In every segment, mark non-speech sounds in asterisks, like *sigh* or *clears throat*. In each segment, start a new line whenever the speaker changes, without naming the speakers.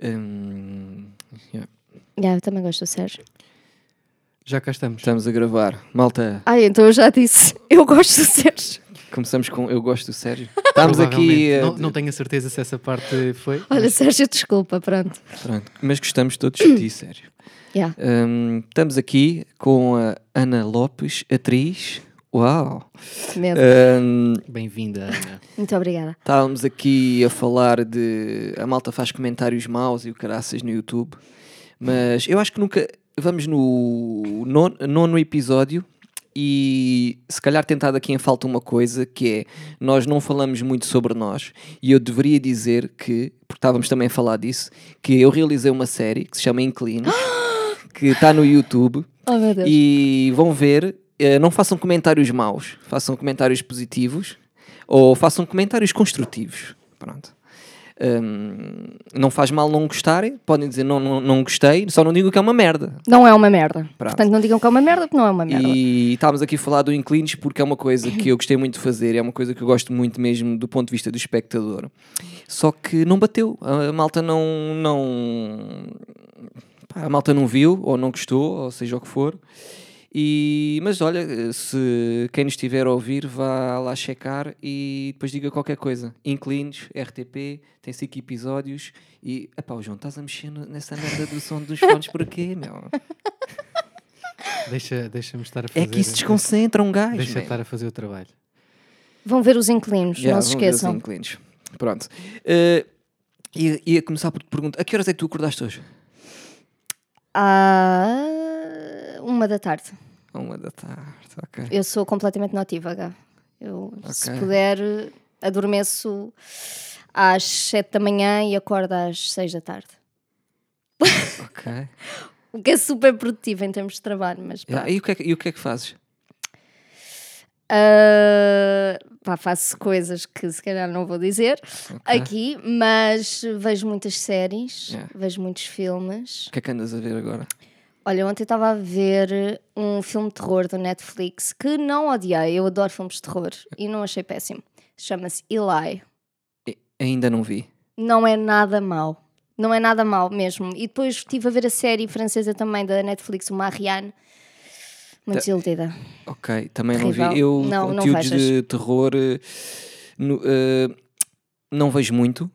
Hum, yeah.
Yeah, eu também gosto do Sérgio.
Já cá estamos. Estamos a gravar. Malta,
Ah, então eu já disse. *laughs* Eu gosto do Sérgio.
começamos com Eu Gosto do
*laughs*
Sérgio. Estamos aqui.
Provavelmente.
eh,
Não, não tenho a certeza se essa parte foi.
Olha, Sérgio, desculpa, pronto.
pronto, mas gostamos todos de ti, Sérgio.
Yeah.
Hum, estamos aqui com a Ana Lopes, atriz. Uau!
medo.
Hum,
Bem-vinda, Ana.
Muito obrigada.
Estávamos aqui a falar de. A malta faz comentários maus e o caraças no YouTube. Mas eu acho que nunca. Vamos no nono, nono episódio e se calhar tentar daqui em falta uma coisa que é nós não falamos muito sobre nós e eu deveria dizer que, porque estávamos também a falar disso, que eu realizei uma série que se chama Inclinos, que está no YouTube
Oh, meu Deus.
e vão ver. eh, Não façam comentários maus, façam comentários positivos ou façam comentários construtivos. Pronto. Hum, não faz mal não gostarem, podem dizer não, não, não gostei, só não digo que é uma merda.
Não é uma merda.
Pronto.
Portanto, não digam que é uma merda, porque não é uma merda.
E estávamos aqui a falar do Inclines porque é uma coisa que eu gostei muito de fazer, é uma coisa que eu gosto muito mesmo do ponto de vista do espectador. Só que não bateu, a a malta não. não pá, a malta não viu, ou não gostou, ou seja o que for. E, mas olha, se quem nos estiver a ouvir, vá lá checar e depois diga qualquer coisa. Inclines, RTP, tem 5 episódios. E, epá, o João, estás a mexer no- nessa merda do som dos fones por quê, meu?
Deixa- Deixa-me estar a fazer.
É que isso desconcentra um gajo.
Deixa
man.
estar a fazer o trabalho.
Vão ver os inclinos,
Já,
não se
vão ver os
esqueçam.
inquilinos. Pronto. Eh, ia, ia começar por te perguntar: a que horas é que tu acordaste hoje?
À uma da tarde.
À Uma da tarde,
*laughs*
ok.
Eu sou completamente notívaga. Eu, se
Ok.
puder, adormeço às 7 da manhã e acordo às 6 da tarde.
ok.
O que é super produtivo em termos de trabalho, mas pronto.
Já, e, o que é, que- e o que é que fazes?
Ah, pá, faço coisas que se calhar não vou dizer aqui, mas vejo muitas séries,
Yeah.
vejo muitos filmes.
O que é que andas a ver agora?
Olha, ontem estava a ver um filme de terror do Netflix que não odiei, eu adoro filmes de terror e não achei péssimo. Chama-se Eli.
E- ainda não vi.
Não é nada mau. Não é nada mau mesmo. E depois estive a ver a série francesa também da Netflix, o Marianne. Muito
É.
desiludida.
Ok, também não vi.
Terrível.
Eu,
Não, não
conteúdos de terror, eh, no- eh, não vejo muito.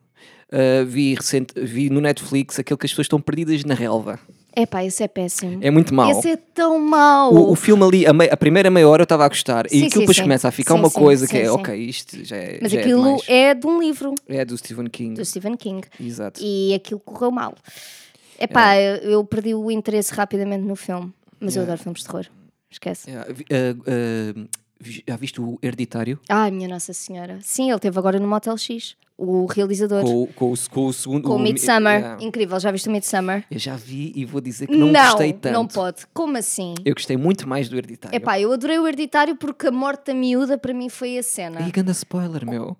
Eh, vi, recente, vi no Netflix aquele que as pessoas estão perdidas na relva.
Epá, isso é péssimo.
É muito mau.
Esse é tão mau.
O, o filme ali, a, mei- a primeira meia hora eu estava a gostar
Sim,
e
sim,
aquilo depois
sim.
começa a ficar
Sim,
uma
sim,
coisa
sim,
que é
sim.
ok, isto já é.
Mas
já é
aquilo
demais.
é de um livro
É do Stephen King.
do Stephen King
Exato.
e aquilo correu mal. Epá, eu, eu perdi o interesse rapidamente no filme, mas eu
É. Yeah.
adoro filmes de terror. Esquece.
Yeah, É, vi- ah, ah, vi- já viste o Hereditário?
Ai, minha Nossa Senhora. Sim, ele teve agora no Motel X, o realizador, com,
Com, o- com o, se- com o segundo.
o Midsummer.
yeah.
Incrível, já viste o Midsummer?
Eu já vi e vou dizer que não, gostei tanto.
não pode. Como assim?
Eu gostei muito mais do Hereditário.
Epá, eu adorei o Hereditário porque a morte da miúda para mim foi a cena.
E ganda spoiler, meu.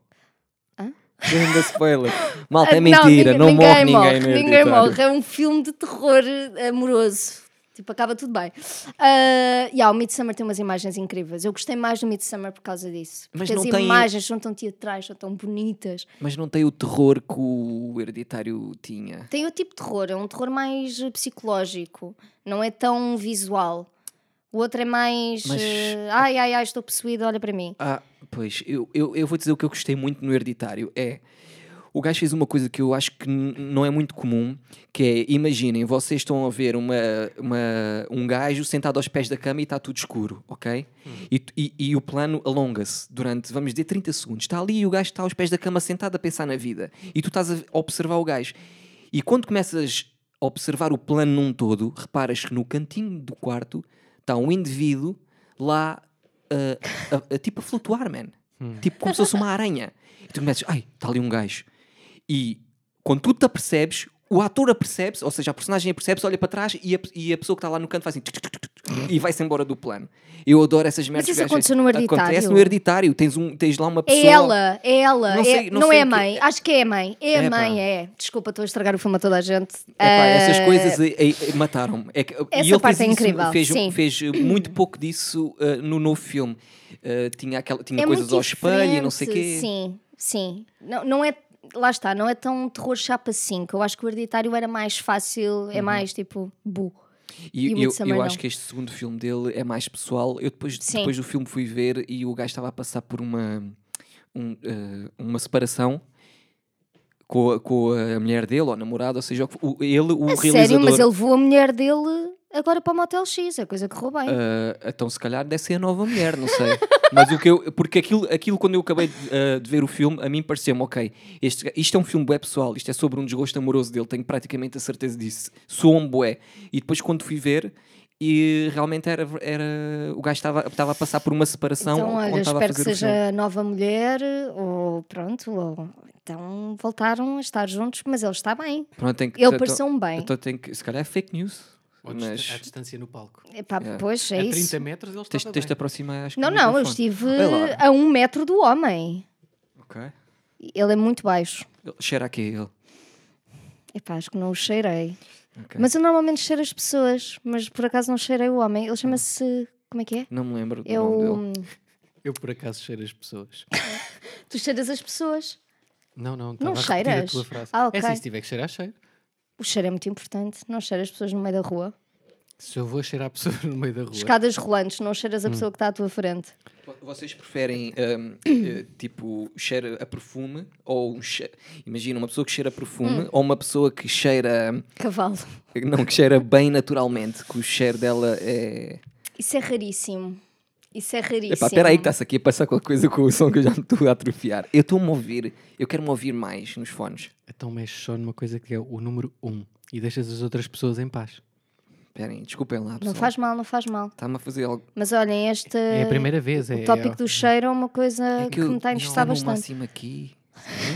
Hã?
Ganda spoiler. Malta, é
*laughs* Ah,
mentira, não, morre ninguém no
ninguém
Hereditário.
morre. É um filme de terror eh, amoroso. Tipo, acaba tudo bem. Ah, e há o Midsummer tem umas imagens incríveis. Eu gostei mais do Midsummer por causa disso.
Mas
Porque
não
as
tem-
imagens são tão teatrais, são tão bonitas.
Mas não tem o terror que o Hereditário tinha.
Tem o tipo de terror, é um terror mais eh, psicológico, não é tão visual. O outro é mais.
Mas-
eh, ai, ai, ai, estou possuída, olha para mim.
Ah, pois, eu, eu, eu vou dizer o que eu gostei muito no Hereditário é. O gajo fez uma coisa que eu acho que n- não é muito comum, que é, imaginem, vocês estão a ver uma, uma- um gajo sentado aos pés da cama e está tudo escuro, ok? E, t- e- e o plano alonga-se durante, vamos dizer, 30 segundos. Está ali e o gajo está aos pés da cama sentado a pensar na vida. E tu estás a v- a observar o gajo. E quando começas a observar o plano num todo, reparas que no cantinho do quarto está um indivíduo lá a, a- a- tipo a flutuar, man. Tipo como se fosse uma aranha. E tu começas, ai, está ali um gajo. E quando tu te apercebes, o ator apercebe-se, ou seja, a personagem apercebe-se, olha para trás e a, e a pessoa que está lá no canto faz assim tuc, tuc, tuc, tuc, e vai-se embora do plano. Eu adoro essas merdas.
isso
que às
aconteceu
vezes-
no hereditário?
Acontece no hereditário. Tens, um, tens lá uma pessoa.
É ela, é ela.
Não
é-
sei- não
não
sei
é a
o que-
mãe, acho que é a mãe. É a
Epá.
mãe, é. Desculpa, estou a estragar o filme a toda a gente.
Epá, É, essas
Eh,
coisas eh, eh, mataram-me. É que-
Essa
e ele
parte
fez
é
isso-
incrível,
Fez,
sim.
fez muito pouco disso eh, no novo filme. Eh, tinha aquela, tinha
é
coisas
muito
ao espelho e não
diferente,
sei o quê.
Sim, sim. Não, não é. lá está, não é tão um terror chapa 5. Eu acho que o hereditário era mais fácil,
Uhum.
é mais tipo bu.
E,
E
eu,
o Midsommar
eu
não.
acho que este segundo filme dele é mais pessoal. Eu depois,
Sim.
depois do filme fui ver e o gajo estava a passar por uma, um, eh, uma separação com a, com a mulher dele, ou namorado, ou seja, o que- o, ele, o
A
realizador.
sério, mas ele voou a mulher dele agora para o Motel X, a coisa correu bem.
eh, então, se calhar, deve ser a nova mulher, não sei. *laughs* Mas o que eu. Porque aquilo, aquilo quando eu acabei de, eh, de ver o filme, a mim pareceu-me, ok, este, ga- isto é um filme bué pessoal, isto é sobre um desgosto amoroso dele, tenho praticamente a certeza disso. Sou um bué. E depois, quando fui ver. E realmente era, era o gajo estava, estava a passar por uma separação
então,
onde
olha,
estava a
espero que
fazer o
seja
filme.
a nova mulher, ou pronto, ou então voltaram a estar juntos, mas ele está bem.
Pronto, tem que-
Ele
então-
pareceu-me bem.
Então tem que, se calhar é fake news.
Ou é
mas
dista- à distância no palco.
Epá, Pois é
a 30
isso.
metros ele
tens,
estava
tens de te
bem.
aproximar, acho que
Não,
do
não, eu
microfone.
estive
Olha lá.
a um metro do homem.
Ok.
Ele é muito baixo.
Ele- Cheira aqui ele.
Epá, acho que não o cheirei.
Ok.
Mas eu normalmente cheiro as pessoas, mas por acaso não cheirei o homem. Ele chama-se. Como é que é?
Não me lembro do nome dele.
Eu.
Eu por acaso cheiro as pessoas.
Tu cheiras as pessoas.
Não, não,
Não
estava a repetir
cheiras?
A tua frase.
Ah, ok.
É assim, se tiver que cheirar, cheiro.
O cheiro é muito importante. Não cheiras as pessoas no meio da rua.
Se eu vou cheirar pessoas *laughs* no meio da rua.
Escadas rolantes, não cheiras a pessoa que está à tua frente.
Vo- Vocês preferem hum, eh, tipo cheiro a perfume ou um che... imagina uma pessoa que cheira a perfume
Hum.
ou uma pessoa que cheira
Cavalo.
não que cheira bem naturalmente que o cheiro dela é
Isso é raríssimo. Isso é raríssimo.
Epá, espera aí tá- que está-se aqui a passar qualquer coisa com o som que eu já me estou a atrofiar eu estou-me a ouvir eu quero-me ouvir mais nos fones
Então mexes só numa coisa que é o número 1 um, e deixas as outras pessoas em paz.
esperem desculpem lá
Não
pessoal.
faz mal, não faz mal.
está-me a fazer algo
Mas olhem, este.
É a primeira vez. É,
Eh, O tópico do cheiro é uma coisa que,
eu-
me está a
não, assim.
interessar
no
bastante.
máximo aqui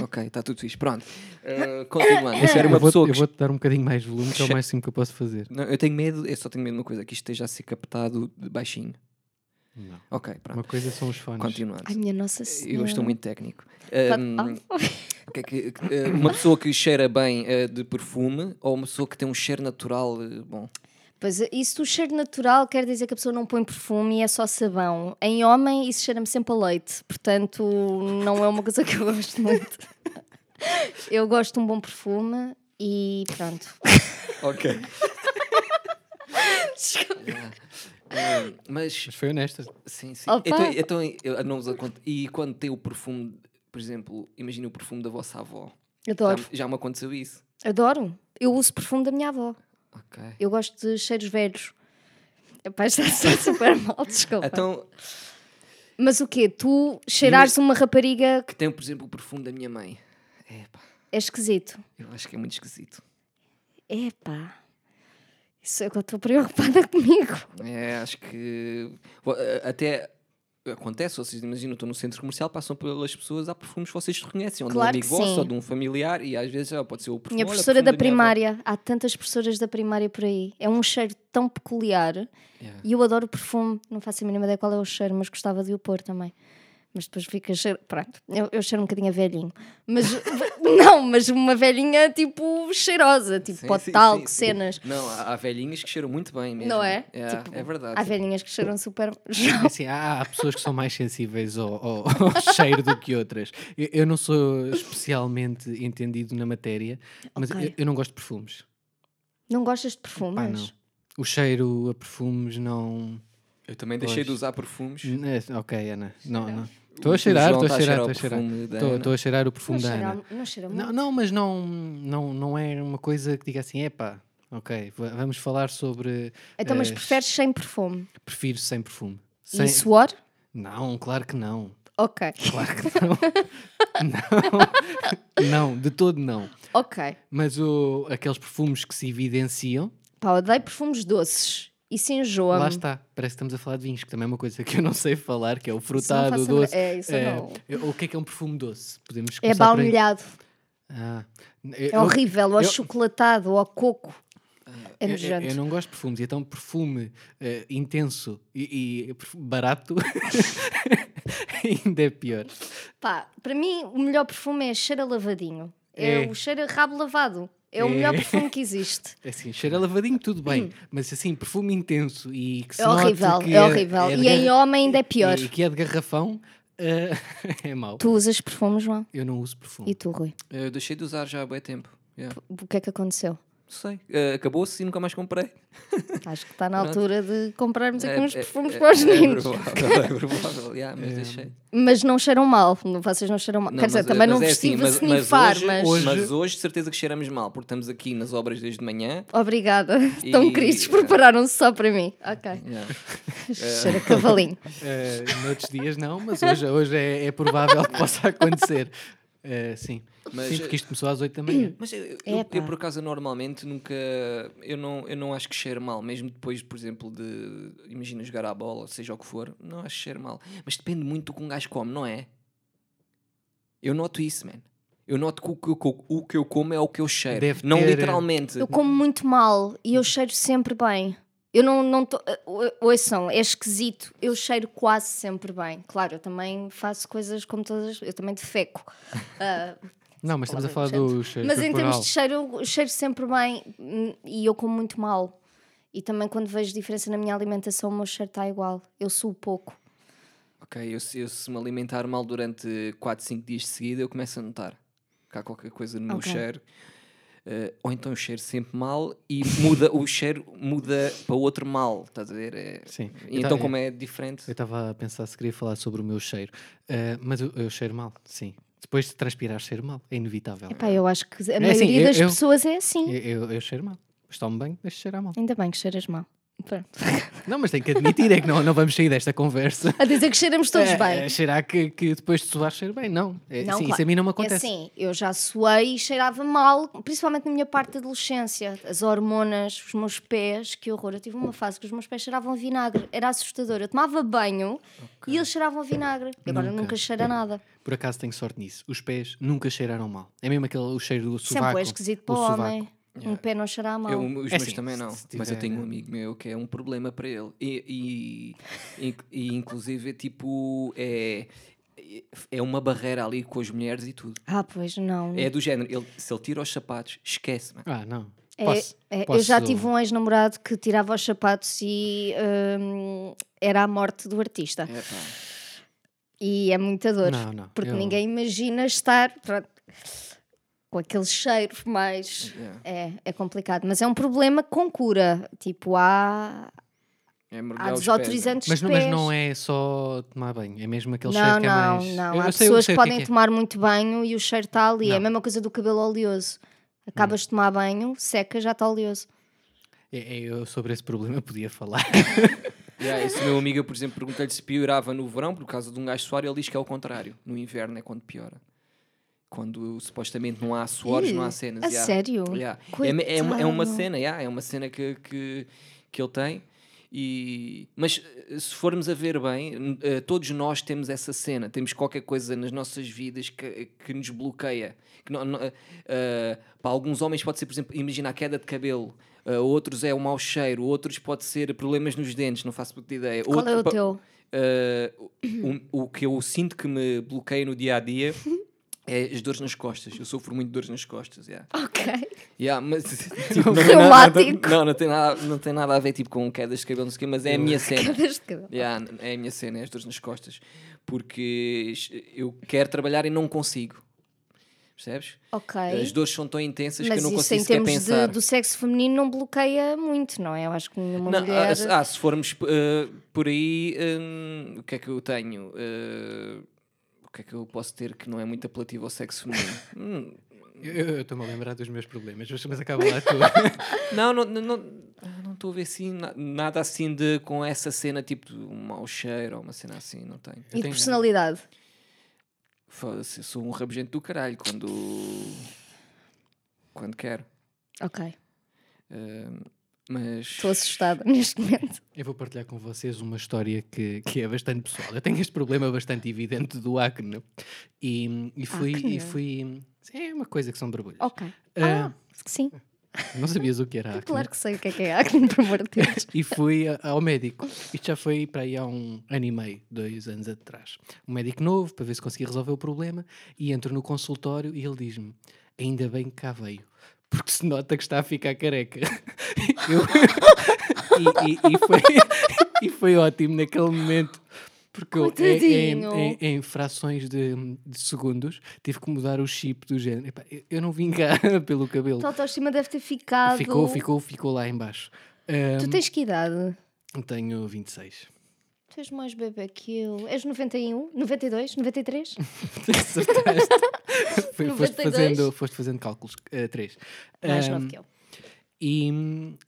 ok está tudo fixe pronto Eh,
*coughs*
continuando eu era
é- Eu
uma
vou-
pessoa
eu
que
vou-te dar um bocadinho mais de volume, que é o
Che-
máximo que eu posso fazer.
Não, eu tenho medo, eu só tenho medo de uma coisa, que isto esteja a ser captado de baixinho.
Não.
Ok,
Uma
pronto.
coisa são os fones.
Continuando.
Ai, minha Nossa Senhora.
eu estou muito técnico.
Pode-
Ahm,
Ah,
que é que- que, eh, uma pessoa que cheira bem eh, de perfume ou uma pessoa que tem um cheiro natural eh, bom?
Pois, eh, isso do cheiro natural quer dizer que a pessoa não põe perfume e é só sabão. Em homem, isso cheira-me sempre a leite. Portanto, não é uma coisa que eu gosto muito. Eu gosto de um bom perfume e pronto.
Ok.
*laughs*
mas,
Mas foi honesta.
sim, sim.
Opa.
Então, então, eu- não vos aconte- E quando tem o perfume, por exemplo, imagina o perfume da vossa avó. Já,
Adoro,
já me aconteceu isso.
adoro. Eu uso perfume da minha avó.
Ok.
Eu gosto de cheiros velhos. Epá, isto está a soar super mal, desculpa.
Então,
Mas o quê? Tu cheirares uma rapariga
que tem, por exemplo, o perfume da minha mãe. Epá.
é esquisito.
Eu acho que é muito esquisito.
Epá. Isso é que eu estou preocupada *laughs* comigo.
É, acho que. Vo- eh, Até acontece, vocês imaginam, estou no centro comercial, passam pelas pessoas, há perfumes que vocês reconhecem, ou de um
Claro
amigo
que
vosso, ou
sim.
de um familiar, e às vezes ah, pode ser o perfume.
Minha
olha,
professora
perfume
da
minha avó.
primária. Há tantas professoras da primária por aí. É um cheiro tão peculiar.
Yeah.
E eu adoro o perfume. Não faço a mínima ideia qual é o cheiro, mas gostava de o pôr também. Mas depois fica cheiro. Pronto, eu, eu cheiro um bocadinho a velhinho. Mas *laughs* não, mas uma velhinha tipo cheirosa, tipo
Sim,
pó
sim,
de talco,
sim.
cenas.
Não, há, há velhinhas que cheiram muito bem mesmo.
Não é?
É,
Tipo,
é verdade.
Há velhinhas que cheiram super. *laughs*
Assim, há, há pessoas que são mais sensíveis ao, ao- ao *laughs* cheiro do que outras. Eu, eu não sou especialmente entendido na matéria, mas
Ok.
eu, eu não gosto de perfumes.
Não gostas de
Pá,
perfumes?
não. O cheiro a perfumes não.
Eu também deixei de
Pois.
usar perfumes.
É, ok, Ana. Não, não.
O-
Estou
o
a cheirar,
João
estou a
tá
cheirar,
ao
estou a cheirar.
perfume da
Estou-
Ana.
Estou a cheirar o perfume
Não
da
cheira,
Ana.
a- não cheira muito.
Não, não, mas não, não, não é uma coisa que diga assim, epá, ok, va- vamos falar sobre.
Então, mas
eh,
preferes sem perfume?
Prefiro sem perfume.
E
Sem...
suor?
Não, claro que não.
Ok,
Claro que não. não. não, de todo não.
ok.
Mas o, aqueles perfumes que se evidenciam,
Pá, odeio perfumes doces. Isso enjoa
lá está. Parece que estamos a falar de vinhos, que também é uma coisa que eu não sei falar, que é o frutado, o
faço a-
doce.
é, isso eu não-
eu- O que é que é um perfume doce? Podemos
É
começar por aí.
baunilhado.
Ah,
É horrível. Ou
eu-
chocolatado, ou a coco. É
Eu- eu-
nojento.
Eu, não gosto de perfumes, e então perfume eh, intenso e, e perfu- barato *laughs* ainda é pior.
Pá, para mim, o melhor perfume é cheiro a lavadinho. É,
É.
o cheiro a rabo lavado. É, o
É.
melhor perfume que existe.
É Assim, cheira lavadinho, tudo bem, mas assim, perfume intenso e que se
Hum. É
note
horrível,
que
é horrível.
de
E em
garra-
homem ainda é pior.
E, e que é de garrafão, Ah, *laughs* é mau.
Tu usas perfume, João?
Eu não uso perfume.
E tu, Rui?
Eu deixei de usar já há bem tempo. Yeah.
O que é que aconteceu?
Não sei. Eh, Acabou-se e nunca mais comprei.
Acho que está na
Pronto.
altura de comprarmos aqui
É-
uns
é-
perfumes
é-
para os
é
meninos. *laughs*
provável, é provável, yeah, mas deixei.
Mas não cheiram mal, não- vocês não cheiram mal.
Não,
Quer dizer,
mas-
também não
mas é
vos estive a
assim, mas- mas
snifar,
hoje-
mas.
hoje- Mas hoje, de certeza que cheiramos mal, porque estamos aqui nas obras desde de manhã.
Obrigada,
E-
tão
é.
queridos, prepararam-se só para mim. Ok,
Yeah.
cheira a
*laughs*
cavalinho.
Eh, noutros dias não, mas hoje, hoje é, é provável que possa *laughs* acontecer. Eh, sim.
Mas,
Sinto
eh,
que isto começou às 8
*coughs*
da manhã.
Mas eu, eu-
Epá.
eu, por acaso, normalmente nunca. Eu não, eu não acho que cheiro mal, mesmo depois, por exemplo, de. Imagina jogar à bola, seja o que for, não acho que cheiro mal. Mas depende muito do que um gajo come, não é? Eu noto isso, man. Eu noto que o que eu, co- o que eu como é o que eu cheiro.
Deve
não
ter-
literalmente.
Eu como muito mal e eu cheiro sempre bem. Eu não. não tô, o- ouçam, é esquisito. Eu cheiro quase sempre bem. Claro, eu também faço coisas como todas. Eu também defeco. Ah,
Não, mas estamos a falar
Obviamente.
do cheiro
mas em termos
corporal.
de cheiro, eu cheiro sempre bem hum, e eu como muito mal. E também quando vejo diferença na minha alimentação, o meu cheiro está igual. Eu suo pouco.
Ok, eu, se- eu se me alimentar mal durante 4, 5 dias de seguida, eu começo a notar que há qualquer coisa no meu
Ok.
cheiro. Eh, ou então eu cheiro sempre mal e muda o cheiro muda para outro mal, estás a ver? É-
Sim.
E então, como é diferente,
Eu estava a pensar se queria falar sobre o meu cheiro. Eh, mas eu, eu cheiro mal, sim. Depois de transpirar, cheiro mal. É inevitável.
Epá, eu acho que a
assim,
maioria
eu-
das
eu-
pessoas é assim.
Eu, eu- eu cheiro mal. Mas tomo bem, deixo cheirar mal.
Ainda bem que cheiras mal. Pronto.
Não, mas tenho que admitir, é que não, não vamos sair desta conversa.
A dizer que cheiramos todos
*laughs* Eh,
bem.
Cheirar que, que depois de suar, cheiro bem. Não. É,
Não,
sim,
claro.
Isso a mim não
É
me acontece.
assim, eu já suei e cheirava mal, principalmente na minha parte da adolescência. As hormonas, os meus pés, que horror. Eu tive uma fase que os meus pés cheiravam a vinagre. Era assustador. Eu tomava banho e eles cheiravam a vinagre. E agora
Nunca.
nunca, cheira nada.
Por acaso tenho sorte nisso. Os pés nunca cheiraram mal. É mesmo aquele o cheiro do sovaco.
Sempre é esquisito
o
para o,
sovaco.
homem. Um pé não cheirar mal.
eu, os meus
É assim,
também
se-
não.
se
Mas
tiver-
eu tenho um amigo meu que é um problema para ele. E, e, e, e inclusive é tipo. É, é uma barreira ali com as mulheres e tudo.
Ah, pois não.
É do género. Ele, se ele tira os sapatos, esquece, mano.
Ah, não.
É,
Posso-
é, eu
posso-
já tive um ex-namorado que tirava os sapatos e hum, era a morte do artista.
É, pá.
E é muita dor.
Não, não,
Porque
eu-
ninguém imagina estar pronto, com aquele cheiro mais.
Yeah.
É, é complicado. Mas é um problema com cura. Tipo, há,
É
há
mergulhar os pés, né?
desautorizantes
Mas,
de
não-
pés.
mas não é só tomar banho, é mesmo aquele cheiro
não,
que é
não,
mais.
não.
Eu-
Há
eu sei- eu
pessoas
sei
que
o é
podem
é.
tomar muito banho e o cheiro está ali. É a
Não.
mesma coisa do cabelo oleoso. Acabas de tomar banho, seca, já está oleoso.
É- é, Eu sobre esse problema *laughs* podia falar.
Yeah, esse meu amigo, eu, por exemplo, perguntei-lhe se piorava no verão por causa de um gajo suar, ele diz que é o contrário. No inverno é quando piora. Quando supostamente não há suores, não há
Ih,
cenas.
a
yeah.
sério?
Yeah. É, me- é uma, é uma
Coitado.
cena, yeah, é uma cena que, que, que ele tem. E, mas eh, se formos a ver bem, n- eh, todos nós temos essa cena, temos qualquer coisa nas nossas vidas que, que nos bloqueia. Que no- no- eh, eh, para alguns homens pode ser, por exemplo, imagina a queda de cabelo, eh, outros é o mau cheiro, outros pode ser problemas nos dentes, não faço puta ideia.
Qual é o
Outro-
teu?
eh, o, o que eu sinto que me bloqueia no dia a
*laughs*
dia é as dores nas costas. Eu sofro muito de dores nas costas. Yeah.
*laughs* Ok.
Yeah, mas, *laughs* tipo, não, tem nada, não, tem-
Reumático.
não, não tem nada, não tem nada a ver tipo, com quedas de cabelo, não sei o quê, mas é a minha
*laughs*
cena.
Quedas de cabelo.
Yeah, é a minha cena, é as dores nas costas. Porque eu quero trabalhar e não consigo. Percebes?
Ok.
As dores são tão intensas
Mas
que eu não
isso
consigo
em
sequer
termos de-
pensar.
do sexo feminino não bloqueia muito, não é? Eu acho que nenhuma
Não,
mulher...
ah, se- ah, se formos eh, por aí, hum, o que é que eu tenho? Eh, o que é que eu posso ter que não é muito apelativo ao sexo feminino?
*laughs*
Hum,
Eu- Eu eu estou-me a lembrar dos meus problemas, mas, mas acaba lá
*laughs*
tu.
Não, não estou não, não estou a ver assim, na- nada assim de com essa cena tipo de um mau cheiro ou uma cena assim, não tenho.
E de
tenho-
personalidade.
Foda-se, eu sou um rabugento do caralho quando. quando quero.
Ok.
Mas.
Estou assustada *laughs* neste momento.
Eu vou partilhar com vocês uma história que, que é bastante pessoal. Eu tenho este problema bastante evidente do acne. E, e fui.
Acne?
E fui é uma coisa que são borbulhas.
Ah, Ok.
Ah,
Ah, sim.
não sabias o
*laughs*
que era acne.
Claro que sei o que é que é *laughs* acne, por amor de Deus.
*laughs* e fui a- ao médico. Isto já foi para aí há um ano e meio, dois anos atrás. Um médico novo, para ver se conseguia resolver o problema, e entro no consultório e ele diz-me: Ainda bem que cá veio, porque se nota que está a ficar careca. *laughs* Eu- e, e- e foi, e foi ótimo naquele momento. Porque eu, é- é- em- em, em frações de, de segundos tive que mudar o chip do género. Epá, eu, eu não vim cá *laughs* pelo cabelo.
Tua autoestima deve ter ficado.
Ficou, ficou, ficou lá embaixo. Ah,
Tu tens que idade?
Tenho *laughs* 26.
Tu és mais bebê que eu. És 91, 92, 93? *laughs*
Acertaste. Foi-
92.
foste, fazendo, foste fazendo cálculos. 3.
mais novo que eu.
E,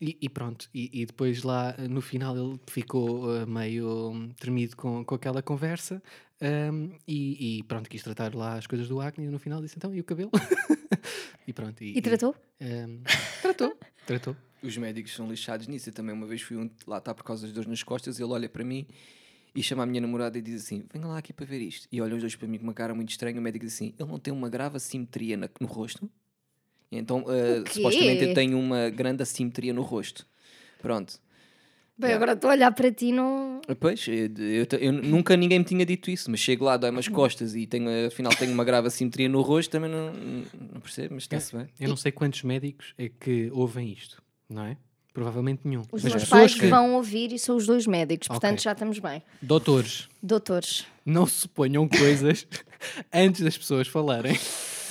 e, e pronto, e, e depois lá eh, no final ele ficou eh, meio hum, tremido com, com aquela conversa hum, e, e pronto, quis tratar lá as coisas do acne e no final disse então, e o cabelo? *laughs* e pronto.
E tratou?
hum, tratou, tratou.
Os médicos são lixados nisso. Eu também uma vez fui um, lá está por causa das dores nas costas. Ele olha para mim e chama a minha namorada e diz assim: Venha lá aqui para ver isto. E olham os dois para mim com uma cara muito estranha. O médico diz assim: Ele não tem uma grave assimetria na- no rosto. E Então, eh,
quê?
supostamente, eu tenho uma grande assimetria no rosto. Pronto.
Bem,
Yeah.
agora estou a olhar para ti, não.
Pois, eu, eu te- eu nunca ninguém me tinha dito isso, mas chego lá,
*laughs*
dói-me as costas e tenho, eh, afinal tenho uma grave assimetria no rosto, também não, não percebo, mas está-se bem.
Eu não sei quantos médicos é que ouvem isto, não é? Provavelmente nenhum.
Os
Mas
meus
pessoas
pais
que,
vão ouvir e são os dois médicos,
Ok.
portanto já estamos bem.
doutores,
Doutores, é
não suponham coisas *laughs* antes das pessoas falarem.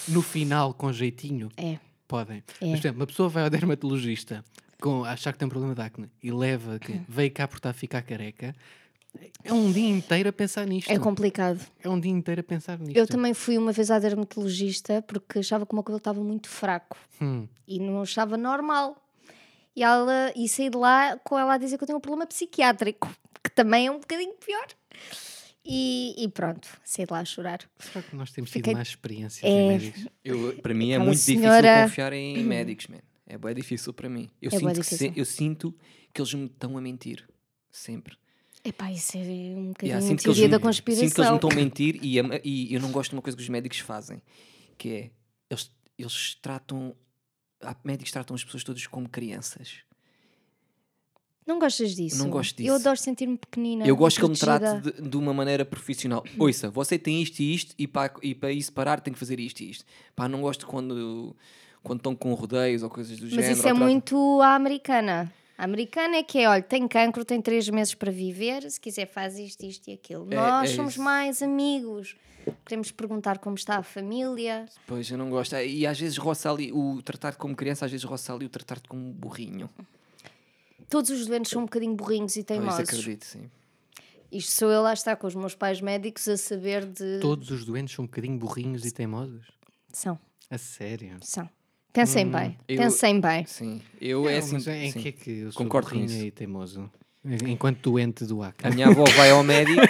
No final, com jeitinho,
é.
Podem.
É.
Mas, por exemplo, uma pessoa vai ao dermatologista com, a achar que tem um problema de acne e leva que
Uhum.
veio cá por estar a ficar careca. É um dia inteiro a pensar nisto.
É complicado.
É um dia inteiro a pensar nisto.
Eu também fui uma vez à dermatologista porque achava que o meu cabelo estava muito fraco
Hum.
e não achava normal. E, ela, e saí de lá com ela a dizer que eu tenho um problema psiquiátrico, que também é um bocadinho pior. E, e pronto, saí de lá a chorar.
Será que nós temos
Fiquei-
tido mais experiências
É.
em médicos?
Eu, *laughs* para mim é
Aquela
muito
senhora-
difícil confiar
*clears throat*
em médicos, man. É bem difícil para mim. Eu,
É bué
sinto que se-
difícil.
eu sinto que eles me estão a mentir. Sempre.
Epá, isso é um bocadinho
Yeah,
de
sinto, que eles
teoria
me-
da
sinto que eles me
conspiração.
estão a mentir e, a- e eu não gosto de uma coisa que os médicos fazem, que é eles, eles tratam. Há médicos que tratam as pessoas todas como crianças.
Não gostas disso?
Não gosto
Eu
disso.
adoro sentir-me pequenina.
Eu gosto que ele me
protegida.
trate de, de uma maneira profissional.
Uhum.
Ouça, você tem isto e isto, e para, e para isso parar tem que fazer isto e isto. Pá, não gosto quando, quando estão com rodeios ou coisas do
Mas
género.
isso é
ou tratam-
muito à americana. A americana é que é, olha, tem cancro, tem três meses para viver, se quiser faz isto, isto e aquilo.
É-
Nós
é
somos
isso.
mais amigos. Queremos perguntar como está a família.
Pois, eu não gosto. É, E às vezes roça ali o tratar-te como criança, às vezes roça ali o tratar-te como um burrinho.
Todos os doentes são um bocadinho burrinhos
Ah,
e
Isso
teimosos.
acredito,
*laughs*
sim.
Isto sou eu lá está com os meus pais médicos a saber de...
Todos os doentes são um bocadinho burrinhos e teimosos?
São,
A sério?
são. Pensem bem,
Hum, eu-
pensem bem.
Sim. Eu
Não,
é assim.
mas em
sim.
que é que eu sou
Concordo com
burrinho
isso.
e teimoso? Enquanto doente do acne.
A minha avó vai ao médico.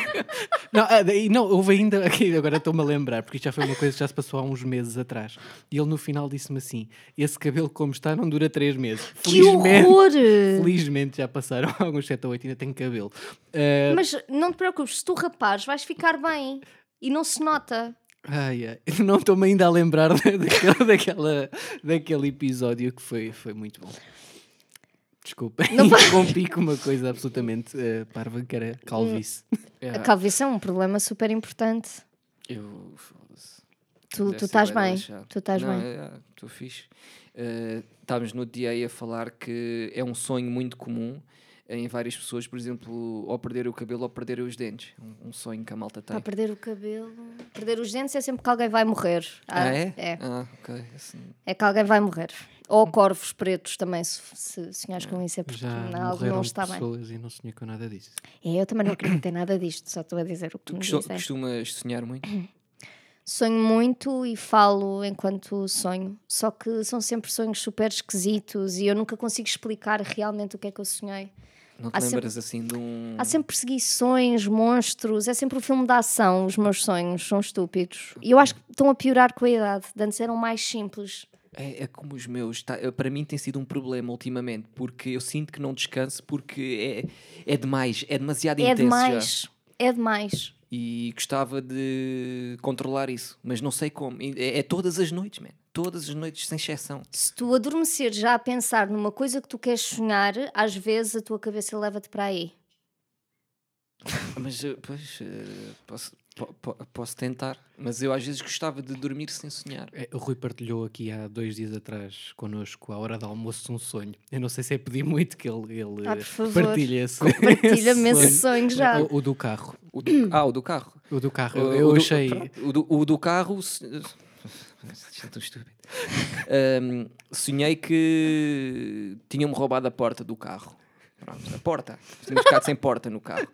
Não, ah, daí- não, houve ainda. *laughs* ok, agora estou-me a lembrar, porque isto já foi uma coisa que já se passou há uns meses atrás. E ele no final disse-me assim: esse cabelo, como está, não dura três meses.
*laughs*
Que horror!
Felizmente já passaram *laughs* alguns 7 ou 8 ainda tenho cabelo. Ah,
É.
Mas não te preocupes, se tu rapares vais ficar bem. E não se nota.
ai, *laughs* ai, não estou-me ainda a lembrar da- daquela, daquela- daquele episódio que foi, foi muito bom. Desculpa, interrompi com uma coisa absolutamente ah, parva que era calvície.
A calvície é um problema super importante.
Eu. foda-se.
Tu,
Deve
tu
ser
estás
bué da
bem,
lixado.
tu estás
Não,
bem.
é, é, Estou fixe. Eh, estávamos no dia aí a falar que é um sonho muito comum eh, em várias pessoas, por exemplo, ou perder o cabelo ou perder os dentes. Um, um sonho que a malta tem.
Para perder o cabelo, perder os dentes é sempre que alguém vai morrer.
Ah,
Ah,
é?
é?
Ah, ok. Assim,
É que alguém vai morrer. Ou corvos pretos também, se, se sonhares com isso, é porque
Já
algo
morreram
não está bem.
pessoas e não sonhei com nada disso.
É, eu também não acredito em nada disto, só estou a dizer o que
tu
me
costu-
dizem.
costumas sonhar
*clears throat*
muito?
Sonho muito e falo enquanto sonho, só que são sempre sonhos super esquisitos e eu nunca consigo explicar realmente o que é que eu sonhei.
Não te
Há sempre-
lembras assim de um.
Há sempre perseguições, monstros, é sempre um filme de ação, os meus sonhos, são estúpidos. E eu acho que estão a piorar com a idade, de antes eram mais simples.
É, é como os meus. tá- eh, para mim tem sido um problema ultimamente, porque eu sinto que não descanso porque é, é demais, é demasiado
é
intenso. já.
demais, é demais.
E gostava de controlar isso, mas não sei como. E É, é todas as noites, man. Todas as noites, sem exceção.
Se tu adormeceres já a pensar numa coisa que tu queres sonhar, às vezes
*laughs*
a tua cabeça leva-te para aí.
Mas, eh, pois, eh, posso, Po- po- posso tentar, mas eu às vezes gostava de dormir sem sonhar.
É, O Rui partilhou aqui há dois dias atrás connosco, à hora do almoço, um sonho. Eu não sei se é pedir muito que ele, ele
Ah,
eh,
por favor.
partilhe esse,
Partilha-me
esse
esse sonho já.
O, o do carro.
O
*clears throat*
do- ah, o do carro.
O do carro.
O-
Eu,
o
eu
do-
achei.
pronto, O do, o do carro. se- *laughs* Isto é tão estúpido. Ahm, sonhei que tinham-me roubado a porta do carro. Pronto, a porta. Tinha ficado sem porta no carro.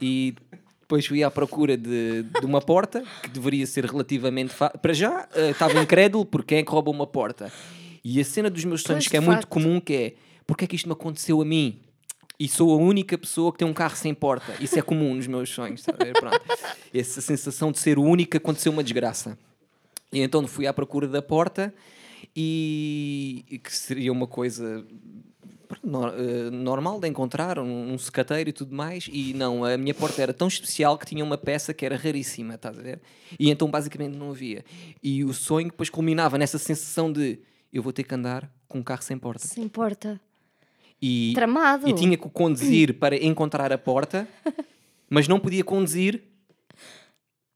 E depois fui à procura de, de uma porta que deveria ser relativamente fácil. Para já, ah, estava incrédulo porque quem é que rouba uma porta? E a cena dos meus sonhos,
Pois,
que é
de
muito
facto.
comum, que é porque é que isto me aconteceu a mim? E sou a única pessoa que tem um carro sem porta. Isso é comum nos meus sonhos. Tá a ver? Pronto. Essa sensação de ser o único que aconteceu uma desgraça. E então fui à procura da porta e e que seria uma coisa pronto, no- eh, normal de encontrar, um, um secateiro e tudo mais. E não, a minha porta era tão especial que tinha uma peça que era raríssima, estás a ver? E então basicamente não havia. E o sonho depois culminava nessa sensação de eu vou ter que andar com um carro sem porta.
Se importa.
E,
Tramado.
e tinha que o conduzir para encontrar a porta, mas não podia conduzir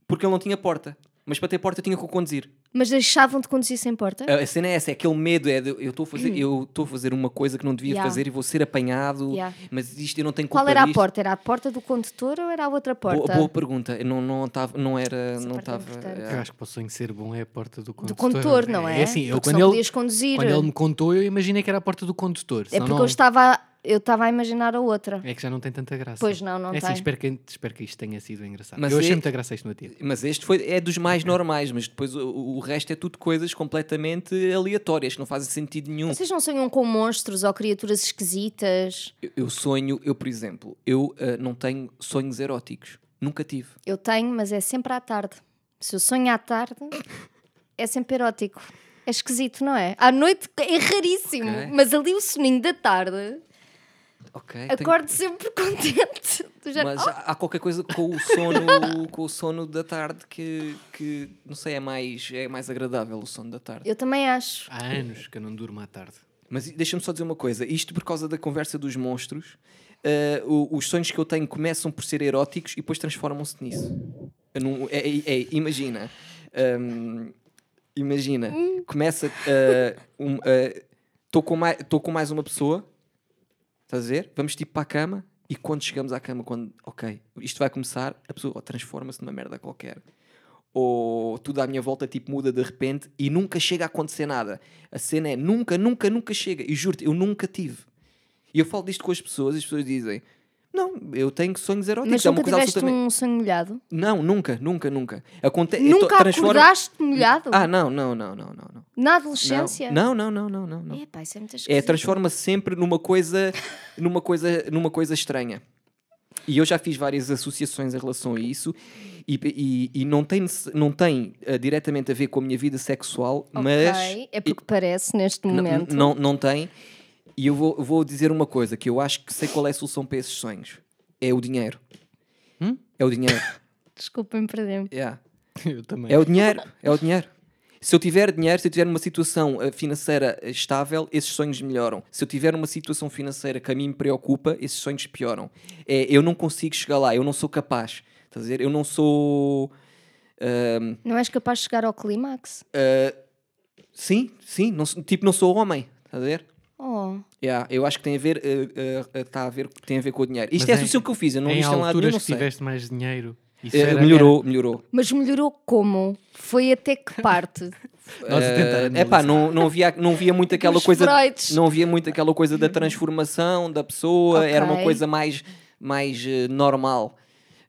porque ele não tinha porta. Mas para ter porta eu tinha que o conduzir.
Mas deixavam de conduzir sem porta?
A a cena é essa, é aquele medo, é de, eu estou a fazer, eu estou a fazer uma coisa que não devia
Yeah.
fazer e vou ser apanhado,
Yeah.
mas isto eu não tenho culpa
Qual era a
disto.
porta? Era a porta do condutor ou era a outra
Boa,
porta?
boa pergunta, eu não não tava, não era,
Essa
não eh,
parte é
estava.
importante.
Eu acho que para o sonho ser bom é a porta do
Do
condutor.
condutor, não é?
assim, eu,
porque
quando
não
ele,
podias conduzir.
quando ele me contou, eu imaginei que era a porta do condutor.
É
senão
porque
não-
eu estava, eu estava a imaginar a outra.
É que já não tem tanta graça.
Pois não, não
é assim,
tem.
espero, que, espero que isto tenha sido engraçado.
Mas
eu achei
é-
muita graça isto no dia.
Mas este foi, é dos mais normais, mas depois o, o resto é tudo coisas completamente aleatórias, que não fazem sentido nenhum.
um.
Vocês não sonham com monstros ou criaturas esquisitas?
Eu- Eu sonho, eu por exemplo, eu ah, não tenho sonhos eróticos. Nunca tive.
Eu tenho, mas é sempre à tarde. Se eu sonho à tarde, é sempre erótico. É esquisito, não é? À noite é raríssimo,
Ok.
mas ali o soninho da
É
tarde,
Ok. tenho-
acordo sempre *laughs* contente. Oh, Do género,
Mas há- há qualquer coisa com o
*laughs*
sono, com o sono da tarde que, que não sei, é mais, é mais agradável o sono da
"Oh,
tarde.
eu também acho.
Há anos que eu não durmo à tarde. *laughs*
Mas deixa-me só dizer uma coisa: isto por causa da conversa dos monstros, eh, o- os sonhos que eu tenho começam por ser eróticos e depois transformam-se nisso. Eu não- é- é- é, imagina. hum, imagina,
Hum.
começa. Estou um, eh, tô com, mai- tô com mais uma pessoa, estás a ver? Vamos tipo para a cama e quando chegamos à cama, quando, ok, isto vai começar, a pessoa transforma-se numa merda qualquer. Ou tudo à minha volta tipo muda de repente e nunca chega a acontecer nada. A cena é nunca, nunca, nunca chega. E juro-te, eu nunca tive. E eu falo disto com as pessoas e as pessoas dizem: Não, eu tenho sonhos
Ah, então
eróticos.
Mas
é uma
nunca
coisa
tiveste
absolutamente.
um sonho molhado?
Não, nunca, nunca, nunca. Aconte... eu to-
nunca acordaste molhado?
Ah, não, não, não, não, não. não.
Na adolescência?
Não, não, não, não, não. não.
É, pá, isso é muito
É,
esquisito.
transforma-se sempre numa coisa, numa coisa, numa coisa estranha. E eu já fiz várias associações em relação a isso e, e- e não tem, nece- não tem eh, diretamente a ver com a minha vida sexual, mas
Ok, É porque parece neste
N-
momento.
n- Não, não tem. E eu vou, vou dizer uma coisa que eu acho que sei qual é a solução para esses sonhos. É o dinheiro.
Hum?
É o dinheiro. *laughs*
Desculpem, perdemos.
Yeah.
Eu também.
É o dinheiro. É o dinheiro. Se eu tiver dinheiro, se eu tiver uma situação eh, financeira estável, esses sonhos melhoram. Se eu tiver uma situação financeira que a mim me preocupa, esses sonhos pioram. É, eu não consigo chegar lá, eu não sou capaz. Estás a dizer? Eu não sou.
Não és capaz de chegar ao clímax?
Sim, sim, não sou- tipo, não sou homem. Estás a ver?
Oh,
Yeah, eu acho que tem a ver, eh, eh, eh, tá a ver, tem a ver com o dinheiro. Isto
Mas
é a
em-
solução que eu fiz, eu não
em
isto é um lado nenhum,
alturas
não
que
sei.
tiveste mais dinheiro. Isso
Eh,
era-
melhorou, melhorou.
mas melhorou como? Foi até que parte?
era- Nós a tentar
É pá,
analisar.
não, não, havia, não havia
*laughs*
muito aquela
Dos
coisa.
Freuds.
Não havia muito aquela coisa da transformação da pessoa, era uma
Ok.
coisa mais, mais eh, normal.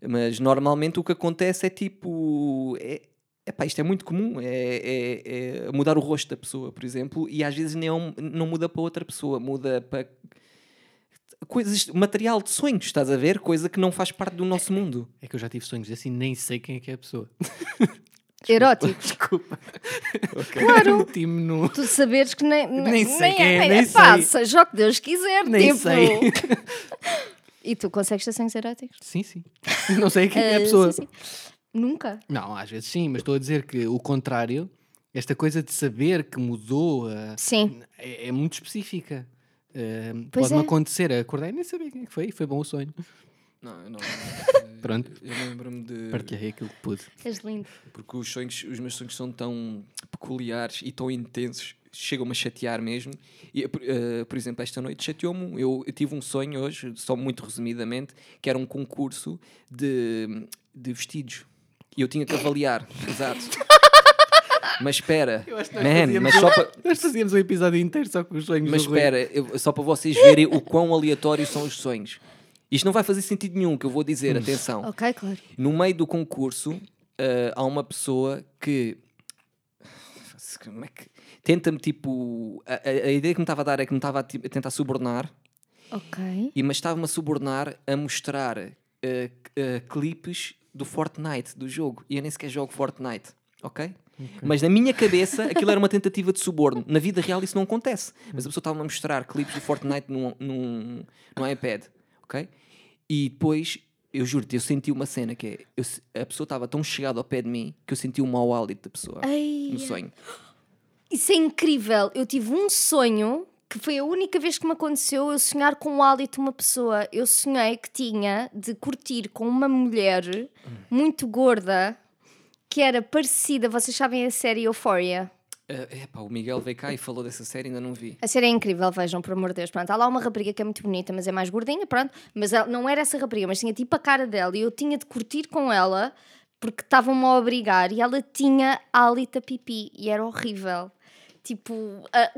Mas normalmente o que acontece é tipo. É, epá, isto é muito comum, é, é- é mudar o rosto da pessoa, por exemplo, e às vezes nem é um- não muda para outra pessoa, muda para coisas, material de sonhos, estás a ver? Coisa que não faz parte do nosso mundo.
É que eu já tive sonhos assim, nem sei quem é que é a pessoa. *laughs*
Erótico.
Desculpa.
*laughs*
Claro.
*laughs* Meti-me no.
Tu saberes que nem, nem,
sei quem é,
nem,
nem
pá,
sei.
seja o que Deus quiser,
Nem
tipo.
sei.
*laughs* E tu consegues ter sonhos eróticos?
Sim, sim. *laughs* Não sei quem é a
Eh,
pessoa.
sim, sim. Nunca.
Não, às vezes sim, mas estou a dizer que o contrário, esta coisa de saber que mudou a-
Sim.
é, é muito específica. Eh,
Pois
Pode-me
é.
acontecer, acordei e nem sabia quem é que foi, e foi bom o sonho.
Não, eu não.
Pronto.
Eu lembro-me de.
Partilhei aquilo que pude.
És lindo.
Porque os sonhos, os meus sonhos são tão peculiares e tão intensos, chegam-me a chatear mesmo. E, por- eh, por exemplo, esta noite chateou-me. um. Eu, eu tive um sonho hoje, só muito resumidamente, que era um concurso de, de vestidos. E eu tinha que avaliar, *laughs* exato. Mas espera, man, mas só para.
Nós fazíamos um episódio inteiro só com os sonhos
Mas
do Rui.
espera, eu- só para vocês verem o quão aleatórios são os sonhos. Isto não vai fazer sentido nenhum, que eu vou dizer, atenção.
Ok, claro.
No meio do concurso, eh, há uma pessoa que. *sighs* Como é que. Tenta-me, tipo. A, a- a ideia que me estava a dar é que me estava a, ti- a tentar subornar,
Ok.
e, mas estava-me a subornar a mostrar eh, eh, clipes do Fortnite, do jogo. E eu nem sequer jogo Fortnite, ok? Mas na minha cabeça aquilo era uma tentativa de suborno. Na vida real isso não acontece. Mas a pessoa estava-me a mostrar clipes do Fortnite num, num, num iPad, ok? E depois, eu juro-te, eu senti uma cena que é, eu se- a pessoa estava tão chegada ao pé de mim que eu senti o mau hálito da pessoa
Ai,
no sonho.
Isso é incrível. Eu tive um sonho que foi a única vez que me aconteceu eu sonhar com o hálito de uma pessoa. Eu sonhei que tinha de curtir com uma mulher muito gorda que era parecida, vocês sabem a série Euphoria.
Eh, epá, o Miguel veio cá e falou dessa série, ainda não vi.
A série é incrível, vejam, por amor de Deus. Pronto, há lá uma rapariga que é muito bonita, mas é mais gordinha, pronto. Mas ela, não era essa rapariga, mas tinha tipo a cara dela e eu tinha de curtir com ela porque estavam-me a obrigar e ela tinha hálito a pipi e era horrível. Tipo, a...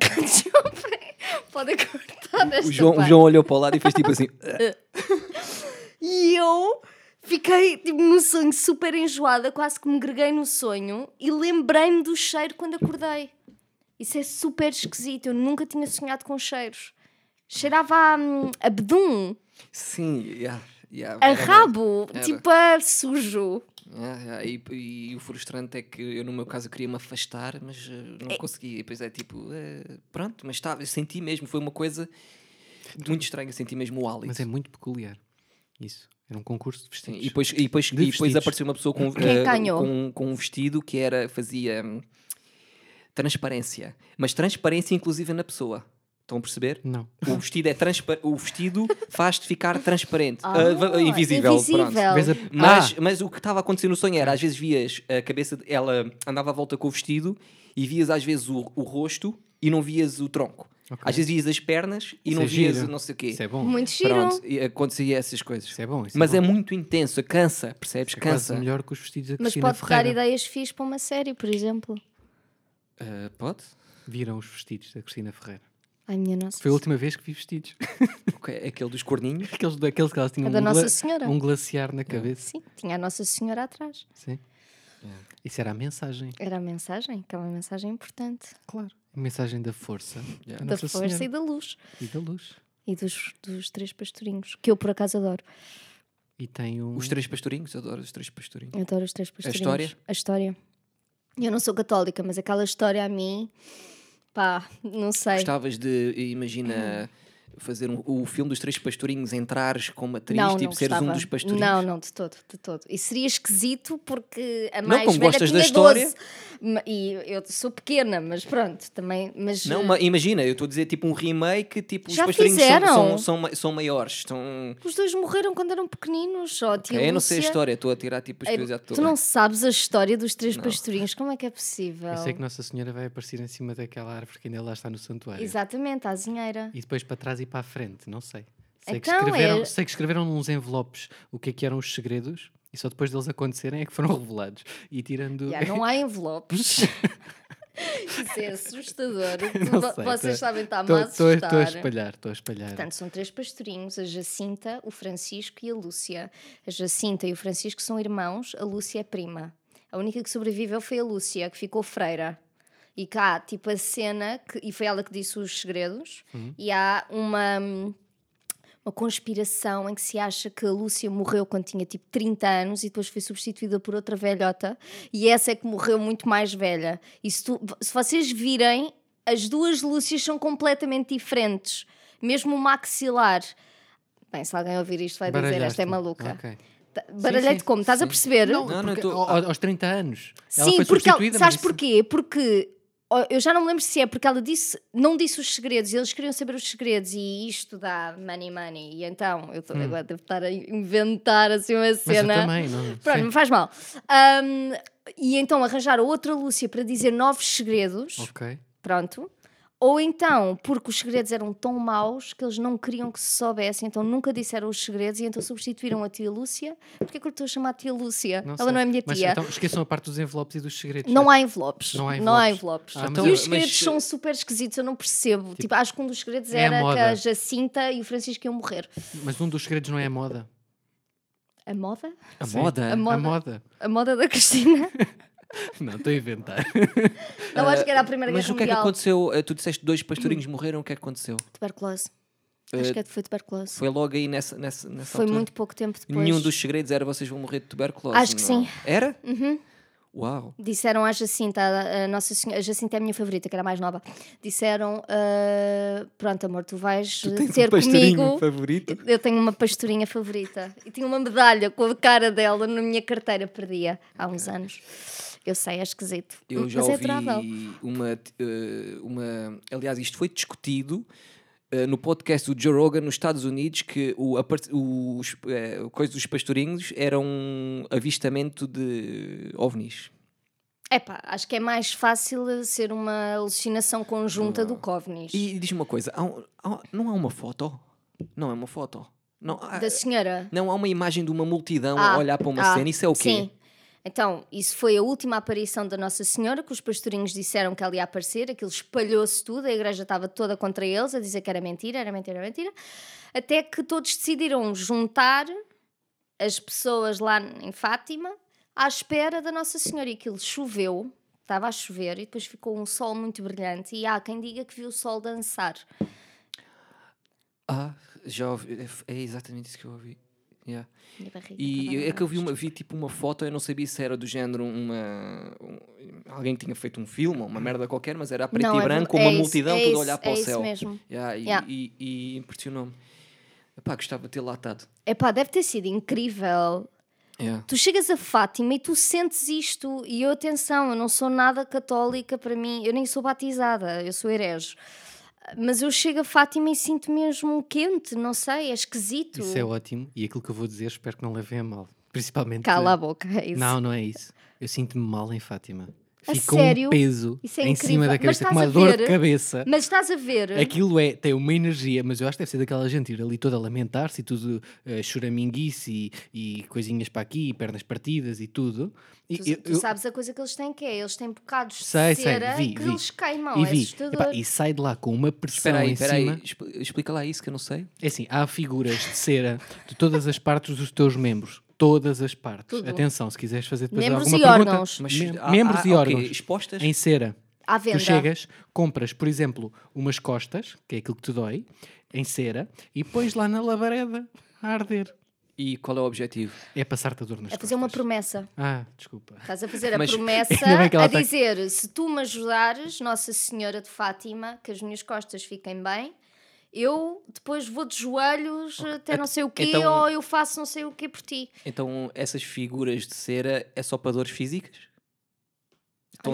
*laughs* podem cortar desta
O João, o
parte.
João olhou para o lado e fez tipo assim. "Ah."
E eu fiquei tipo, no sonho super enjoada, quase que me greguei no sonho e lembrei-me do cheiro quando acordei. Isso é super esquisito, eu nunca tinha sonhado com cheiros. Cheirava a, hum, a bedum,
Sim, yeah, yeah,
a
era-
rabo,
Era.
tipo a sujo.
yeah, yeah, e, é, e o frustrante é que eu, no meu caso, queria me afastar, mas eh, não consegui. E depois é tipo, eh, pronto, mas estava, eu senti mesmo, foi uma coisa muito estranha, eu senti mesmo o hálito.
Mas é muito peculiar. Isso. Era um concurso de
Sim,
vestidos.
e depois, e depois,
De
e depois
vestidos.
apareceu uma pessoa com,
Quem
eh,
ganhou?
com, com um vestido que era, fazia hum, transparência. Mas transparência, inclusive, na pessoa. Estão a perceber?
Não.
O vestido, é transpa o vestido faz-te ficar transparente,
Ah,
Ah, va- invisível.
invisível.
Pronto.
Vês a-
Mas,
Ah,
mas o que estava a acontecer no sonho era, às vezes vias a cabeça, de- ela andava à volta com o vestido e vias às vezes o, o rosto e não vias o tronco.
Ok.
Às vezes vias as pernas e
Isso
não
é
vias
giro.
não sei o quê.
isso é bom.
Muito giro.
Pronto, e acontecia essas coisas.
Isso é bom. Isso
mas
é,
é
bom.
muito intenso, cansa, percebes?
Isso é quase
cansa.
melhor que os vestidos da
Mas
Cristina
pode dar
Ferreira.
ideias fixe para uma série, por exemplo.
Ah, pode?
Viram os vestidos da Cristina Ferreira.
Ai, minha nossa.
Foi a última vez que vi vestidos. *laughs*
Ok, é Aquele dos corninhos.
Aqueles, daqueles que elas tinham
É da
um,
Nossa
gla-
Senhora.
um glaciar
É.
na cabeça.
Sim, tinha a Nossa Senhora atrás.
Sim.
É.
Isso era a mensagem.
Era a mensagem, que é uma mensagem importante.
Claro. A mensagem da força.
Yeah.
Da
Nossa
força e
Senhora.
da luz.
e da luz.
E dos, dos três pastorinhos, que eu por acaso adoro.
E tem um.
Os três pastorinhos, eu adoro os três pastorinhos.
Eu adoro os três pastorinhos.
história?
A história. Eu não sou católica, mas aquela história a mim, pá, não sei.
Gostavas de, imagina, fazer um- o filme dos três pastorinhos, entrares como atriz,
não,
tipo
não
seres um
gostava.
dos pastorinhos?
Não, não, de todo, de todo. E seria esquisito porque a
Não,
mais
como
velha
gostas da
tinha
história.
12. Ma- E eu sou pequena, mas pronto, também. Mas,
Não,
eh,
ma- imagina, eu estou a dizer tipo um remake, tipo,
Já
os pastorinhos são,
fizeram?
são, são, ma- são maiores. São...
Os dois morreram quando eram pequeninos, só a tia
Ok, eu não sei a
Lúcia.
história, estou a tirar tipo as
Ei,
coisas à toa.
Tu não sabes a história dos três
Não.
pastorinhos, como é que é possível?
Eu sei que Nossa Senhora vai aparecer em cima daquela árvore que ainda lá está no
é.
santuário.
Exatamente, a azinheira.
E depois para trás e para a frente, não sei. Sei,
Então,
que escreveram,
é-
sei que escreveram nos envelopes o que é que eram os segredos e só depois deles acontecerem é que foram *laughs* revelados. E tirando.
Já,
*laughs*
não há envelopes. Isso é
*laughs*
assustador.
Não
Vo-
sei,
Vocês
tô-
sabem, está-me a
Estou
assustar.
a espalhar, estou a espalhar.
Portanto, são três pastorinhos, a Jacinta, o Francisco e a Lúcia. A Jacinta e o Francisco são irmãos, a Lúcia é prima. A única que sobreviveu foi a Lúcia, que ficou freira. E cá, tipo, a cena, que, e foi ela que disse os segredos,
Uhum.
e há uma, uma conspiração em que se acha que a Lúcia morreu quando tinha tipo 30 anos e depois foi substituída por outra velhota, e essa é que morreu muito mais velha. E se, tu- se vocês virem, as duas Lúcias são completamente diferentes, mesmo o maxilar. Bem, se alguém ouvir isto vai dizer, esta é
Baralhaste-me.
maluca.
Ok.
Tá- Baralhei-te
sim,
como? Estás a
sim.
perceber?
Não, não,
Porque
eu tô-
ao- aos 30 anos. ela
Sim,
foi
porque ela-
substituída, mas
sabes
isso-
porquê? Porque Oh, Eu já não me lembro se é porque ela disse, não disse os segredos, eles queriam saber os segredos e isto dá money money. E então, eu tô, agora devo estar a inventar assim uma
Hum. Mas eu
cena.
também, não. é?
*laughs* Pronto,
sim.
não faz mal. Ahm, e então arranjar outra Lúcia para dizer novos segredos.
Ok.
Pronto. Ou então, porque os segredos eram tão maus que eles não queriam que se soubessem, então nunca disseram os segredos e então substituíram a tia Lúcia. Porquê que eu estou a chamar a tia Lúcia?
Não
Ela
sei.
não é minha
Mas,
tia.
então, esqueçam a parte dos envelopes e dos segredos.
Não há envelopes.
Não há envelopes.
envelopes.
Ah,
mas
e
eu-
os segredos
mas-
são super esquisitos, eu não percebo. Tipo, acho que um dos segredos
é a
era que
moda.
a Jacinta e o Francisco iam morrer.
Mas um dos segredos não é a moda.
A moda?
A
Sim.
moda?
A moda.
A
*laughs*
moda.
A moda da *laughs* Cristina?
Não, estou a inventar.
Não, acho que era a Primeira
Mas
Guerra
o que é que
Mundial.
aconteceu? Eh, Tu disseste dois pastorinhos morreram, o que é que aconteceu?
Tuberculose. Acho que é- foi tuberculose. Foi,
Foi logo aí nessa, nessa, nessa altura?
muito pouco tempo depois.
Nenhum dos segredos era vocês vão morrer de tuberculose.
Acho que
não?
sim. Uhum.
Era? Uau.
Disseram à Jacinta, a, a Nossa Senhora, a Jacinta é a minha favorita, que era a mais nova. Disseram: ah, Pronto, amor, tu vais *laughs* ter comigo.
favorito?
Eu tenho uma pastorinha favorita e tinha uma medalha com a cara dela na minha carteira, perdia há uns anos. Eu sei, é esquisito.
Eu já
mas é
ouvi
adorável.
uma, eh, uma. Aliás, isto foi discutido eh, no podcast do Joe Rogan nos Estados Unidos que o, apart- os, eh, o coisa dos pastorinhos era um avistamento de ovnis.
Epá, acho que é mais fácil ser uma alucinação conjunta do Covnis.
E diz-me uma coisa: há um- há- não há uma foto? Não é uma foto? Não há,
Da senhora.
não há uma imagem de uma multidão
Ah,
a olhar para uma
ah,
cena? Isso é o quê?
Sim. Então, isso foi a última aparição da Nossa Senhora, que os pastorinhos disseram que ela ia aparecer, aquilo espalhou-se tudo, a igreja estava toda contra eles, a dizer que era mentira, era mentira, era mentira, até que todos decidiram juntar as pessoas lá em Fátima à espera da Nossa Senhora, e aquilo choveu, estava a chover, e depois ficou um sol muito brilhante, e há quem diga que viu o sol dançar.
Ah, já ouvi. É exatamente isso que eu ouvi. Yeah.
Minha barriga
E
toda
é que eu vi, uma, vi tipo uma foto, eu não sabia se era do género uma. um- alguém que tinha feito um filme ou uma merda qualquer, mas era a preto
Uhum. Não,
e
é
branco,
ver-
uma
é isso,
multidão
é
toda
isso,
a olhar para o
é isso
céu.
mesmo.
Yeah, e,
Yeah.
e- e impressionou-me. Epá, gostava de ter lá estado.
Epá, deve ter sido incrível.
Yeah.
Tu chegas a Fátima e tu sentes isto, e eu, atenção, eu não sou nada católica para mim, eu nem sou batizada, eu sou herege. Mas eu chego a Fátima e sinto mesmo um quente, não sei, é esquisito.
*laughs* Isso é ótimo. E aquilo que eu vou dizer, espero que não levem a mal. Principalmente.
Cala a boca, é isso.
Não, não é isso. Eu sinto-me mal em Fátima.
A
Fica
sério?
um peso
Isso é
em
incrível.
cima da
Mas
cabeça, com
estás
uma
a
dor de
ver?
cabeça.
Mas estás a ver,
Aquilo é, tem uma energia, mas eu acho que deve ser daquela gente ir ali toda a lamentar-se e tudo, eh, choraminguice e, e coisinhas para aqui, e pernas partidas e tudo. E
tu,
eu-
tu
eu-
sabes a coisa que eles têm que é, eles têm bocados
Sei,
de
sei,
cera
vi,
que
vi.
eles queimam,
e
é
vi,
assustador.
epá, e sai de lá com uma pressão
Espera aí,
em
espera
cima.
aí, expl- explica lá isso que eu não sei.
É assim, há figuras de cera de todas as partes dos teus membros. Todas as partes.
Tudo.
Atenção, se quiseres fazer depois
Membros
alguma
e
pergunta.
órgãos.
Mas
Mem-
há-
membros
há-
e
ok,
órgãos.
expostas?
Em cera.
À venda.
Tu chegas, compras, por exemplo, umas costas, que é aquilo que te dói, em cera, e pões lá na labareda a arder.
E qual é o objetivo?
É passar-te a dor nas
A fazer uma
costas.
promessa.
Ah, desculpa.
Estás a fazer a
Mas-
promessa
Ainda bem que ela
a
tá-
dizer: se tu me ajudares, Nossa Senhora de Fátima, que as minhas costas fiquem bem, eu depois vou de joelhos até não sei o quê,
então-
ou eu faço não sei o quê por ti.
Então, essas figuras de cera é só para dores físicas?
Então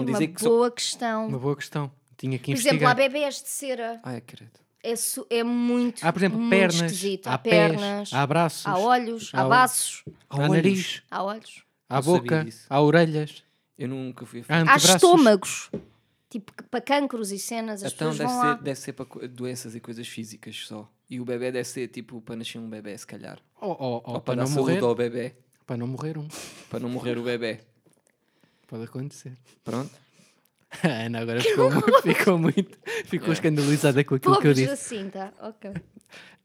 Estão a
Olha,
dizer
uma
que são.
boa questão.
Uma boa questão. Tinha que
Por exemplo, há
investigar.
bebés de cera.
Ai, querido.
É, su- é muito.
há, Ah, por exemplo,
muito
pernas,
esquisito.
há,
Há,
pés,
pernas,
há braços,
há olhos, há,
há o-
baços,
Há
há
olhos.
nariz,
há olhos.
há
Não sabia
boca,
disso.
há orelhas,
Eu nunca fui a
há
Há
antebraços.
estômagos. Tipo, que- para cancros e cenas, as
Então
pessoas
deve
vão
ser,
lá.
deve ser para co- doenças e coisas físicas só. E o bebê deve ser tipo para nascer um bebê, se calhar.
Ou, ou- ou
Ou
Oh, para,
para
não
dar saúde
morrer,
ao bebê,
para não morrer um.
para não morrer o bebê.
*laughs*
Pode acontecer.
Pronto.
A Ana agora ficou, mu- ficou muito,
É.
ficou escandalizada com aquilo que eu
Pobres
disse.
Jacinta. assim, tá? Ok.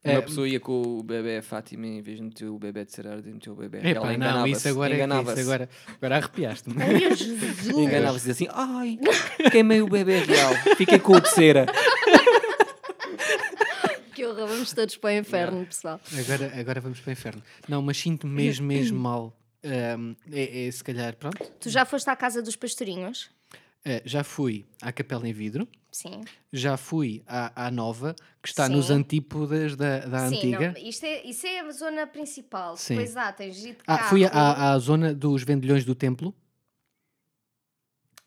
É.
Uma pessoa ia com o bebê Fátima em vez de meter o bebê de cerar de meter o bebê.
Epá,
Ela
não,
enganava-se.
isso agora é que
enganava-se.
isso agora, agora arrepiaste-me.
*laughs* Meu Jesus.
Enganava-se assim, ai, queimei o bebê
*laughs*
real, fiquei com o de cera.
Que horror, vamos todos
*laughs*
para o inferno, pessoal.
*laughs* Agora, agora vamos para o inferno. Não, mas sinto-me mesmo, mesmo
*clears throat*
mal. Ahm, é, é se calhar, pronto.
Tu já foste à casa dos pastorinhos?
Eh, já fui à Capela em Vidro,
Sim.
já fui à, à Nova, que está
Sim.
nos antípodas da, da
Sim,
antiga.
não, isto é, isso é a zona principal.
Sim.
Depois há, tens de
Ah, fui à, à zona dos vendilhões do templo.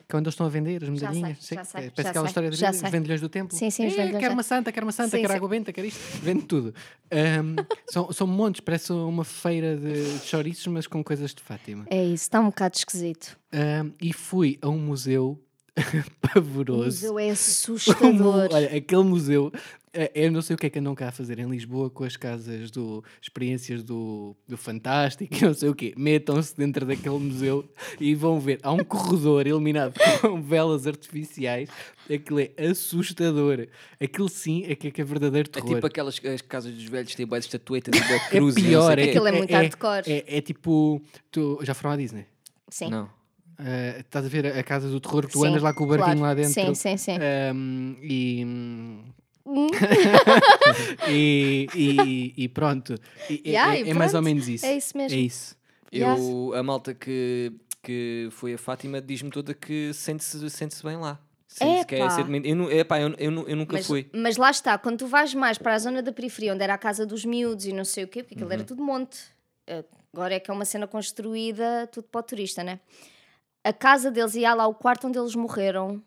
que é onde eles estão a vender as
sei,
medalhinhas.
já
sei,
sei,
é,
já
Parece aquela
sei,
história de
já
vendilhas-
sei.
os vendilhões do templo.
Sim, sim, os
Eh,
vendilhões,
Quero
já.
uma santa, quero uma santa,
Sim,
quero
sim.
água benta, quero isto. Vende tudo. Ahm, são, são montes, parece uma feira de chouriços, mas com coisas de Fátima.
É isso, está um bocado esquisito.
Ahm, e fui a um museu *laughs* pavoroso.
O museu é
Como-
assustador.
*laughs* olha, aquele museu. eh, Eu não sei o que é que andam cá a fazer em Lisboa com as casas do. experiências do, do Fantástico, e não sei o quê. Metam-se dentro daquele museu e vão ver. Há um corredor iluminado *laughs* com velas artificiais. Aquilo é assustador. Aquilo sim é que é, que é verdadeiro
É
terror.
tipo aquelas as casas dos velhos que têm boas estatuetas e bué
É
cruzes. e não
pior,
sei o quê.
Aquilo é muito
é,
hardcore.
É, é tipo. Tu, já foram à Disney?
Sim.
Não.
Ah, estás a ver a, a casa do terror que tu
Sim,
andas lá com o barquinho
claro.
lá dentro. É.
Sim, sim, sim.
Ahm, e,
Hum.
*laughs* e, e- e pronto. E- é-
Yeah,
é,
e
é mais ou
pronto.
menos isso.
É isso mesmo.
É isso.
Eu, a malta que, que foi a Fátima diz-me toda que sente-se sente bem lá. Sente-se que é,
Epá.
sente eu, nu- epá, eu, nu- eu, nu- eu nunca
Mas,
fui.
mas lá está, quando tu vais mais para a zona da periferia, onde era a casa dos miúdos e não sei o quê, porque aquilo
Uhum.
era tudo monte. Eh, Agora é que é uma cena construída tudo para o turista, né? A casa deles e há lá o quarto onde eles morreram.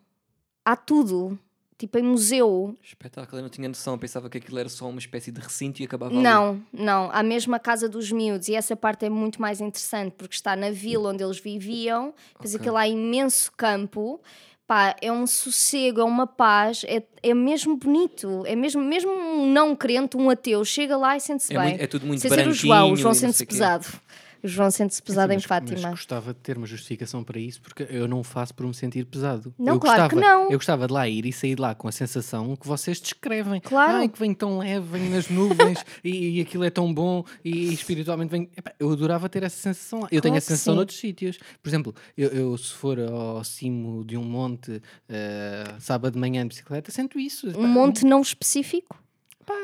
Há tudo. Tipo em museu.
Espetáculo, eu não tinha noção. Pensava que aquilo era só uma espécie de recinto e acabava ali.
Não, não. Há mesmo a casa dos miúdos. E essa parte é muito mais interessante, porque está na vila onde eles viviam. Depois
Ok.
aquilo há imenso campo. Pá, é um sossego, é uma paz. É, é mesmo bonito. É mesmo, mesmo um não crente, um ateu, chega lá e sente-se
É,
bem.
muito- é tudo muito
Sem ser o
branquinho.
João, o
e
João
não
sente-se
sei o quê. É assim,
pesado. O João sente-se pesado em
Mas- Mas
Fátima.
gostava de ter uma justificação para isso, porque eu não faço por me sentir pesado.
Não,
eu
claro que
gostava,
não.
Eu gostava de lá ir e sair de lá com a sensação que vocês descrevem.
Claro.
Ai, que vem tão leve, vem nas nuvens e, e aquilo é tão bom e espiritualmente vem. Epá, eu adorava ter essa sensação lá. Eu tenho
Claro
essa
que
sensação
sim.
noutros sítios. Por exemplo, eu, eu se for ao cimo de um monte eh, sábado de manhã de bicicleta, sinto isso. Epá,
Um monte não específico?
Pá,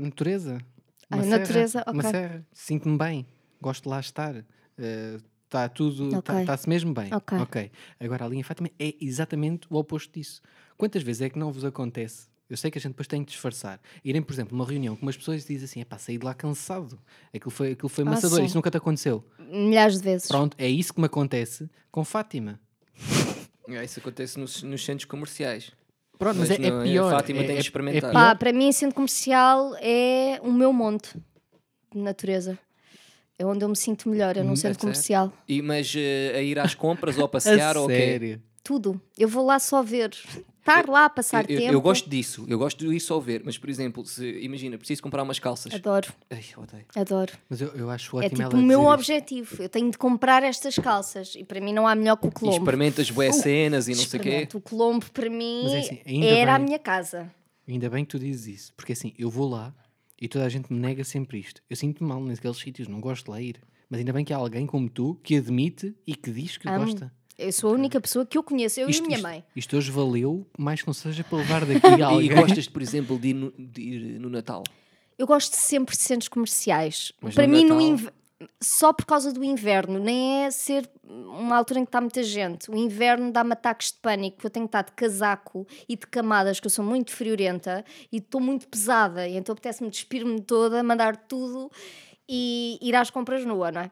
natureza.
Ai,
Uma serra,
Ah, natureza,
Uma
ok.
serra. Sinto-me bem. Gosto de lá estar. Está tudo.
Ok.
Está-se mesmo bem.
Ok.
Agora, a linha Fátima é exatamente o oposto disso. Quantas vezes é que não vos acontece? Eu sei que a gente depois tem de disfarçar. Irem, por exemplo, uma reunião com umas pessoas e dizem assim: é pá, saí de lá cansado. Aquilo foi, aquilo foi
Ah,
maçador.
sim.
Isso nunca te aconteceu.
Milhares de vezes.
Pronto, é isso que me acontece com Fátima.
É, Isso acontece nos, nos centros comerciais.
Pronto, mas,
Mas
é, é
não, a
pior.
Fátima
é,
tem de
é- é
experimentar.
Pá,
pior.
para mim, centro comercial é o meu monte de natureza. É onde eu me sinto melhor, é
Hum,
num
é
centro
sério?
comercial.
E, mas eh, a ir às compras
*laughs*
ou a
Ah,
passear
A
ou o quê?
sério.
Tudo. Eu vou lá só ver. Estar lá,
Eu,
passar
eu-
tempo.
eu gosto disso, eu gosto disso ao ver, mas por exemplo, se, imagina, preciso comprar umas calças.
Adoro,
Ai, eu odeio.
adoro.
Mas eu, eu acho
é
ótimo
tipo
ela
o meu
dizer isto.
objetivo. Eu tenho de comprar estas calças. E para mim não há melhor que o
E
Colombo.
experimentas boas cenas e não sei o quê.
Uh, Experimento. O Colombo para mim
Mas é assim, ainda
era a
bem-
minha casa.
Ainda bem que tu dizes isso, porque assim, eu vou lá e toda a gente me nega sempre isto. Eu sinto mal naqueles sítios, não gosto de lá ir. Mas ainda bem que há alguém como tu que admite e que diz que
Amo.
gosta.
Eu sou a única pessoa que eu conheço, eu e a minha mãe.
Isto, isto hoje valeu, mais que não seja para levar
*laughs*
daqui alguém.
E gostas, por exemplo, de ir no, de ir no Natal?
Eu gosto sempre de centros comerciais.
Mas é
Para
no
mim, no
Natal?
inv- só por causa do inverno, nem é ser uma altura em que está muita gente. O inverno dá-me ataques de pânico, eu tenho que estar de casaco e de camadas, que eu sou muito friorenta e estou muito pesada, e então apetece-me despir-me toda, mandar tudo e ir às compras nua, não é?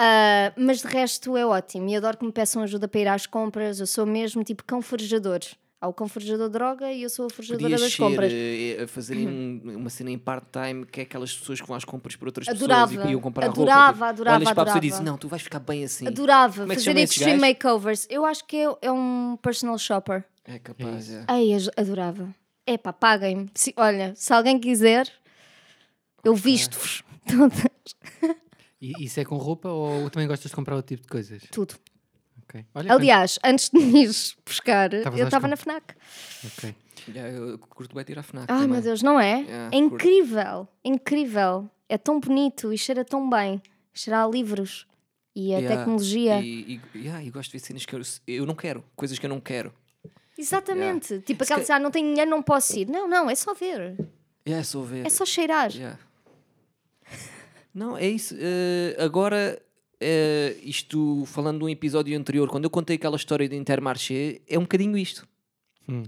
Ah, mas de resto é ótimo e adoro que me peçam ajuda para ir às compras. Eu sou mesmo tipo cão farejador. Há o cão farejador droga e eu sou a farejadora
Podias
das
ser,
compras. Uhum.
eh, a fazerem um- uma cena em part-time que é aquelas pessoas que vão às compras por outras pessoas
Adorava,
e iam comprar
adorava,
roupa. Tipo,
adorava,
Olhas para a pessoa e
adorava.
dizes, não, tu vais ficar bem assim.
Adorava
Como é que se
fazer
chamam esses
extreme makeovers. Eu acho que é, é um personal shopper.
É capaz, é.
Ai, eu adorava. Epá, paguem-me. Se- Olha, se alguém quiser, eu visto-vos toda-
E, isso é com roupa ou também gostas de comprar outro tipo de coisas?
tudo.
Ok. Olha,
Aliás, antes de me ires buscar,
Estavas
eu
às
estava
com-
na FNAC. *laughs*
Ok.
Já, eu curto bem tirar FNAC
Ai,
também.
meu Deus, não é?
Yeah,
é
curto.
incrível, incrível. É tão bonito e cheira tão bem. Cheira a livros e a
Yeah,
tecnologia.
E, e, yeah, e gosto de ver cenas que eu, eu não quero, coisas que eu não quero.
Exatamente. Tipo
Se
aquela que... ah, não tenho dinheiro, não posso ir. Não, não, é só ver.
Yeah, só ver.
É só cheirar.
Yeah. Não, é isso. Eh, agora, eh, isto falando de um episódio anterior, quando eu contei aquela história do Intermarché, é um bocadinho isto.
Hum.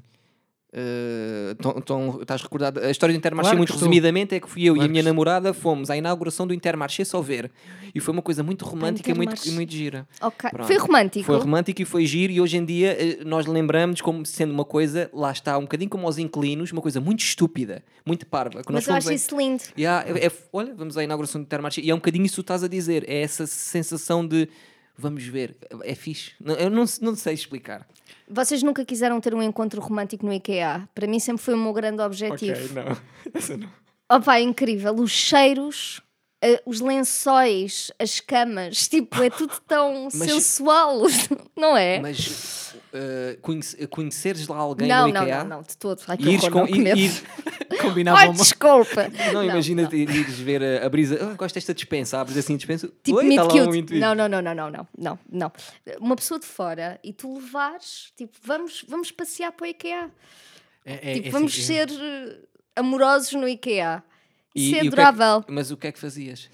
Uh, tão- tão- estás recordado? A história do Intermarché,
Claro que
muito
estou.
resumidamente, é que fui eu e
Claro
a
que
minha
estou.
namorada fomos à inauguração do Intermarché só ver. E foi uma coisa muito romântica e muito,
Intermarché.
e muito gira.
Ok.
Pronto.
Foi romântico.
Foi romântico e foi giro, e hoje em dia eh, nós lembramos como sendo uma coisa, lá está, um bocadinho como aos inclinos, uma coisa muito estúpida, muito parva. que nós
Mas eu
fomos
acho
em-
isso lindo.
E há- é- é- olha, vamos à inauguração do Intermarché, e é um bocadinho isso que tu estás a dizer, é essa sensação de vamos ver, é fixe. Não- eu não, não sei explicar.
Vocês nunca quiseram ter um encontro romântico no IKEA. Para mim sempre foi o meu grande objetivo.
não. *laughs* Essa não.
Opa, é incrível. Os cheiros, eh, os lençóis, as camas, *laughs* tipo, é tudo
*laughs*
tão sensual, *laughs* não é?
Mas eh, conhece- conheceres lá alguém
não,
no
não,
IKEA
não, não, de todo. Ai, que
e ires
horror,
com.
não, que medo.
e-
*laughs*
ires-
Combinava
Ai,
uma...
desculpa.
*laughs* não, imagina tipo, te- ires ver a, a brisa. "Ah, gosto desta dispensa, abres assim a dispensa.
Tipo,
Oi,
meet
tá lá um
cute.
intuito.
não, não, não, não, não, não, não, não. Uma pessoa de fora e tu levares, tipo, vamos, vamos passear para o IKEA.
É- é-
tipo,
é
vamos
assim, é-
ser eh, amorosos no IKEA.
E-
Isso é
e o que é que-
adorável.
Mas o que é que fazias?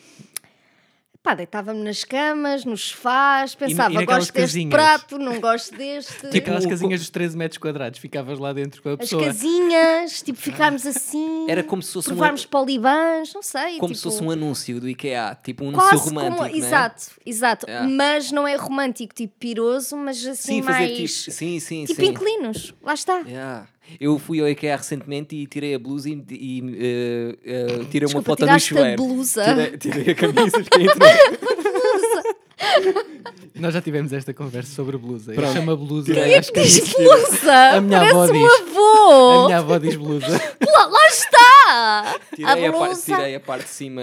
Pá, deitava-me nas camas, nos sofás, pensava,
naquelas
gosto deste
casinhas?
prato, não
*laughs*
gosto deste.
Tipo aquelas
o-
casinhas dos 13 metros quadrados, ficavas lá dentro com a
as
pessoa.
casinhas, tipo, ficarmos assim.
Era como se fosse um-
Provarmos polibãs, não sei.
Como
tipo,
se fosse um anúncio do IKEA, tipo um anúncio
Quase como,
romântico. não é?
exato, exato,
Yeah.
mas não é romântico, tipo piroso, mas assim
Sim, fazer
mais
tipo. Sim, sim,
tipo
sim.
inclinos, lá está.
Yeah. Eu fui ao IKEA recentemente e tirei a blusa e, e, eh, eh,
*coughs*
tirei uma
Desculpa,
foto do
tiraste a
chuveiro.
blusa?
Tirei, tirei a camisa e fiquei
*laughs*
entre.
Nós já tivemos esta conversa sobre blusa. Eu
Pronto.
chamo a blusa. acho
é
que
Diz blusa,
A minha avó
parece um
diz.
avô.
a minha avó diz blusa.
Lá, lá está!
Tirei
a
a, par-
blusa.
tirei a parte de cima.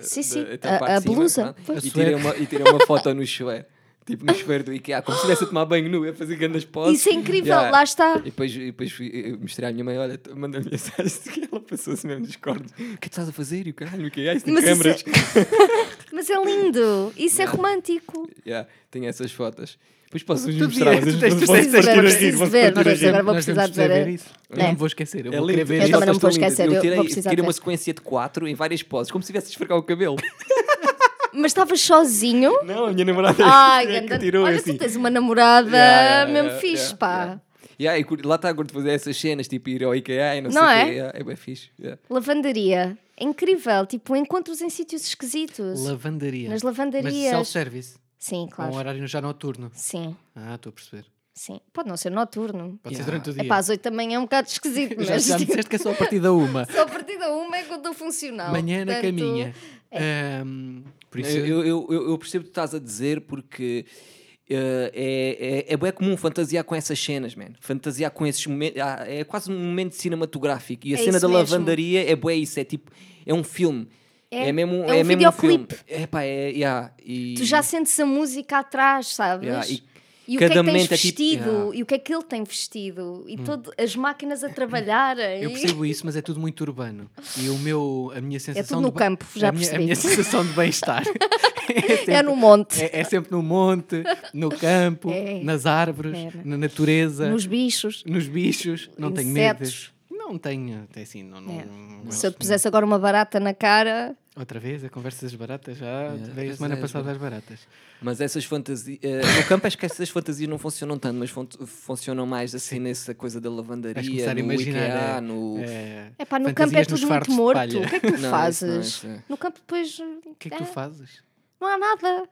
Sim,
da-
sim,
até
a-
parte
a
de cima,
blusa,
pronto,
pois.
E tirei, uma, e tirei uma foto no chuveiro. Tipo no chuveiro do IKEA, como se estivesse a tomar banho nu, a fazer grandes poses.
Isso é incrível,
Yeah.
lá está.
E depois, e depois fui, eu mostrei à minha mãe: olha, t- manda-me mensagem *laughs* que ela passou-se mesmo nos cornos. O que é que estás a fazer? E o caralho, o que é isso? Tem
Mas isso
câmaras.
Mas é lindo, isso é romântico.
Yeah, tenho essas fotos. Depois posso vos
Tu
mostrar. vocês
devias- tu tens- tu
vocês
tens-
têm que ir
agora
a rir,
preciso
vocês
ver,
têm que ir a
mas
rir.
agora vou
Nós
precisar
vamos
de ver.
ver isso. Eu
É.
não vou esquecer. Eu
É
vou
lindo.
querer ver
Eu
isto.
também não me vou
Estão lindas.
esquecer, eu vou
tirei,
precisar
tirei uma
ver.
sequência de quatro em várias poses, como se tivesse esfregar o cabelo.
Mas
*laughs*
estavas sozinho?
Não, a minha namorada
Ai,
é que
ganda-
tirou
Olha,
assim.
tu tens uma namorada
Yeah, yeah,
mesmo
yeah,
fixe,
yeah,
pá.
yeah. Yeah, e cur- lá está a curto fazer essas cenas, tipo ir ao IKEA e não,
Não
sei o
é?
quê. Yeah, é bem fixe. yeah.
Lavandaria. É incrível, tipo, encontros em sítios esquisitos.
Lavandaria.
Nas
Mas
lavandarias.
self-service.
Sim,
Com um
claro.
horário já noturno.
Sim,
Ah, estou a perceber.
sim. Pode não ser noturno.
Pode ser
Yeah.
durante o
É
dia.
pá, às oito também é um bocado esquisito,
já,
mas
já me disseste que é só a partir da uma.
*laughs* só a partir da uma é que eu dou funcional.
Manhã na
portanto, é.
caminha. Ahm, por isso,
Eu, eu, eu- eu percebo o que estás a dizer porque eh, é, é, é bem comum fantasiar com essas cenas, man. Fantasiar com esses momentos. ah, é quase um momento cinematográfico. E a
É
cena
isso
da
mesmo.
lavandaria é bué isso. É tipo, é um filme.
É,
É, mesmo,
é um
é mesmo um filme.
videoclipe.
É pá, é. yeah, e-
Tu já sentes a música atrás, sabes?
Yeah,
e
e
o que é
cada
que tens
momento é tipo-
vestido?
Yeah.
E o que é que ele tem vestido? E todo, as máquinas a trabalharem.
Eu
*laughs*
percebo isso, mas é tudo muito urbano. E o meu, a minha sensação.
É no
de ba-
campo, já
a minha, a
percebi.
minha *laughs* sensação de
*laughs*
bem-estar é, sempre,
É no monte.
é- é sempre no monte, no campo,
É.
nas árvores,
É.
na natureza, nos,
Nos bichos.
bichos. Não
Insetos.
tenho medo. Não tenho, até assim, não. não-
É.
não-
Se eu te pusesse agora uma barata na cara,
Outra vez, a conversa das baratas já
É,
veio a
conversa
semana
das
passada às baratas.
Mas essas fantasias. no campo acho que essas fantasias não funcionam tanto, mas fun- funcionam mais assim nessa coisa da
Vais
lavandaria,
começar a
no
imaginar.
IKEA,
é,
no.
é,
é pá, no
fantasias
campo é
nos
tudo
fardos
muito
de
morto.
palha.
O que é que tu
Não, isso não,
fazes?
isso não.
No campo depois
O que é que
Tá.
tu fazes?
não há nada.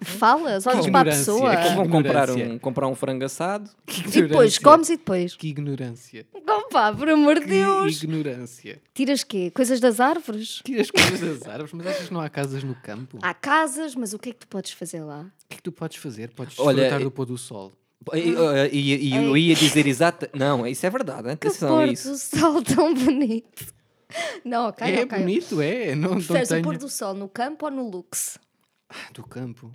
Falas, olhas para a
ignorância.
pessoa.
É como-
Vão comprar
Ignorância.
um, comprar um frango assado.
Que
E depois, comes e depois.
Que ignorância.
Como pá, por amor de
Que
Deus.
ignorância.
Tiras quê? Coisas das árvores?
Tiras coisas das árvores, mas achas que não há casas no campo?
Há casas, mas o que é que tu podes fazer lá?
O que é que tu podes fazer? Podes
Olha,
desfrutar
eh,
do pôr do sol.
E, e- e- e eu ia dizer exata. Não, isso é verdade.
Ah. Que
Atenção a
pôr
isso.
do sol *laughs* tão bonito. Não, ok,
é
ok.
bonito, é. Não, não
Preferes o
tenho...
pôr do sol no campo ou no Lux?
do campo.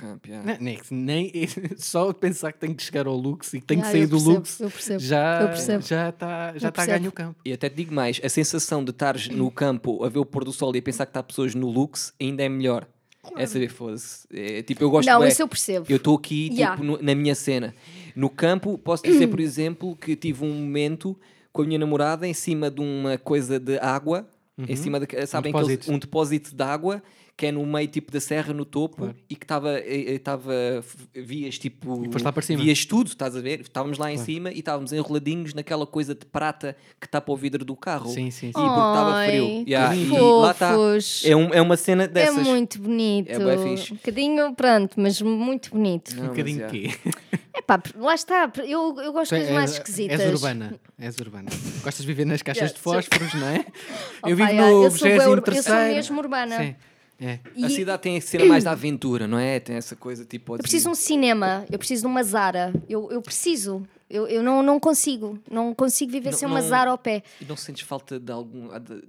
Campo, yeah.
Não, nem, que- nem- *laughs* só de pensar que tenho que chegar ao Lux e que tenho
Ah,
que sair
eu
do
percebo,
Lux
Eu percebo.
já
eu percebo.
já está já
Eu
tá a
percebo.
ganho o campo.
E até te digo mais: a sensação de estares
Hum.
no campo a ver o pôr do sol e a pensar que está pessoas no Lux ainda é melhor. É saber, foda-se. É, tipo, eu gosto
Não,
bué.
isso eu percebo.
Eu estou aqui tipo,
Yeah.
no- na minha cena. No campo, posso dizer, por exemplo, que tive um momento com a minha namorada em cima de uma coisa de água Em cima da, sabem
Uhum. depósito.
Que um depósito de água que é no meio tipo da serra no topo
Claro.
e que estava eh, eh, tava, f- vias tipo
E foste lá para cima.
vias tudo, estás a ver? Estávamos lá em
Claro.
cima e estávamos enroladinhos naquela coisa de prata que tapa o vidro do carro.
Sim, sim, sim.
Oh.
E porque estava
Ai,
frio.
que
Yeah, e lá está.
fofos.
É, um- é uma cena
É
dessas.
muito bonito.
É bué fixe.
Um bocadinho, pronto, mas muito
Não,
bonito.
Um
mas
bocadinho
yeah.
quê?
É pá, lá está. Eu, eu gosto das coisas
é,
mais esquisitas.
És urbana. És urbana. Gostas de viver nas caixas
*laughs* Yeah,
de
sim.
fósforos, não é?
Opa,
eu vivo
yeah,
no
Oh, eu sou bué
23
ur- eu sou mesmo urbana.
Sim. É.
A
E
cidade tem a cena mais da aventura, não é? Tem essa coisa tipo.
Eu preciso de um cinema, eu preciso de uma Zara. Eu, eu preciso. Eu, eu não, não consigo. Não consigo viver
Não-
sem uma
não-
Zara ao pé.
E não sentes falta de algum. ah, de-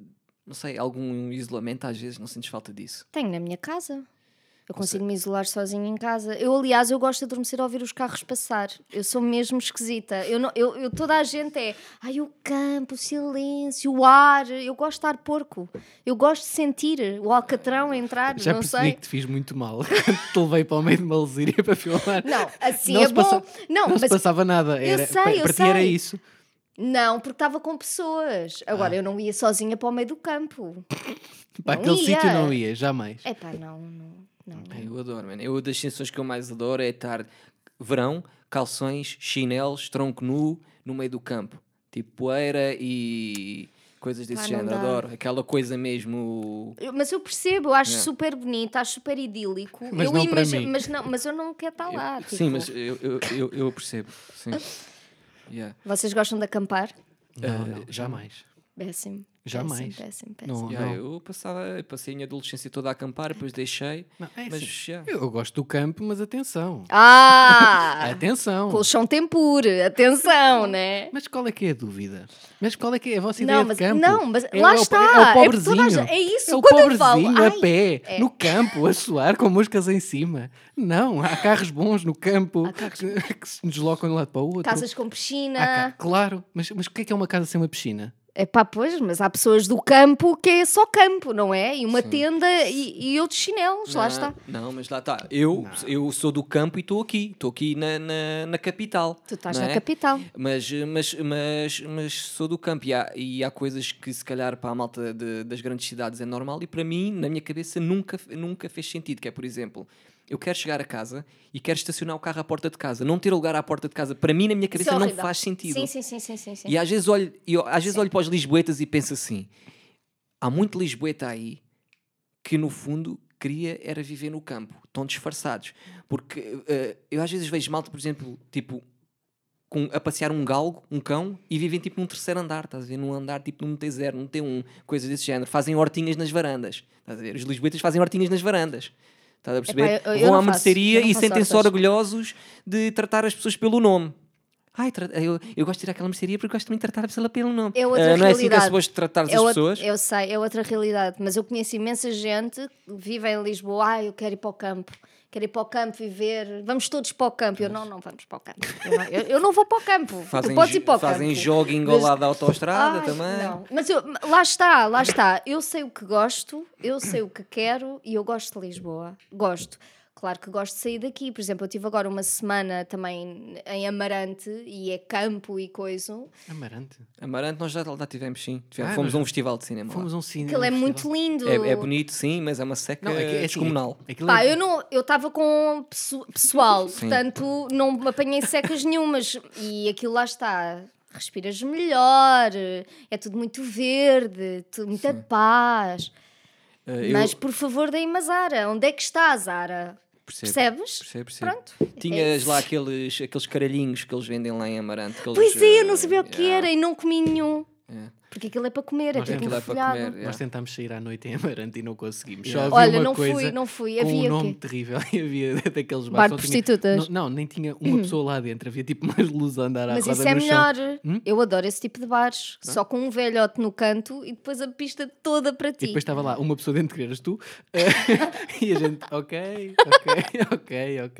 não sei, algum isolamento às vezes? Não sentes falta disso?
Tenho na minha casa. Eu consigo me isolar sozinha em casa. Eu, aliás, eu gosto de adormecer ao ouvir os carros passar. Eu sou mesmo esquisita. Eu não, eu, eu- toda a gente é. Ai, o campo, o silêncio, o ar. Eu gosto de estar porco. Eu gosto de sentir o alcatrão entrar.
Já
não
percebi
sei.
que te fiz muito mal. *laughs* Te levei para o meio de uma lesíria para filmar.
Não, assim
Não
é
se
bom.
passa-
Não,
Não se
mas
passava nada.
Eu
Era,
sei,
para
eu
para ti era
sei.
isso.
não, porque estava com pessoas. Agora, eu não ia sozinha para o meio do campo.
Ah. Para
Não
aquele
ia.
sítio não ia, jamais.
É pá, não, não, não.
Ai, Eu adoro, mano. Eu das sensações que eu mais adoro é estar verão, calções, chinelos, tronco nu, no meio do campo. Tipo poeira e coisas desse
Pá, não
género.
dá.
Adoro. Aquela coisa mesmo.
Eu- Mas eu percebo, eu acho
Yeah.
super bonito, acho super idílico.
Mas
eu
não para
imagi-
mim.
Mas, não, mas eu não quero estar
*laughs*
lá. tipo.
Sim, mas eu, eu, eu, eu percebo. *laughs* Sim. Yeah.
Vocês gostam de acampar?
Não, não, Ah, jamais.
Péssimo.
Jamais.
Péssimo, péssimo, péssimo.
Não,
Yeah,
não.
Eu passava, eu passei a minha adolescência toda a acampar, depois deixei.
Não, é
mas
assim.
yeah.
Eu gosto do campo, mas atenção. *laughs* É
Ah!
Atenção.
colchão tempura, atenção, né?
Mas qual é que é a dúvida? Mas qual é que é a vossa
Não,
ideia
mas-
de campo?
não, mas
É-
lá
é o-
está,
É o
é porque toda a
pobrezinho.
gente- é isso,
É o
quando eu falo,
pobrezinho a
ai,
pé,
é.
no campo, a suar com moscas em cima. Não, há carros bons no campo
Há carros
que, que se deslocam de um lado para o outro.
Casas com
Há ca-
piscina.
Claro, mas, mas o que é que é uma casa sem uma piscina?
É pá, pois, mas há pessoas do campo que é só campo, não é? E uma
Sim.
tenda e, e outros chinelos, lá
Não, é?
está.
Não, mas lá está. Eu, eu sou do campo e estou aqui. Estou aqui na, na, na capital.
Tu estás
não
na
é?
capital.
Mas, mas, mas, mas sou do campo e há, e há coisas que se calhar para a malta de- das grandes cidades é normal e para mim, na minha cabeça, nunca, nunca fez sentido. Que é, por exemplo, eu quero chegar a casa e quero estacionar o carro à porta de casa. Não ter lugar à porta de casa, para mim, na minha
Isso é
cabeça, não
horrível.
faz sentido.
Sim, sim, sim, sim, sim. sim.
E às vezes olho, e eu, às vezes olho para os lisboetas e penso assim: há muito lisboeta aí que no fundo queria era viver no campo, estão disfarçados. Porque eh, eu às vezes vejo malta, por exemplo, tipo, com, a passear um galgo, um cão, e vivem tipo num terceiro andar, estás a ver? Num andar tipo num T0, num T1, coisas desse género. Fazem hortinhas nas varandas, estás a ver? Os lisboetas fazem hortinhas nas varandas. Estás a perceber?
eu- eu
Vão
não
à
faço,
mercearia
eu não
e
faço
sentem-se
hortas.
orgulhosos de tratar as pessoas pelo nome. Ai, tra- eu, eu gosto de ir àquela mercearia porque gosto também de tratar a pessoa pelo nome.
É outra
Ah, não é assim que é
realidade.
suposto tratar as
É outra-
pessoas?
eu sei, é outra realidade, mas eu conheço imensa gente que vive em Lisboa. Ah, eu quero ir para o campo, quero ir para o campo viver. Vamos todos para o campo. Eu não, não vamos para o campo. Eu não, eu- eu não vou para o campo. tu
Fazem,
podes ir para o
fazem
campo.
jogging ao
Mas-
lado da autoestrada
Ai,
também.
Não. Mas eu- lá está, lá está. Eu sei o que gosto, eu sei o que quero e eu gosto de Lisboa. Gosto. Claro que gosto de sair daqui. Por exemplo, eu tive agora uma semana também em Amarante e é campo e coisa.
Amarante.
Amarante, nós já lá tivemos, sim. Tivemos-
Ah,
fomos
nós
a
já-
um festival de cinema. lá.
Fomos a um cinema.
Aquilo é
um
muito
festival.
lindo.
É, é bonito, sim, mas é uma seca
Não, é que- é assim,
descomunal.
aquilo
Pá,
é-
eu não, eu estava com pesso- pessoal, portanto não me apanhei secas nenhumas e aquilo lá está. Respiras melhor, é tudo muito verde, tu- muita paz.
Ah, eu
Mas por favor, deem-me a Zara. Onde é que está a Zara?
percebo,
Percebes?
percebo, percebo.
Pronto. É
Tinhas
isso.
lá aqueles, aqueles caralhinhos que eles vendem lá em Amarante. aqueles,
Pois é, eu
ah,
não sabia o que
yeah,
era e não comi nenhum.
yeah.
Porque aquilo é para comer, é
Nós
tudo
temos
Aquilo é para
enfolhado.
comer. yeah.
Nós tentámos sair à noite em Amarante e não conseguimos. Só
Yeah.
havia
Olha,
uma
não
coisa
fui, não fui.
com um
Havia o
nome
quê?
terrível. *laughs* E havia daqueles
Bar de
bares. só tinha-
prostitutas. Uhum.
Não, não, nem tinha uma pessoa lá dentro. Havia tipo *laughs* mais luz a andar à
Mas
roda
isso é
no chão.
melhor.
Hum?
Eu adoro esse tipo de bares. Só com um velhote no canto e depois a pista toda para ti.
E depois estava lá uma pessoa dentro que eras tu eh, *laughs* e a gente, ok, ok, *laughs* ok, ok.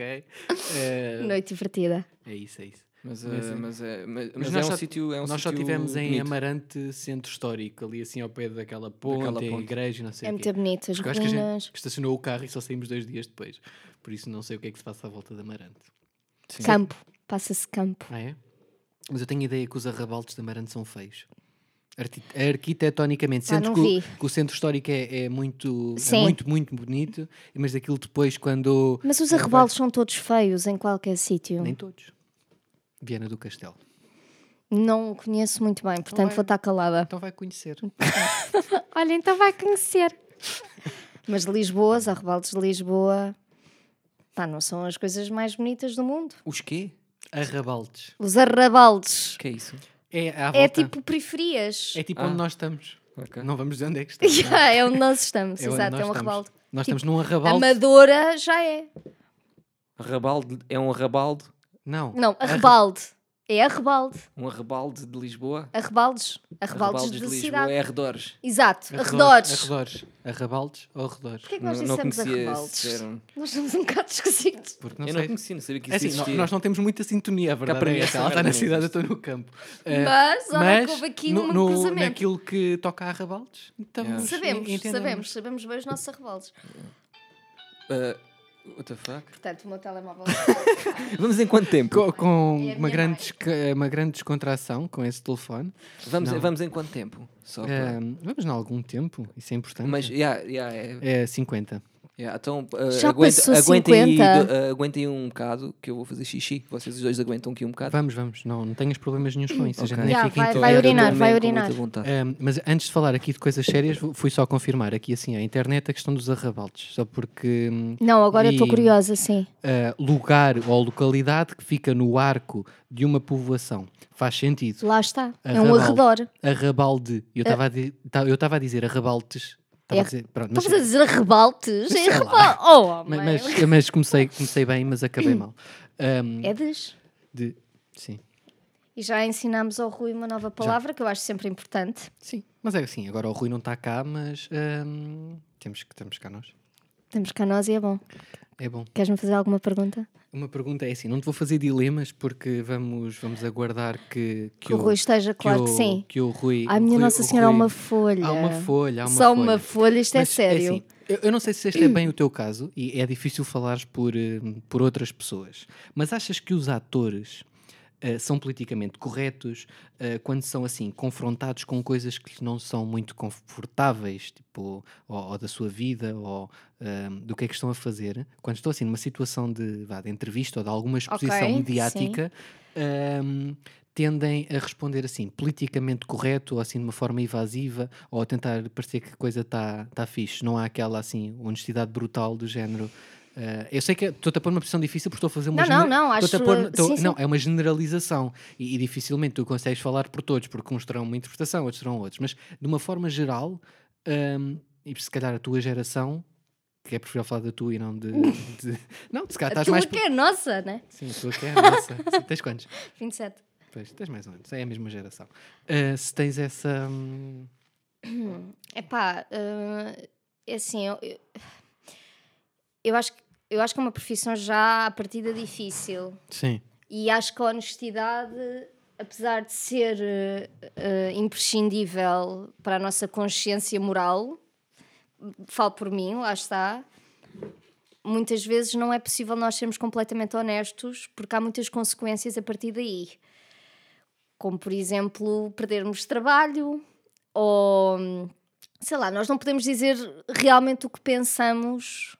Eh,
Noite divertida.
é isso, é isso.
Mas,
Mas,
ah,
eh,
mas é, mas,
Mas
mas
nós
é um
só-
sítio. É um
Nós só
sítio
tivemos em
bonito.
Amarante Centro Histórico, ali assim ao pé daquela ponte,
Daquela
a
ponte.
igreja, e não sei
É
o quê.
muito bonito, as
Porque eu acho que a
ruínas.
gente estacionou o carro e só saímos dois dias depois. Por isso não sei o que é que se passa à volta de Amarante.
Sim.
Campo. Passa-se campo.
Ah, é? Mas eu tenho a ideia que os arrabaltes de Amarante são feios. arqui- arquitetonicamente.
Ah,
Sendo
não
que, o-
vi.
que o centro histórico é, é muito, é
Sim.
muito, muito bonito, mas aquilo depois, quando.
Mas os
quando vai-
arrebalos são todos feios em qualquer sítio.
Nem todos. Viana do Castelo.
Não conheço muito bem, portanto
vai.
vou estar calada.
Então vai conhecer.
*laughs* Olha, então vai conhecer. *laughs* Mas Lisboa, os arrebalos de Lisboa, pá, não são as coisas mais bonitas do mundo.
Os quê?
Arrabaldes.
Os arrabaldes.
O que é isso?
É à volta.
É tipo periferias. *laughs*
É tipo
Ah.
onde nós estamos.
Ok.
Não vamos dizer onde é que estamos. não é?
Yeah, é onde nós estamos,
onde
exato,
nós
é um
estamos.
arrebalde.
Nós estamos num arrabalde.
Amadora já é.
Arrabalde é um arrabalde,
Não.
Não,
*laughs*
arrebalde. É arrebalde.
um arrabalde de Lisboa.
Arrebaldes. Arrebaldes
Arrabaldes
de,
de Lisboa
cidade.
é arredores.
Exato,
Arredores.
arredores.
Arredores. Arrabaldes ou arredores?
Porquê é que nós
Não- não
dissemos
conhecia esse
arrebaldes?
termo.
Nós somos um bocado esquecidos.
Porque não
eu
sei.
não conhecia, não sabia que
É
isso
assim, nó-
existia.
nós não temos muita sintonia, a verdade
para
é
mim
essa.
essa
Ela está na
merda não
cidade, eu
existe.
estou no campo. Eh,
Mas, olha que houve aqui
no-
um
no-
cruzamento.
naquilo que toca a arrabaldes, estamos-
Sabemos,
en- entendemos.
sabemos, sabemos bem os nossos arrebaldes.
Ah, what the fuck?
Portanto, o meu telemóvel.
Vamos em quanto tempo?
Co- Com,
minha
uma,
mãe.
grande desca- uma grande descontração com esse telefone.
Vamos,
Não.
vamos em quanto tempo? Só para-
Eh, vamos em algum tempo, isso é importante.
Mas, yeah, yeah, é-
É 50.
yeah, então, ah,
Já
aguenta,
passou
aguentem aí
50?
do- ah, aguentem um bocado que eu vou fazer xixi. Vocês os dois aguentam aqui um bocado.
Vamos, vamos. Não, não tenhas problemas nenhum com isso. a gente
Ok.
nem
Já,
fica em
Eu
vai
dou
tolerância.
urinar,
mesmo
vai
com
urinar.
muita vontade.
Ahm, mas antes de falar aqui de coisas sérias, fu- fui só confirmar aqui assim à internet a questão dos arrabaldes, só porque hum,
Não, agora eu estou
E-
curiosa, sim.
ah, lugar ou localidade que fica no arco de uma povoação faz sentido.
Lá está. É um
Arrabalde.
arredor.
Arrabalde, eu estava a, di- ta- eu estava a dizer arrabaldes,
É-
estava a dizer, pronto, mas,
Estavas a dizer arrebaltes? É arrebalde. Oh,
ma-
homem.
mas- mas comecei, comecei bem, mas
*clears throat*
acabei mal. Ahm,
É des.
de- sim,
E já ensinámos ao Rui uma nova palavra que eu acho sempre importante.
sim, mas é assim, agora o Rui não está cá, mas ahm, temos que estamos cá nós.
Temos cá nós e é bom.
É bom.
Queres-me fazer alguma pergunta?
Uma pergunta é assim, não te vou fazer dilemas porque vamos, vamos aguardar que, que,
Que o Rui esteja, claro que
o-
sim.
Que o Rui,
Ai,
o
minha
Rui-
Nossa
o
Senhora, há
Rui-
uma folha.
Há uma folha, há uma
Só
folha.
uma folha, isto é
Mas,
sério.
assim, eu, eu não sei se este é bem o teu caso e é difícil falares por, eh, por outras pessoas, mas achas que os atores eh, são politicamente corretos eh, quando são assim confrontados com coisas que lhes não são muito confortáveis, tipo, ou, ou da sua vida, ou eh, do que é que estão a fazer? Quando estou assim numa situação de, vá, de entrevista ou de alguma exposição
Ok,
mediática. ehm, tendem a responder assim, politicamente correto, ou assim de uma forma evasiva, ou a tentar parecer que a coisa está tá fixe. Não há aquela assim honestidade brutal do género. eh, eu sei que estou-te a pôr numa posição difícil porque estou a fazer uma
Não, não,
genera-
não,
estou-te a
acho-
pôr- estou-
sim, sim.
não, é uma generalização e, e dificilmente tu consegues falar por todos, porque uns terão uma interpretação, outros terão outros, mas de uma forma geral, ehm, e se calhar a tua geração, que é preferível falar da tua e não de. de- não, se calhar
A
estás
tua
mais.
que é nossa, né?
Sim, a tua que é a nossa. Sim, Tens quantos?
27.
Pois, tens mais ou menos, é a mesma geração. Ah, se tens essa. hum,
Epá, eh, é assim, eu, eu, eu acho, que- eu acho que é uma profissão já à partida difícil.
Sim.
E acho que a honestidade, apesar de ser eh, eh, imprescindível para a nossa consciência moral, falo por mim, lá está. Muitas vezes não é possível nós sermos completamente honestos, porque há muitas consequências a partir daí. Como, por exemplo, perdermos trabalho, ou sei lá, nós não podemos dizer realmente o que pensamos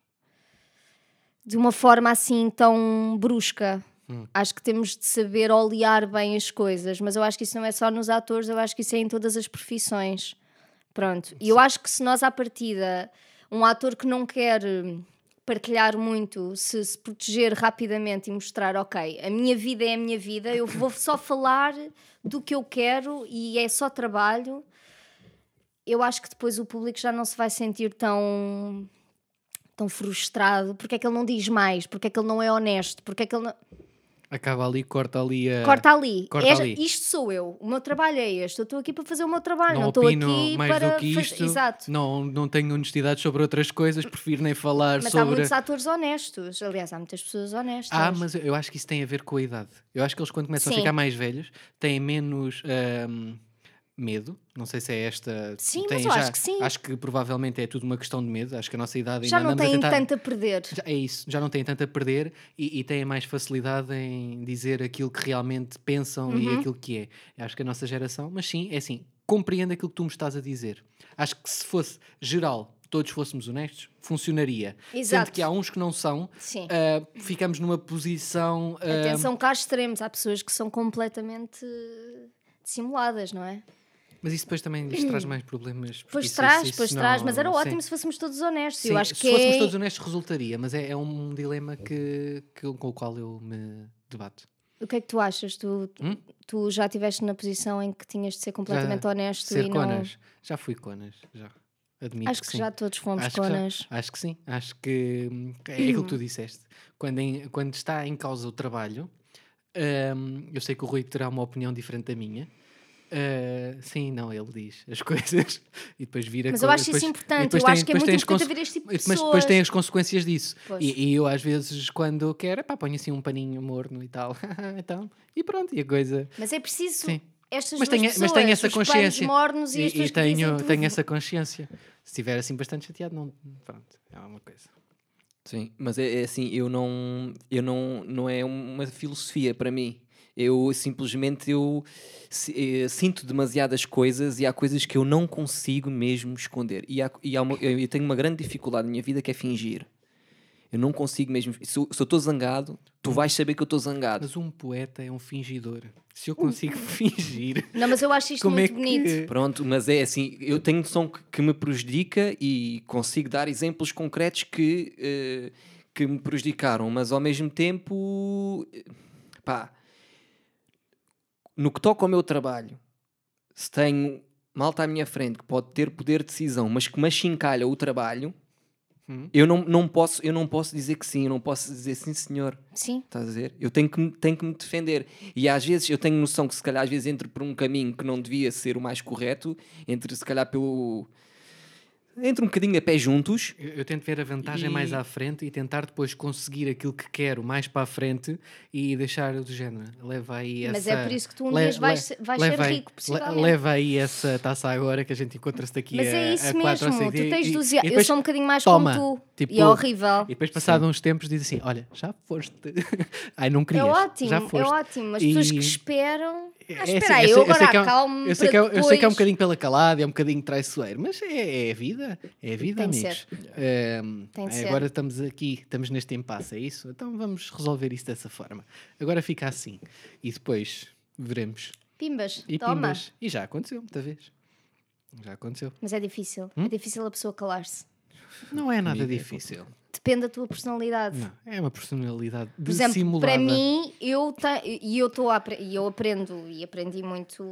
de uma forma assim tão brusca. Acho que temos de saber olear bem as coisas, mas eu acho que isso não é só nos atores, eu acho que isso é em todas as profissões. Pronto. E eu acho que se nós, à partida, um ator que não quer hum, partilhar muito, se, se proteger rapidamente e mostrar, ok, a minha vida é a minha vida, eu vou só falar do que eu quero e é só trabalho, eu acho que depois o público já não se vai sentir tão tão frustrado, porque é que ele não diz mais, porque é que ele não é honesto, porque é que ele não...
Acaba ali, corta ali a.
Corta ali.
Eh, Corta
É-
ali.
Isto sou eu. O meu trabalho é este. Eu estou aqui para fazer o meu trabalho.
Não,
Não estou
opino
aqui
mais
para
do que
faz-
isto.
Exato.
Não, não tenho honestidade sobre outras coisas, prefiro nem falar
Mas há
sobre.
muitos atores honestos. Aliás, há muitas pessoas honestas.
Ah, mas eu acho que isso tem a ver com a idade. Eu acho que eles, quando começam a
Sim.
ficar mais velhos, têm menos ahm, medo. Não sei se é esta.
Sim,
têm
mas eu
já-
acho que sim.
Acho que provavelmente é tudo uma questão de medo. Acho que a nossa idade
Já
ainda
não
andamos
têm
a tentar.
tanto a perder.
Já- é isso, já não têm tanto a perder e, e têm mais facilidade
Uhum.
em dizer aquilo que realmente pensam e aquilo que é. Eu Acho que a nossa geração, mas sim, é assim, compreendo aquilo que tu me estás a dizer. Acho que se fosse geral, todos fôssemos honestos, funcionaria.
Exato.
Sendo que há uns que não são,
Sim.
ah, ficamos numa posição. ah,
Atenção cá aos extremos, há pessoas que são completamente eh, dissimuladas, não é?
Mas isso depois também lhes traz mais problemas. porque
Pois
isso-
traz,
isso-
pois
isso
traz,
não-
mas era
sim.
ótimo se fôssemos todos honestos.
Sim,
eu acho
se
que
fôssemos
é...
todos honestos, resultaria, mas é, é um dilema que, que- com o qual eu me debato.
O que é que tu achas? Tu,
Hum?
tu já estiveste na posição em que tinhas de ser completamente honesto
Ser
e não.
conas. Já fui conas, já. Admito
Acho que,
sim.
já todos fomos
Acho que já-
conas.
acho que sim. Acho que hum, é
*clears throat*
aquilo que tu disseste. Quando, em- quando está em causa o trabalho, hum, eu sei que o Rui terá uma opinião diferente da minha. Ah, sim, não, ele diz as *laughs* coisas e depois vira
Mas eu
co-
acho
depois-
isso
e
importante.
depois
Eu
tem-
acho que é
depois
muito
tem as
importante
conse-
haver este tipo de
Mas
pessoas.
depois tem as consequências disso.
Pois.
E, e eu, às vezes, quando quero, epá, ponho assim um paninho morno e tal. *laughs* então, e pronto, e a coisa.
Mas é preciso
Sim.
estas duas
Mas tenho- mas
pessoas,
tenho essa
os panos
consciência.
mornos e,
E,
as pessoas
e
que dizem
tenho,
tudo.
tenho essa consciência. Se estiver assim bastante chateado, não. Pronto, é uma coisa.
Sim, mas é, é assim, eu não, eu não, não é uma filosofia para mim. Eu simplesmente eu, si- eh, sinto demasiadas coisas e há coisas que eu não consigo mesmo esconder. E, há, e há uma- eu eu tenho uma grande dificuldade na minha vida que é fingir. Eu não consigo mesmo. Se eu se eu estou zangado, tu vais saber que eu estou zangado.
Mas um poeta é um fingidor. Se eu
*laughs*
consigo fingir,
Não, mas eu acho isto
como é
muito
que.
bonito.
Pronto, mas é assim, eu tenho noção que, que me prejudica e consigo dar exemplos concretos que, eh, que me prejudicaram, mas ao mesmo tempo, eh, pá, no que toca ao meu trabalho, se tenho malta à minha frente que pode ter poder de decisão, mas que me achincalha o trabalho,
Hum.
eu, não, não posso, eu não posso dizer que sim, eu não posso dizer sim, senhor.
Sim.
Estás a dizer? Eu tenho que, me- tenho que me defender. E às vezes eu tenho noção que se calhar às vezes entro por um caminho que não devia ser o mais correto, entre se calhar pelo. Entro um bocadinho a pé juntos.
Eu, eu tento ver a vantagem
E-
mais à frente e tentar depois conseguir aquilo que quero mais para a frente e deixar do género. Leva aí essa.
Mas é por isso que tu um
le-
dia vais,
le-
ser- vais
leva
ser
aí-
rico,
le-
possivelmente.
Leva aí essa taça agora que a gente encontra-se daqui
mas
a,
é isso
a quatro ou
mesmo. Tu
seis dias
tens
e-
12
e
anos. Eu
depois-
sou um bocadinho mais
toma,
como tu.
tipo,
e é horrível.
E depois, passado uns tempos, diz assim: Olha, já foste. *laughs* Ai, não
É
querias.
ótimo,
já foste.
é ótimo. As pessoas
E-
que esperam. Ah,
É assim,
espera aí,
sei-
eu agora
sei que é um-
acalmo-me
Eu sei, que é,
para
um- eu sei que é um
depois.
bocadinho pela calada, é um bocadinho traiçoeiro, mas é, é a vida, é a vida,
Tem de
amigos. Ahm,
Tem de
ai,
ser.
agora estamos aqui, estamos neste impasse, é isso? Então vamos resolver isso dessa forma. Agora fica assim e depois veremos.
Pimbas,
E
toma.
pimbas. E já aconteceu, muita vez. Já aconteceu.
Mas é difícil. É difícil a pessoa calar-se.
Não é nada
Comigo é
difícil.
Depende da tua personalidade.
Não, é uma personalidade
Por exemplo,
dissimulada.
para mim, eu te- e eu estou a apre- e eu aprendo e aprendi muito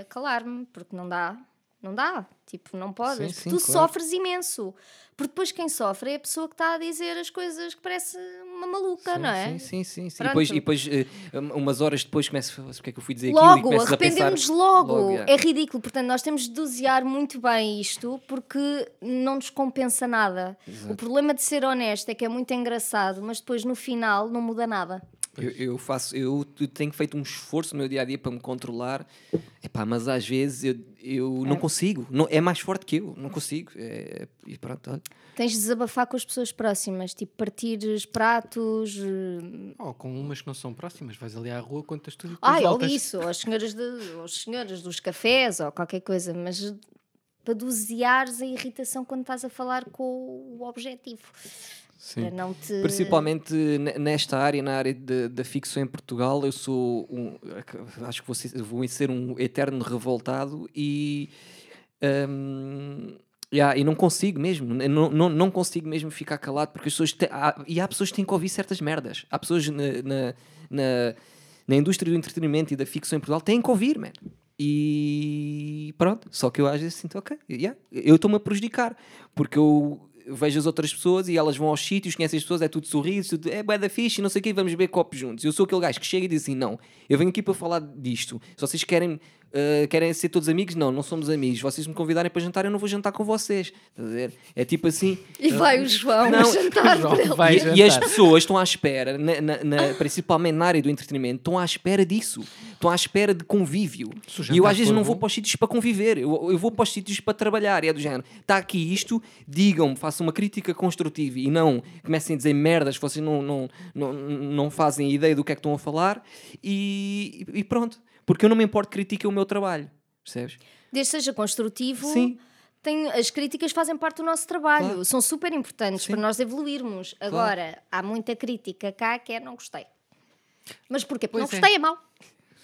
a calar-me, porque não dá, não dá, tipo, não podes.
Sim, sim,
tu
claro.
sofres imenso. Porque depois quem sofre é a pessoa que está a dizer as coisas que parece uma maluca,
Sim,
não é?
sim, sim, sim, sim. E
Pronto.
depois, e depois eh, um- umas horas depois começo a falar, "O que é que eu fui dizer aquilo?" e
Logo,
começas a pensar-
arrependemos logo.
já.
É ridículo. Portanto, nós temos de dosear muito bem isto porque não nos compensa nada. O problema de ser honesto é que é muito engraçado, mas depois no final não muda nada.
Eu, eu faço, eu t- tenho feito um esforço no meu dia a dia para me controlar, Epá, mas às vezes eu, eu não consigo, não, é mais forte que eu, não consigo. É, e pronto, olha.
Tens de desabafar com as pessoas próximas, tipo partires pratos. eh,
Oh, com umas que não são próximas, vais ali à rua, contas tudo e depois
Ai, ou
voltas.
isso, ou as senhoras, de- ou as senhoras dos cafés, ou qualquer coisa, mas eh, para doseares a irritação quando estás a falar com o objetivo. Para não te.
Principalmente ne- nesta área, na área de- da ficção em Portugal, eu sou um, acho que vou ser, vou ser um eterno revoltado e, hum, yeah, e não consigo mesmo, eu não, não, não consigo mesmo ficar calado porque as pessoas te- há- e há pessoas que têm que ouvir certas merdas. Há pessoas na, na, na, na indústria do entretenimento e da ficção em Portugal têm que ouvir, man. E pronto, só que eu às vezes sinto, ok, yeah, eu estou-me a prejudicar, porque eu vejo as outras pessoas e elas vão aos sítios, conhecem as pessoas, é tudo sorriso, tudo, é bué da fixe, não sei o quê, vamos beber copos juntos. Eu sou aquele gajo que chega e diz assim, não, eu venho aqui para falar disto, se vocês querem, eh, querem ser todos amigos, não, não somos amigos, vocês me convidarem para jantar, eu não vou jantar com vocês, Estás a ver? É tipo assim,
*laughs* E vai o João
Não,
jantar
João
por ele.
e,
vai
e as
jantar.
pessoas estão à espera, na- na- na- principalmente na área do entretenimento, estão à espera disso. Estão à espera de convívio.
Se o
E eu
jantar
às vezes
for
não vou
tá bom.
para os sítios para conviver, eu, eu vou para os sítios para trabalhar. E é do género: está aqui isto, digam-me, façam uma crítica construtiva e não comecem a dizer merdas que vocês não, não, não, não fazem ideia do que é que estão a falar. E, e pronto, porque eu não me importo que critiquem o meu trabalho, percebes?
desde que seja construtivo,
Sim.
tem- as críticas fazem parte do nosso trabalho, são super importantes
Sim.
para nós evoluirmos. Agora, há muita crítica cá que é não gostei. Mas porquê? Porque
Pois
não
é.
gostei, é mau.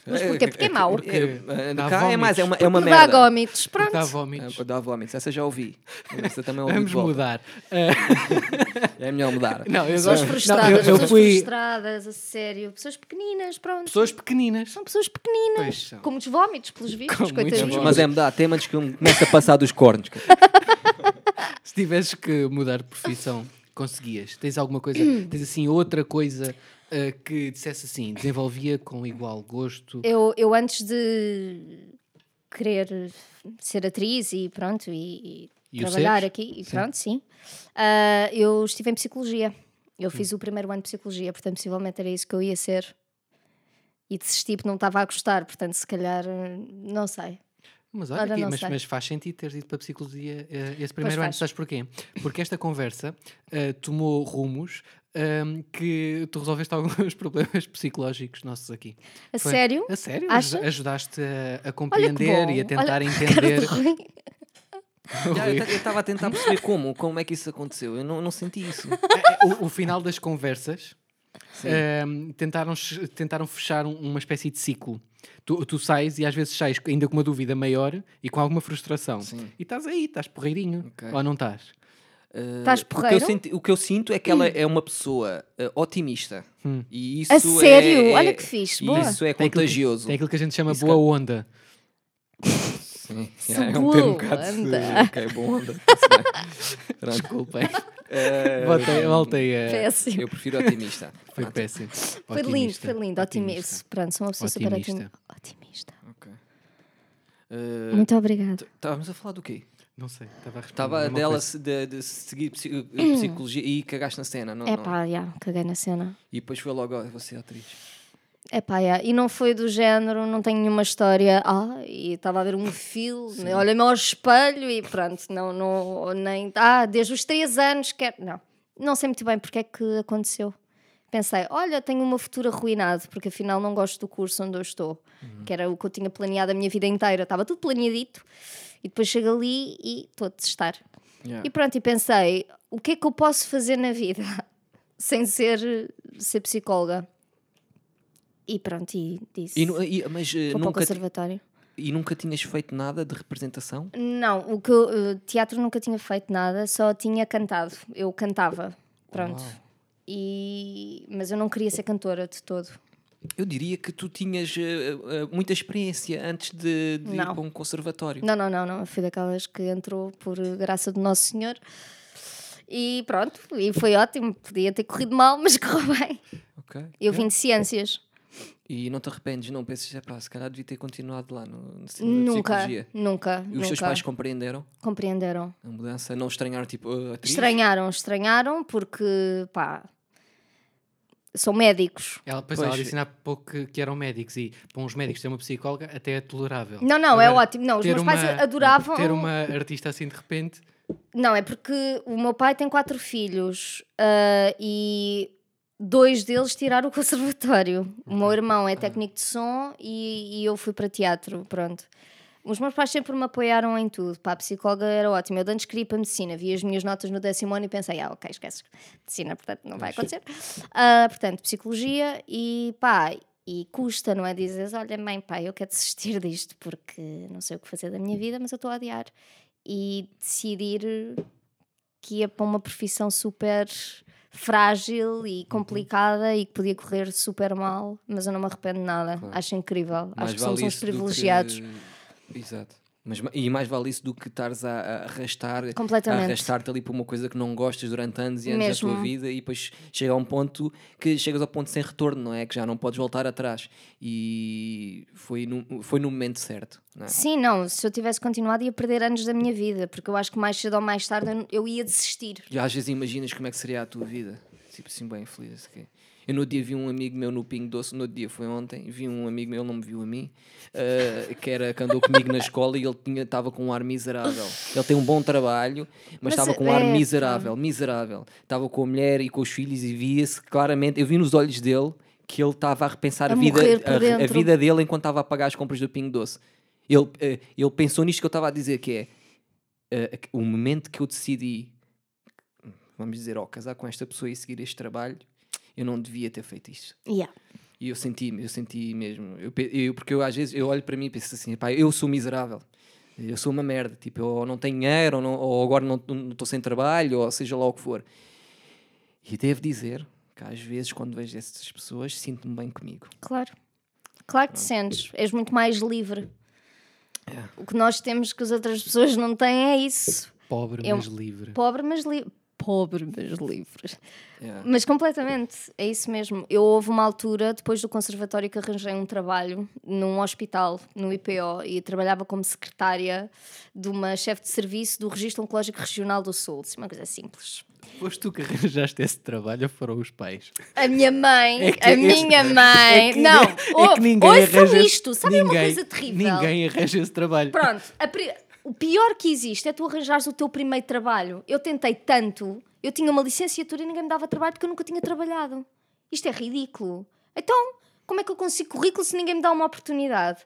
Mas porquê? Porque é mau.
Porque, eh,
dá
cá é mais, é uma, é uma
Porque dá
merda.
gómitos, pronto.
Dá
Ah,
vómitos.
Dá vómitos, essa já ouvi. Essa também ouvi
Vamos
de um volta.
mudar.
É melhor
*laughs*
mudar.
Não, eu
Pessoas
gosto.
frustradas,
não, eu, eu
pessoas
fui
frustradas, a sério. Pessoas pequeninas, pronto.
pessoas pequeninas.
São pessoas pequeninas.
Pois são.
Com muitos vómitos, pelos vistos,
Com muitos
coitadinhos.
vómitos.
Mas é mudar tema antes que eu me comece a passar dos cornos.
*laughs*
cara.
Se tivesses que mudar de profissão, conseguias? Tens alguma coisa?
Hum.
Tens assim outra coisa ah, que dissesse assim, desenvolvia com igual gosto?
Eu, eu antes de querer ser atriz e pronto, e, e
E o
trabalhar
seres?
aqui, e pronto, sim, Ah, eu estive em psicologia.
Hum.
Eu fiz o primeiro ano de psicologia, portanto, possivelmente era isso que eu ia ser. E desisti porque não estava a gostar, portanto, se calhar, eh, não sei.
Mas olha,
Olha,
aqui,
não
mas,
sei.
mas faz sentido teres ido para a psicologia eh, esse primeiro ano.
faz.
Sabes porquê? Porque esta conversa eh, tomou rumos ehm, que tu resolveste alguns *laughs* problemas psicológicos nossos aqui.
A
Foi-
sério?
A sério?
Acha?
aj- Ajudaste a, a compreender
bom.
e a tentar
*laughs* Cara
entender.
de ruim.
Já, eu t- eu estava a tentar perceber como, como é que isso aconteceu. Eu não, não senti isso.
É, o, o final das conversas
Sim.
ehm, tentaram, ch- tentaram fechar um- uma espécie de ciclo. Tu, tu sais e às vezes sais ainda com uma dúvida maior e com alguma frustração.
Sim.
E estás aí, estás porreirinho.
Ok.
Ou não estás?
Estás
Porque eu
porreiro?
senti- o que eu sinto é que
Hum.
ela é uma pessoa eh, otimista. E isso
A
é-
sério?
é-
Olha que fixe,
e
boa. *laughs*
Isso é
Tem aquilo que-
contagioso.
É aquilo que a gente chama
Isso
boa
ca-
onda.
Sim,
Isso
é um termo
boa
bocado de-
onda.
Ok, boa
*laughs*
onda. Está-se bem. Pronto.
Desculpem.
Eh,
Voltei, voltei a.
Péssimo.
Eu prefiro otimista.
Foi péssimo.
assim. Foi lindo, foi lindo. Otimista. Pronto, sou uma pessoa super
Otimista.
otimista. Otimista.
Ok. Eh,
Muito obrigada.
Estávamos a falar do quê?
Não sei, estava a responder.
Estava
alguma
dela
coisa.
se- de, de seguir psi- eh, psicologia e cagaste na cena, não?
É
não.
pá, já, caguei na cena.
E depois foi logo, "Oh, você é atriz.
É pá, yeah. e não foi do género, não tenho nenhuma história. Ah, e estava a ver um filme, olha-me ao espelho e pronto, não, não, nem. Ah, desde os três anos quero. Não, não sei muito bem porque é que aconteceu. Pensei, olha, tenho uma futura arruinado, porque afinal não gosto do curso onde eu estou, que era o que eu tinha planeado a minha vida inteira, estava tudo planeadito, e depois chego ali e estou a testar.
Yeah.
E pronto, e pensei, o que é que eu posso fazer na vida *laughs* sem ser, ser psicóloga? E pronto, e disse.
E, nu- e- mas, eh,
vou para o
nunca, ti-
conservatório.
e nunca tinhas feito nada de representação?
Não, o que eu, eh, teatro nunca tinha feito nada, só tinha cantado. Eu cantava, pronto.
Uau.
E, mas eu não queria ser cantora de todo.
Eu diria que tu tinhas eh, eh, muita experiência antes de, de ir
Não.
para um conservatório.
Não, não, não, não. Eu fui daquelas que entrou por eh, graça do Nosso Senhor. E pronto, e foi ótimo. Podia ter corrido mal, mas *laughs* correu bem.
Ok.
Eu vim de ciências.
E não te arrependes, não pensas, "Epá, se calhar devia ter continuado lá no, no ensino de
Nunca,
psicologia.
nunca,
E os teus
nunca
pais compreenderam
compreenderam.
a mudança? Não estranharam, tipo, "Ah, atriz?
Estranharam, estranharam porque, pá, são médicos.
Ela, pois,
Pois.
ela disse há pouco que, que eram médicos e para uns médicos ter uma psicóloga até é tolerável.
Não, não, é ótimo. Não, os
ter
meus pais
uma-
adoravam-
Ter uma artista assim de repente.
Não, é porque o meu pai tem quatro filhos ah, e dois deles tiraram o *laughs* conservatório. O meu irmão é técnico de som e, e eu fui para teatro, pronto. Os meus pais sempre me apoiaram em tudo. Pá, a psicóloga era ótima. Eu antes queria ir para a medicina, vi as minhas notas no décimo ano e pensei, ah, ok, esquece. Medicina, portanto, não vai acontecer. Ah, portanto, psicologia e pá, e custa, não é? Dizes, olha, mãe, pai, eu quero desistir disto porque não sei o que fazer da minha vida, mas eu estou a adiar. E decidir que ia para uma profissão super frágil
Uhum.
e complicada e que podia correr super mal, mas eu não me arrependo de nada. Acho incrível.
Mais
Acho que
vale
somos uns
isso do que-
privilegiados.
Exato. Mas, ma- e mais vale isso do que estares a, a arrastar
Completamente.
a arrastar-te ali para uma coisa que não gostas durante anos e anos da tua
Mesmo.
vida e depois chega a um ponto que chegas ao ponto sem retorno, não é? Que já não podes voltar atrás. E foi no, foi no momento certo. Não é?
Sim, não, se eu tivesse continuado ia perder anos da minha vida, porque eu acho que mais cedo ou mais tarde eu- eu ia desistir.
Já às vezes imaginas como é que seria a tua vida. Tipo assim, bem feliz. não sei o quê. Eu no outro dia vi um amigo meu no Pingo Doce, no outro dia foi ontem, vi um amigo meu, ele não me viu a mim, eh, que, era, que andou comigo na escola e ele tinha- estava com um ar miserável. Ele tem um bom trabalho, mas
Mas
estava com um ar
é,
miserável, miserável. Estava com a mulher e com os filhos e via-se claramente, eu vi nos olhos dele que ele estava a repensar a,
A
vida,
morrer por
a- a
dentro.
vida dele enquanto estava a pagar as compras do Pingo Doce. Ele, eh, ele pensou nisto que eu estava a dizer, que é eh, aque- o momento que eu decidi, vamos dizer, ó, casar com esta pessoa e seguir este trabalho, eu não devia ter feito isto.
Yeah.
E eu senti, eu senti mesmo. Eu, pe- eu- porque eu às vezes eu olho para mim e penso assim, pá, eu sou miserável. Eu sou uma merda, tipo, eu não tenho dinheiro, ou, não- ou agora não estou sem trabalho, ou seja lá o que for. E devo dizer que às vezes quando vejo essas pessoas sinto-me bem comigo.
Claro. Claro que te sentes. És muito mais livre. O que nós temos que as outras pessoas não têm é isso.
Pobre,
Eu-
mas livre.
Pobre, mas livre. Pobre, mas livre.
Yeah.
Mas completamente, é isso mesmo. Eu houve uma altura, depois do conservatório, que arranjei um trabalho num hospital, no IPO, e trabalhava como secretária de uma chefe de serviço do Registro Oncológico Regional do Sul. Isso é uma coisa simples.
Foste tu que arranjaste esse trabalho ou foram os pais?
A minha mãe,
É que
a
esse-
minha mãe.
É que
não, oh,
ninguém- é que ninguém
ouçam
arranja-
isto, sabem uma
ninguém-
coisa terrível?
Ninguém arranja esse trabalho.
Pronto, a pri- o pior que existe é tu arranjares o teu primeiro trabalho. Eu tentei tanto, eu tinha uma licenciatura e ninguém me dava trabalho porque eu nunca tinha trabalhado. Isto é ridículo. Então, como é que eu consigo currículo se ninguém me dá uma oportunidade?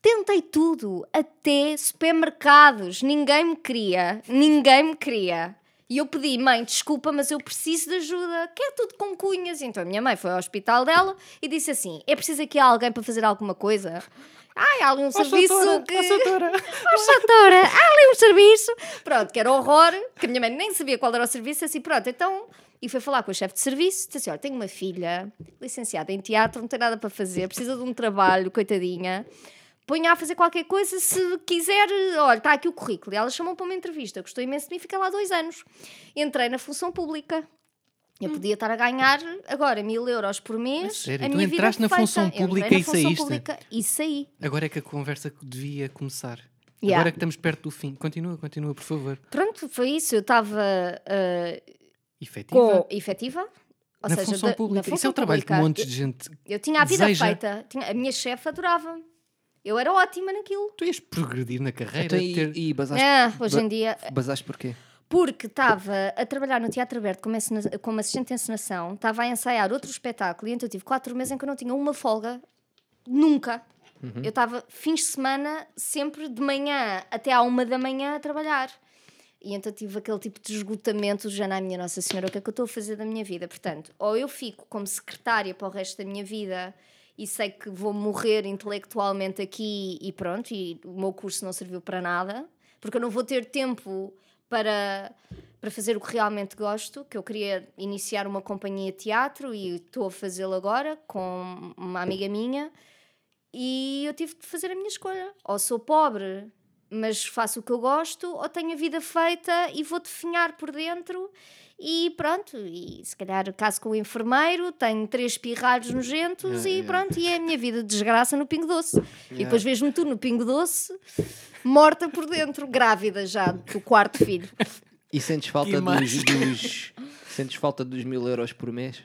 Tentei tudo, até supermercados. Ninguém me queria, ninguém me queria. E eu pedi, mãe, desculpa, mas eu preciso de ajuda. Quer tudo com cunhas. Então a minha mãe foi ao hospital dela e disse assim: é preciso aqui alguém para fazer alguma coisa? Ai, há ali um serviço que. Nossa, doutora, há ali um serviço. Pronto, que era horror, que a minha mãe nem sabia qual era o serviço, assim, pronto, então. E foi falar com o chefe de serviço, disse assim: olha, tenho uma filha licenciada em teatro, não tem nada para fazer, precisa de um trabalho, coitadinha. Ponha a fazer qualquer coisa, se quiser, olha, está aqui o currículo. E ela chamou para uma entrevista, gostou imenso de mim, fiquei lá dois anos. Entrei na função pública. Eu podia estar a ganhar agora mil euros por mês.
Hum. sério?
a
Tu
minha vida
entraste na
feita.
função
Entrei
pública
na
e
função
saíste?
pública e saí.
Agora é que a conversa devia começar.
Yeah.
Agora é que estamos perto do fim. Continua, continua, por favor.
Pronto, foi isso. Eu estava ah,
Efetiva.
com efetiva. Ou
na
seja,
função
da-
pública.
na função
Isso é um trabalho que um
pública.
monte de gente.
Eu, eu tinha a vida
deseja.
feita. Tinha- a minha chefe adorava. Eu era ótima naquilo.
Tu ias progredir na carreira.
Então, e,
ter-
e basaste,
Ah, hoje
ba-
em dia.
basaste porquê?
Porque estava a trabalhar no Teatro Aberto como, ensina- como assistente de encenação, estava a ensaiar outro espetáculo e então eu tive quatro meses em que eu não tinha uma folga. Nunca. Eu estava fins de semana, sempre de manhã até à uma da manhã a trabalhar. E então tive aquele tipo de esgotamento já na minha Nossa Senhora, o que é que eu estou a fazer da minha vida? Portanto, ou eu fico como secretária para o resto da minha vida e sei que vou morrer intelectualmente aqui e pronto, e o meu curso não serviu para nada, porque eu não vou ter tempo para, para fazer o que realmente gosto, que eu queria iniciar uma companhia de teatro e estou a fazê-lo agora com uma amiga minha. E eu tive de fazer a minha escolha. Ou sou pobre, mas faço o que eu gosto, ou tenho a vida feita e vou definhar por dentro. E pronto, e se calhar caso com o enfermeiro, tenho três pirralhos nojentos e pronto, e é a minha vida de desgraça no Pingo Doce. E depois vejo-me tu no Pingo Doce, morta por dentro, grávida já do quarto filho.
E sentes falta dos,
mais?
dos- sentes falta dos mil euros por mês?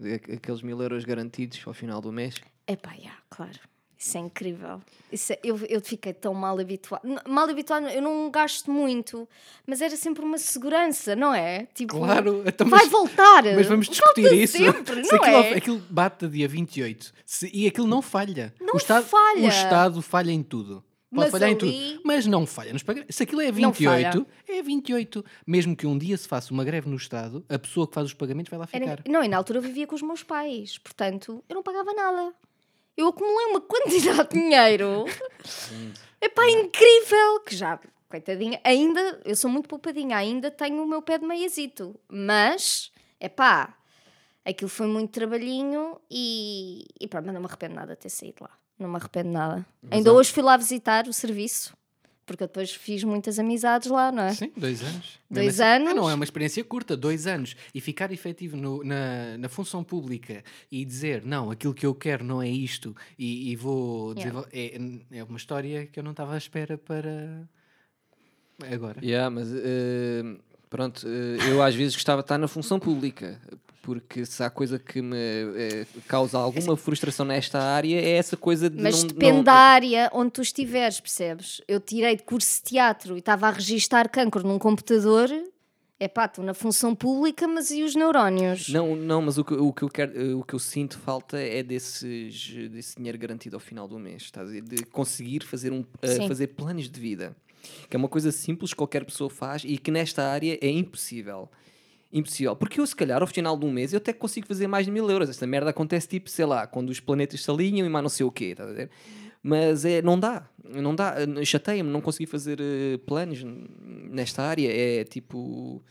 Aqu- Aqueles mil euros garantidos ao final do mês?
Epá, yeah, claro. Isso é incrível. Isso é- eu, eu fiquei tão mal habituada. N- Mal habituada, eu não gasto muito, mas era sempre uma segurança, não é? Tipo,
Claro, então,
vai
mas-
voltar.
Mas vamos
Volta
discutir isso.
é Sempre,
*laughs* Se
não
aquilo,
é?
aquilo bate a dia 28 se, e aquilo não falha.
Não
o Estado,
falha.
O Estado falha em tudo. Pode
Mas
falhar em
ali-
tudo. Mas não falha nos pagamentos. Se aquilo é
Não falha.
28, é 28. Mesmo que um dia se faça uma greve no Estado, a pessoa que faz os pagamentos vai lá
Era-
ficar.
não, e na altura eu vivia com os meus pais, portanto, eu não pagava nada. Eu acumulei uma quantidade de
*laughs*
dinheiro. Epá, incrível! Que já, coitadinha, ainda, eu sou muito poupadinha, ainda tenho o meu pé de meiazito. Mas, epá, aquilo foi muito trabalhinho e, e pronto, mas não me arrependo nada de ter saído lá. Não me arrependo nada. ainda
é um
há-
hoje fui lá visitar o serviço, porque eu depois fiz muitas amizades lá, não é?
Sim, dois anos.
Dois
Mesmo assim-
anos.
Ah, não, é uma experiência curta, dois anos. E ficar efetivo no- na, na função pública e dizer, não, aquilo que eu quero não é isto e, e vou desenvol- é, é uma história que eu não estava à espera para agora.
Yeah, mas eh, pronto, eh, eu às vezes gostava de estar na função pública, porque se há coisa que me eh, causa alguma frustração nesta área é essa coisa de
Mas
não,
depende
não-
da área onde tu estiveres, percebes? Eu tirei de curso de teatro e estava a registar cancro num computador. É pá, estou na função pública, mas e os neurónios?
Não, não, mas o que, o que eu quero, eh, o que eu sinto falta é desses, desse dinheiro garantido ao final do mês, estás a dizer? De conseguir fazer, um, eh,
Sim.
fazer planos de vida. Que é uma coisa simples que qualquer pessoa faz e que nesta área é impossível. Impossível. Porque eu, se calhar, ao final de um mês, eu até consigo fazer mais de mil euros. Esta merda acontece tipo, sei lá, quando os planetas se alinham e mais não sei o quê, estás a ver? Mas é, não dá, não dá, Eh, chateia-me, não consegui fazer eh, planos n- nesta área. É tipo.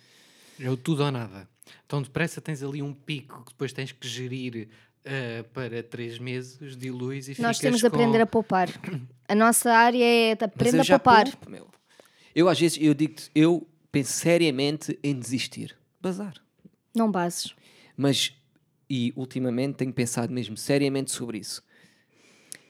É o tudo ou nada. Então depressa tens ali um pico que depois tens que gerir ah, para três meses, diluís e
Nós
ficas
temos de
com...
aprender a poupar. A nossa área é
Mas
de
eu
aprenda a
já
poupar.
poupo, meu. Eu às vezes eu digo eu penso seriamente em desistir. Bazar.
Não bases.
Mas e ultimamente tenho pensado mesmo seriamente sobre isso.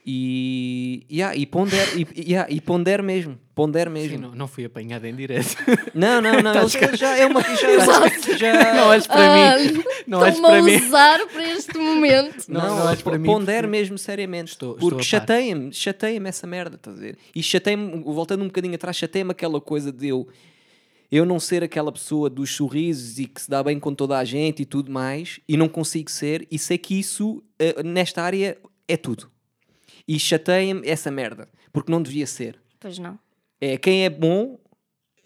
E, yeah, e ponder e, e- yeah, e ponder mesmo, ponder
Sim,
mesmo.
não, Tá não fui apanhada
*laughs*
em direto. *laughs*
não, não, não, eles- eles já é uma já, já-
não olhes para
Ah,
mim.
*laughs*
Não olhes
Estão-me a
para mim.
usar para este momento.
Não,
Não, não olhes para
po-
mim,
ponder
porque-
mesmo seriamente.
Estou- estou
porque
a par.
chateia-me, chateia-me essa merda, estás a ver? E chateia-me, voltando um bocadinho atrás, chateia-me aquela coisa de eu, eu não ser aquela pessoa dos sorrisos e que se dá bem com toda a gente e tudo mais, e não consigo ser, e sei que isso, eh, nesta área, é tudo. E chateia-me essa merda, porque não devia ser.
Pois não.
É, quem é bom,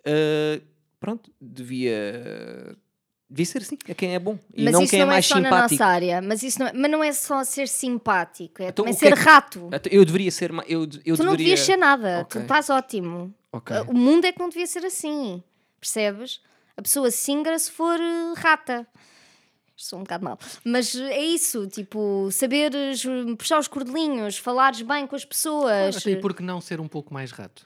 eh, pronto, devia. Devia ser assim, é quem é bom. E
mas
não
isso
quem
não
é
é
mais
só na
simpático.
nossa área. Mas, isso não é, mas não é só ser simpático, é
Então,
também
o que é
ser
que-
rato.
Até Eu deveria ser. ma- Eu, de- eu
tu não
deveria...
devias ser nada,
Ok.
tu estás ótimo.
Ok.
O mundo é que não devia ser assim, percebes? A pessoa singra se for eh, rata. Sou um bocado mal. Mas eh, é isso, tipo, saberes eh, puxar os cordelinhos, falares bem com as pessoas.
tipo,
E por que não ser um pouco mais rato?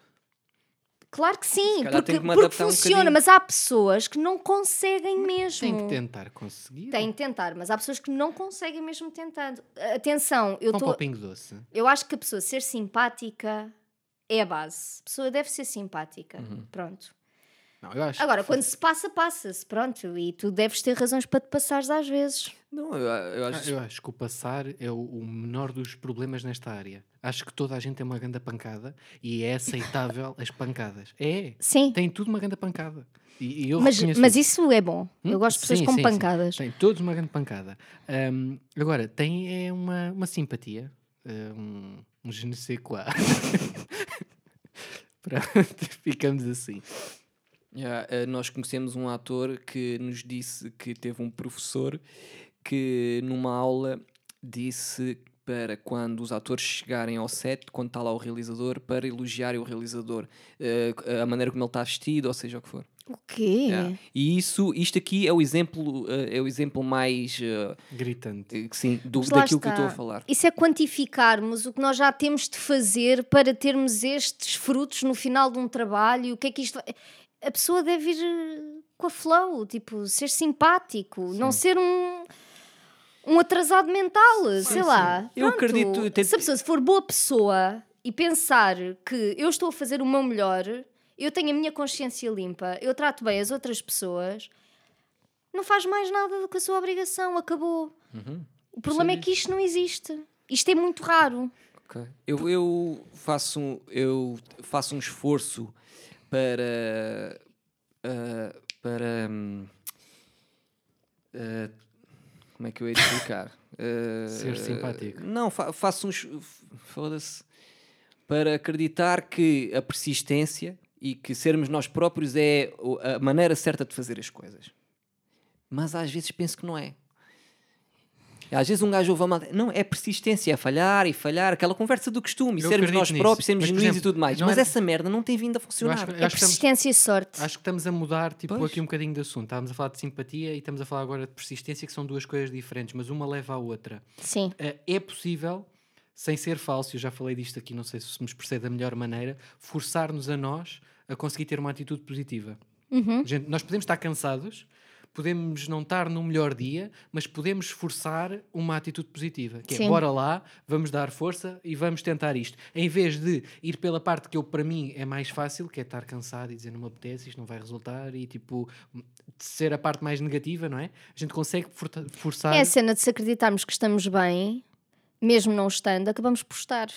Claro que sim,
calhar
porque,
tenho que me
porque
adaptar um
funciona,
bocadinho.
mas há pessoas que não conseguem mesmo.
Tem que tentar conseguir.
Tem que tentar, mas há pessoas que não conseguem mesmo tentando. Atenção, eu
Com um
estou.
copinho doce.
Eu acho que a pessoa ser simpática é a base. A pessoa deve ser simpática.
Uhum.
Pronto.
Não, eu acho.
Agora, quando se passa, passa-se. Pronto. E tu deves ter razões para te passares às vezes.
Não, eu, eu
Ah,
acho.
Eu acho que o passar é o, o menor dos problemas nesta área. Acho que toda a gente tem uma grande pancada e é aceitável as pancadas. É,
Sim.
tem tudo uma grande pancada. E, e eu
Mas,
reconheço
mas
isso.
isso é bom.
Hum?
Eu gosto de pessoas
Sim,
com
sim, sim.
pancadas.
Tem todos uma grande pancada. Ahm, agora, tem é uma, uma simpatia. eh, um, um je ne sais quoi. *laughs* Pronto, *laughs* ficamos assim.
Yeah, eh, nós conhecemos um ator que nos disse que teve um professor que numa aula disse para quando os atores chegarem ao set, quando está lá o realizador, para elogiarem o realizador, eh, a maneira como ele está vestido, ou seja o que for.
O quê?
Yeah. E isso, isto aqui é o exemplo, eh, é o exemplo mais eh,
Gritante.
que sim, do,
Mas lá
daquilo que eu
está.
estou a falar.
Isso é quantificarmos o que nós já temos de fazer para termos estes frutos no final de um trabalho. O que é que isto vai... A pessoa deve ir eh, com a flow, tipo, ser simpático, não ser um, um atrasado mental, sei lá.
Eu
Pronto.
acredito, eu tento-
Se a pessoa se for boa pessoa e pensar que eu estou a fazer o meu melhor, eu tenho a minha consciência limpa, eu trato bem as outras pessoas, não faz mais nada do que a sua obrigação, acabou.
Uhum.
O problema é que isto não existe. Isto é muito raro.
Ok. Eu, eu faço, um- eu faço um esforço para. ah, para. hum, ah, como é que eu ia te explicar? Ah,
Ser simpático.
Não, fa- faço um. es- Foda-se. Para acreditar que a persistência e que sermos nós próprios é o- a maneira certa de fazer as coisas. Mas às vezes penso que não é. Às vezes um gajo ouve a malta. Não, é persistência, é falhar e falhar, aquela conversa do costume, e
Eu
sermos
acredito
nós
nisso.
próprios, sermos
Mas, por
genuínos e
exemplo,
tudo mais.
não
Mas
é-
essa merda não tem vindo a funcionar.
Eu
É
acho que estamos-
persistência e sorte.
Acho que estamos a mudar tipo,
Pois.
aqui um bocadinho de assunto. Estávamos a falar de simpatia e estamos a falar agora de persistência, que são duas coisas diferentes, mas uma leva à outra.
Sim.
Eh, é possível, sem ser falso, eu já falei disto aqui, não sei se me expressei da melhor maneira, forçar-nos a nós a conseguir ter uma atitude positiva. Gente, nós podemos estar cansados, podemos não estar no melhor dia, mas podemos forçar uma atitude positiva. Que é,
Sim.
bora lá, vamos dar força e vamos tentar isto. Em vez de ir pela parte que eu, para mim é mais fácil, que é estar cansado e dizer não me apetece, isto não vai resultar, e tipo, ser a parte mais negativa, não é? A gente consegue forta- forçar...
É a cena de se acreditarmos que estamos bem, mesmo não estando, acabamos por estar.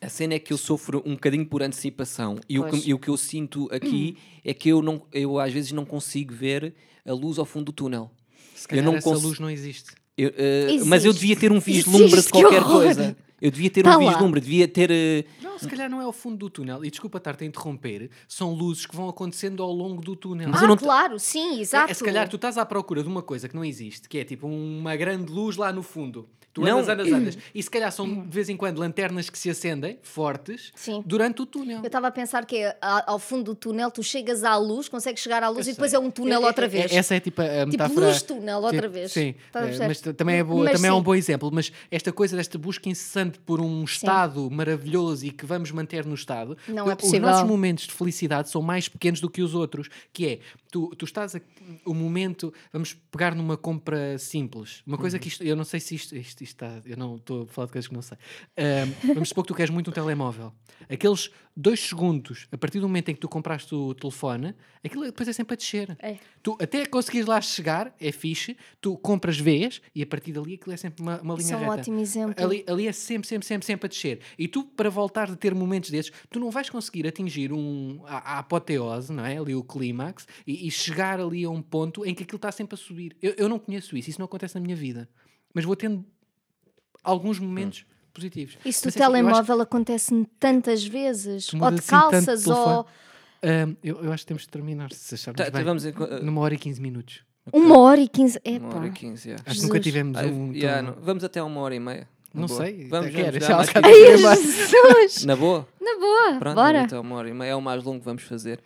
A cena é que eu sofro um bocadinho por antecipação e o,
Pois.
que, e o que eu sinto *clears throat* aqui é que eu, não, eu às vezes não consigo ver a luz ao fundo do túnel.
Se calhar
não
essa
cons-
luz não existe.
Eu, eh, mas eu
Existe.
devia ter um vislumbre
Existe,
de qualquer
que horror.
coisa. Eu devia ter
Tá
um
lá.
vislumbre, devia ter. eh,
Não, se calhar não é o fundo do túnel. E desculpa estar-te a interromper, são luzes que vão acontecendo ao longo do túnel.
Mas
ah,
eu não te-
claro, sim,
É-
exato.
É, se calhar tu estás à procura de uma coisa que não existe, que é tipo uma grande luz lá no fundo. Tu
Não.
andas, andas, andas. E se calhar são de vez em quando lanternas que se acendem, fortes,
Sim.
durante o túnel.
Eu estava a pensar que é a- ao fundo do túnel tu chegas à luz, consegues chegar à luz e depois é
sei.
um túnel
É- é-
outra vez.
é- Essa é tipo a- a metáfora.
luz-túnel, outra
Tipo,
vez.
Sim,
Estás a
eh,
perceber?
mas t- também, é, boa,
Mas
também é um
sim.
bom exemplo. Mas esta coisa, desta busca incessante por um estado maravilhoso e que vamos manter no estado,
Não
eu-
é
os
possível.
nossos momentos de felicidade são mais pequenos do que os outros. Que é, tu, tu estás a, o momento, vamos pegar numa compra simples. Uma
Uhum.
coisa que isto, eu não sei se isto, isto, isto está, eu não estou a falar de coisas que não sei. Ahm, vamos supor que tu queres muito um telemóvel. Aqueles dois segundos, a partir do momento em que tu compraste o telefone, aquilo depois é sempre a descer.
É.
Tu até conseguires lá chegar, é fixe, tu compras vês e a partir dali aquilo é sempre uma, uma linha
Isso é um
reta.
ótimo exemplo.
Ali, ali é sempre, sempre, sempre, sempre a descer. E tu, para voltar a ter momentos desses, tu não vais conseguir atingir um, a, a apoteose, não é? Ali o clímax, e, e chegar ali a um ponto em que aquilo está sempre a subir. Eu, eu não conheço isso, isso não acontece na minha vida. Mas vou tendo alguns momentos
Hum.
positivos.
Isso
Mas,
do
enfim, eu acho
telemóvel acontece-me tantas vezes.
Tu
Ou de
mudas assim tanto de
calças, ou
que, ahm, eu, eu acho que temos de terminar, se acharmos
tá- tá-
bem.
vamos em co- eh,
Numa hora e 15 minutos.
uma hora e quinze.
uma hora e
Epá.
quinze, yeah.
Acho que nunca
Jesus.
tivemos
Ah,
um.
yeah,
tão-
não- Vamos até uma hora e meia. na
Não
boa.
sei,
Vamos,
quero,
vamos
já
dar mais
acho que-
tempo.
Ai, Jesus!
Na boa?
Na boa,
Pronto,
É bora.
então uma hora e meia. É o mais longo que vamos fazer.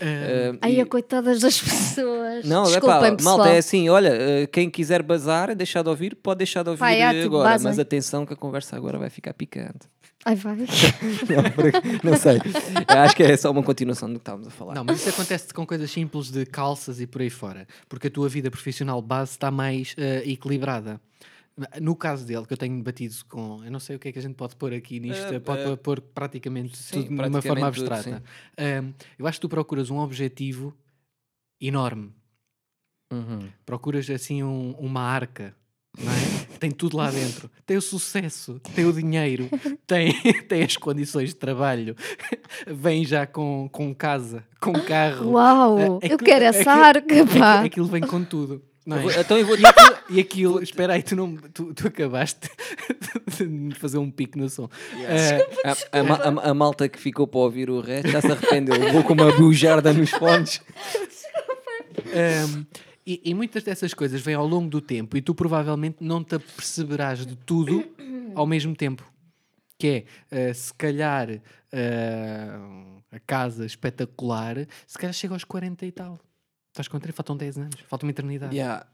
Ah,
Eh,
Ai,
e-
a coitadas das pessoas.
Não, é
Desculpem,
pá,
pessoal.
malta, é assim, olha, eh, quem quiser bazar, é deixar de ouvir, pode deixar de ouvir
Vai,
eh,
é, tipo,
agora,
bazem.
mas atenção que a conversa agora vai ficar picante. *laughs*
Ai, vai.
*laughs* É
Não, por- não sei, Eu acho que é só uma continuação do que estávamos a falar.
Não, mas isso acontece com coisas simples de calças e por aí fora, porque a tua vida profissional base está mais eh, equilibrada. No caso dele, que eu tenho batido com. Eu não sei o que é que a gente pode pôr aqui nisto,
Eh,
pode
eh,
pôr praticamente
sim,
tudo de uma forma
praticamente tudo,
abstrata. Ahm, eu acho que tu procuras um objetivo enorme,
Uhum.
procuras assim um- uma arca. Não
*laughs*
é? Que Tem tudo lá dentro. Tem o sucesso, tem o dinheiro, tem, *laughs* tem as condições de trabalho, *laughs* vem já com, com casa, com carro,
Uau,
é
Oh, eu
que-
quero
é
essa
que-
arca, pá.
Aquilo, aquilo vem com tudo. não
Eu
é?
vou- então eu vou
E aquilo, *laughs* e aquilo- espera aí, tu, não, tu, tu acabaste *laughs* de me fazer um pico no som. Eh,
a, a ma- a- a malta que ficou para ouvir o resto já se arrependeu. Vou com uma bujarda nos fones.
ehm, e, e muitas dessas coisas vêm ao longo do tempo e tu provavelmente não te aperceberás
*coughs*
de tudo ao mesmo tempo. Que é, eh, se calhar, eh, a casa espetacular, se calhar chega aos 40 e tal. Estás com 30, faltam 10 anos, falta uma eternidade.
Yeah.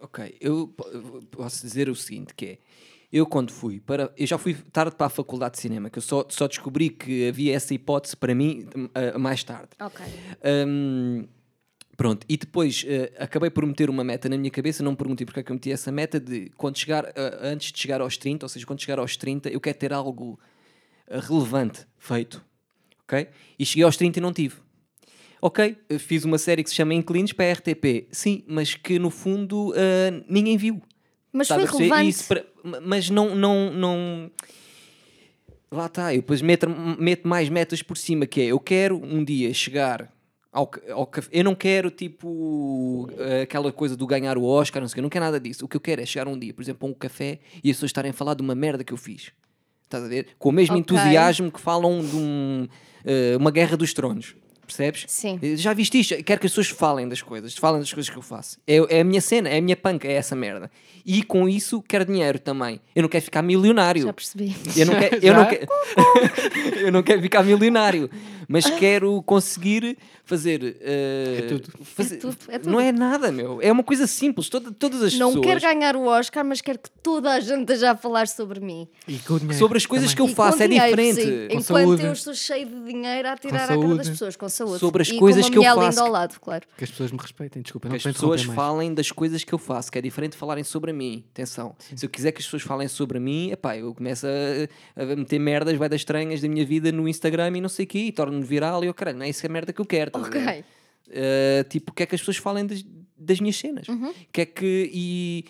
Ok, eu po- posso dizer o seguinte, que é, eu quando fui para, eu já fui tarde para a faculdade de cinema, que eu só, só descobri que havia essa hipótese para mim eh, mais tarde.
Ok.
Hum, pronto, e depois eh, acabei por meter uma meta na minha cabeça, não me perguntei porque é que eu meti essa meta de quando chegar, eh, antes de chegar aos 30, ou seja, quando chegar aos 30, eu quero ter algo eh, relevante feito, ok? E cheguei aos 30 e não tive. Ok, eh, fiz uma série que se chama Inclines para a RTP, sim, mas que no fundo eh, ninguém viu.
Mas
Estás
foi
a perceber? E
relevante.
isso para- ma- mas não, não, não. Lá está, eu depois meto, meto mais metas por cima, que é eu quero um dia chegar ao, ca- ao café. Eu não quero tipo eh, aquela coisa do ganhar o Oscar, não sei o quê, eu não quero nada disso. O que eu quero é chegar um dia, por exemplo, a um café e as pessoas estarem a falar de uma merda que eu fiz. Estás a ver? Com o mesmo
Ok.
entusiasmo que falam de um, eh, uma guerra dos tronos. Percebes?
Sim.
Eh, Já viste isto? Quero que as pessoas falem das coisas, falem das coisas que eu faço. É, é a minha cena, é a minha panca, é essa merda. E com isso quero dinheiro também. Eu não quero ficar milionário.
Já percebi.
Eu
*laughs*
não, quero, eu, não quero, *laughs* eu não quero ficar milionário, mas quero conseguir fazer. eh,
É tudo.
fazer-
É tudo, é tudo.
Não é nada, meu. É uma coisa simples. Toda, todas as
Não
pessoas.
quero ganhar o Oscar, mas quero que toda a gente esteja a falar sobre mim.
E com o dinheiro
Sobre as coisas
também.
que eu
E com
faço é
dinheiro,
diferente.
sim.
Com
Enquanto
saúde.
eu estou cheio de dinheiro a tirar à cara
saúde.
das pessoas, com saúde.
Sobre as
e
coisas
com uma
que eu
mulher
faço
linda ao lado, claro.
Que as pessoas me respeitem, desculpa,
Que
não
as
te vou
pessoas
interromper mais.
falem das coisas que eu faço, que é diferente de falarem sobre mim. Atenção, se eu quiser que as pessoas falem sobre mim, epá, eu começo a, a meter merdas, vai das estranhas da minha vida no Instagram e não sei o quê, e torno-me viral e eu, caralho, não é isso a merda que eu quero. estás a ver?
Ok.
Eh,
Uhum.
tipo, quer que as pessoas falem das, das minhas cenas. Quer que. E,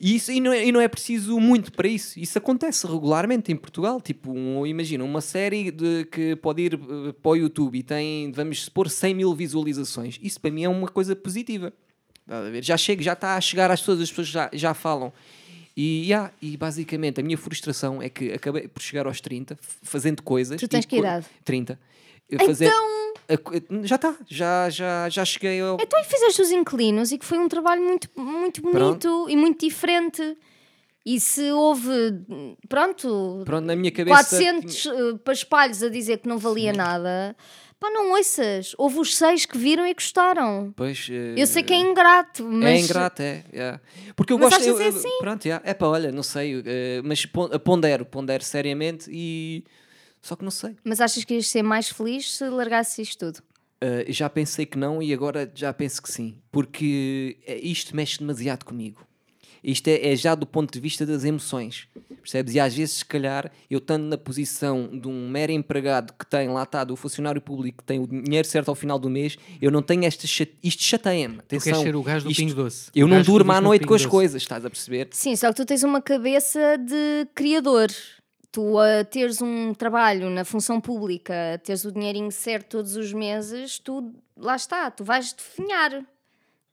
E, isso, e, não é, e não é preciso muito para isso. Isso acontece regularmente em Portugal. Tipo, um- imagina, uma série de, que pode ir eh, para o YouTube e tem, vamos supor, 100 mil visualizações. Isso para mim é uma coisa positiva. Estás a ver? Já chega, já está a chegar às pessoas, as pessoas já, já falam. E, yeah, e basicamente a minha frustração é que acabei por chegar aos 30, f- fazendo coisas.
Tu tens
e
que
co-
idade?
30. Eu
Então,
a co- já está, já, já, já cheguei ao.
então e fizeste os inclinos e que foi um trabalho muito, muito bonito e muito diferente. E se houve, pronto,
Pronto, na minha cabeça.
400 eh, paspalhos a dizer que não valia nada, pá, não ouças. Houve os seis que viram e gostaram.
Pois, eh,
Eu sei que é ingrato, mas.
É ingrato, é. yeah. Porque eu
Mas
gosto. eu-
achas
eu-
assim?
Pronto, yeah. é para, olha, não sei, eh, mas pon- pondero, pondero seriamente e. Só que não sei.
Mas achas que ias ser mais feliz se largasses isto tudo?
Eh, já pensei que não e agora já penso que sim. Porque eh, isto mexe demasiado comigo. Isto é, é já do ponto de vista das emoções, percebes? E às vezes, se calhar, eu estando na posição de um mero empregado que tem, lá está, do funcionário público que tem o dinheiro certo ao final do mês, eu não tenho esta. Chate... Isto chateia-me.
Tu queres
Atenção,
ser o gajo do
isto-
Pingo Doce.
Eu
O
não
gajo que
durmo
diz
à
no
noite com
Pingo
as
Doce.
coisas, estás a perceber?
Sim, só que tu tens uma cabeça de criador. Tu a teres um trabalho na função pública, a teres o dinheirinho certo todos os meses, tu lá está, tu vais definhar.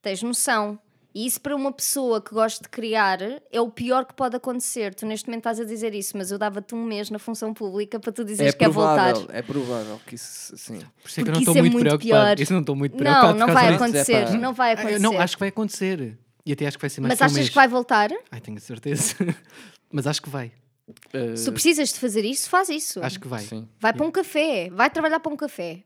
Tens noção. E isso para uma pessoa que gosta de criar é o pior que pode acontecer. Tu neste momento estás a dizer isso, mas eu dava-te um mês na função pública para tu dizeres que é voltar.
é provável que isso sim.
Por isso é que
Porque
eu não estou
isso é
muito,
muito
preocupado.
pior.
Isso não estou muito preocupado.
Não,
por
não
causa
vai
disso,
disso.
acontecer,
é pá.
não vai
Ah,
acontecer.
eu não, acho que vai acontecer. E até acho que vai ser mais
Mas
que um
achas
mês.
que vai voltar?
Ai, tenho certeza. *laughs* Mas acho que vai.
Se tu precisas de fazer isso, faz isso.
Eh, Acho que vai.
Sim.
Vai para um café, vai trabalhar para um café.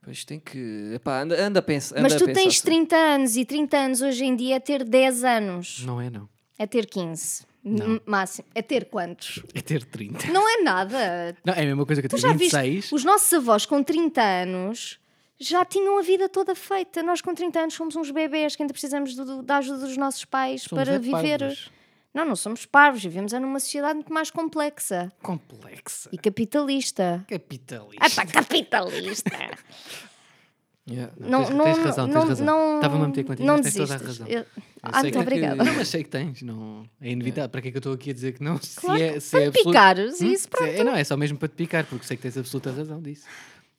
Pois tem que. Epá, anda, anda a pensar. anda
Mas
a
tu
pensar
tens
sobre-
30 anos e 30 anos hoje em dia é ter 10 anos,
Não é, não.
é ter 15, m- máximo. É ter quantos?
É ter 30.
Não é nada.
*laughs*
Não, é a mesma coisa que eu
Tu
tenho
já viste?
26.
Os nossos avós com 30 anos já tinham a vida toda feita. Nós com 30 anos somos uns bebês que ainda precisamos do- do- da ajuda dos nossos pais
Somos
para
é
viver.
parvos.
Não, não somos parvos, vivemos é numa sociedade muito mais complexa
Complexa.
*laughs*
e capitalista.
Capitalista.
Ah, pá, capitalista!
Yeah.
não,
tens-
não,
tens razão, tens
não,
razão.
não-
Estava-me a meter contigo,
não
mas tens toda a
desistas.
razão.
Eu-
Eu
Ah,
sei
muito
que- *laughs* é
obrigada.
Não, mas sei que tens. Não... É inevitável. Para que é que eu estou aqui a dizer que não? Se
Claro,
é, se
para
é
te
absoluto-
picares, isso,
Se É, não, é só mesmo para te picar, porque sei que tens absoluta razão disso.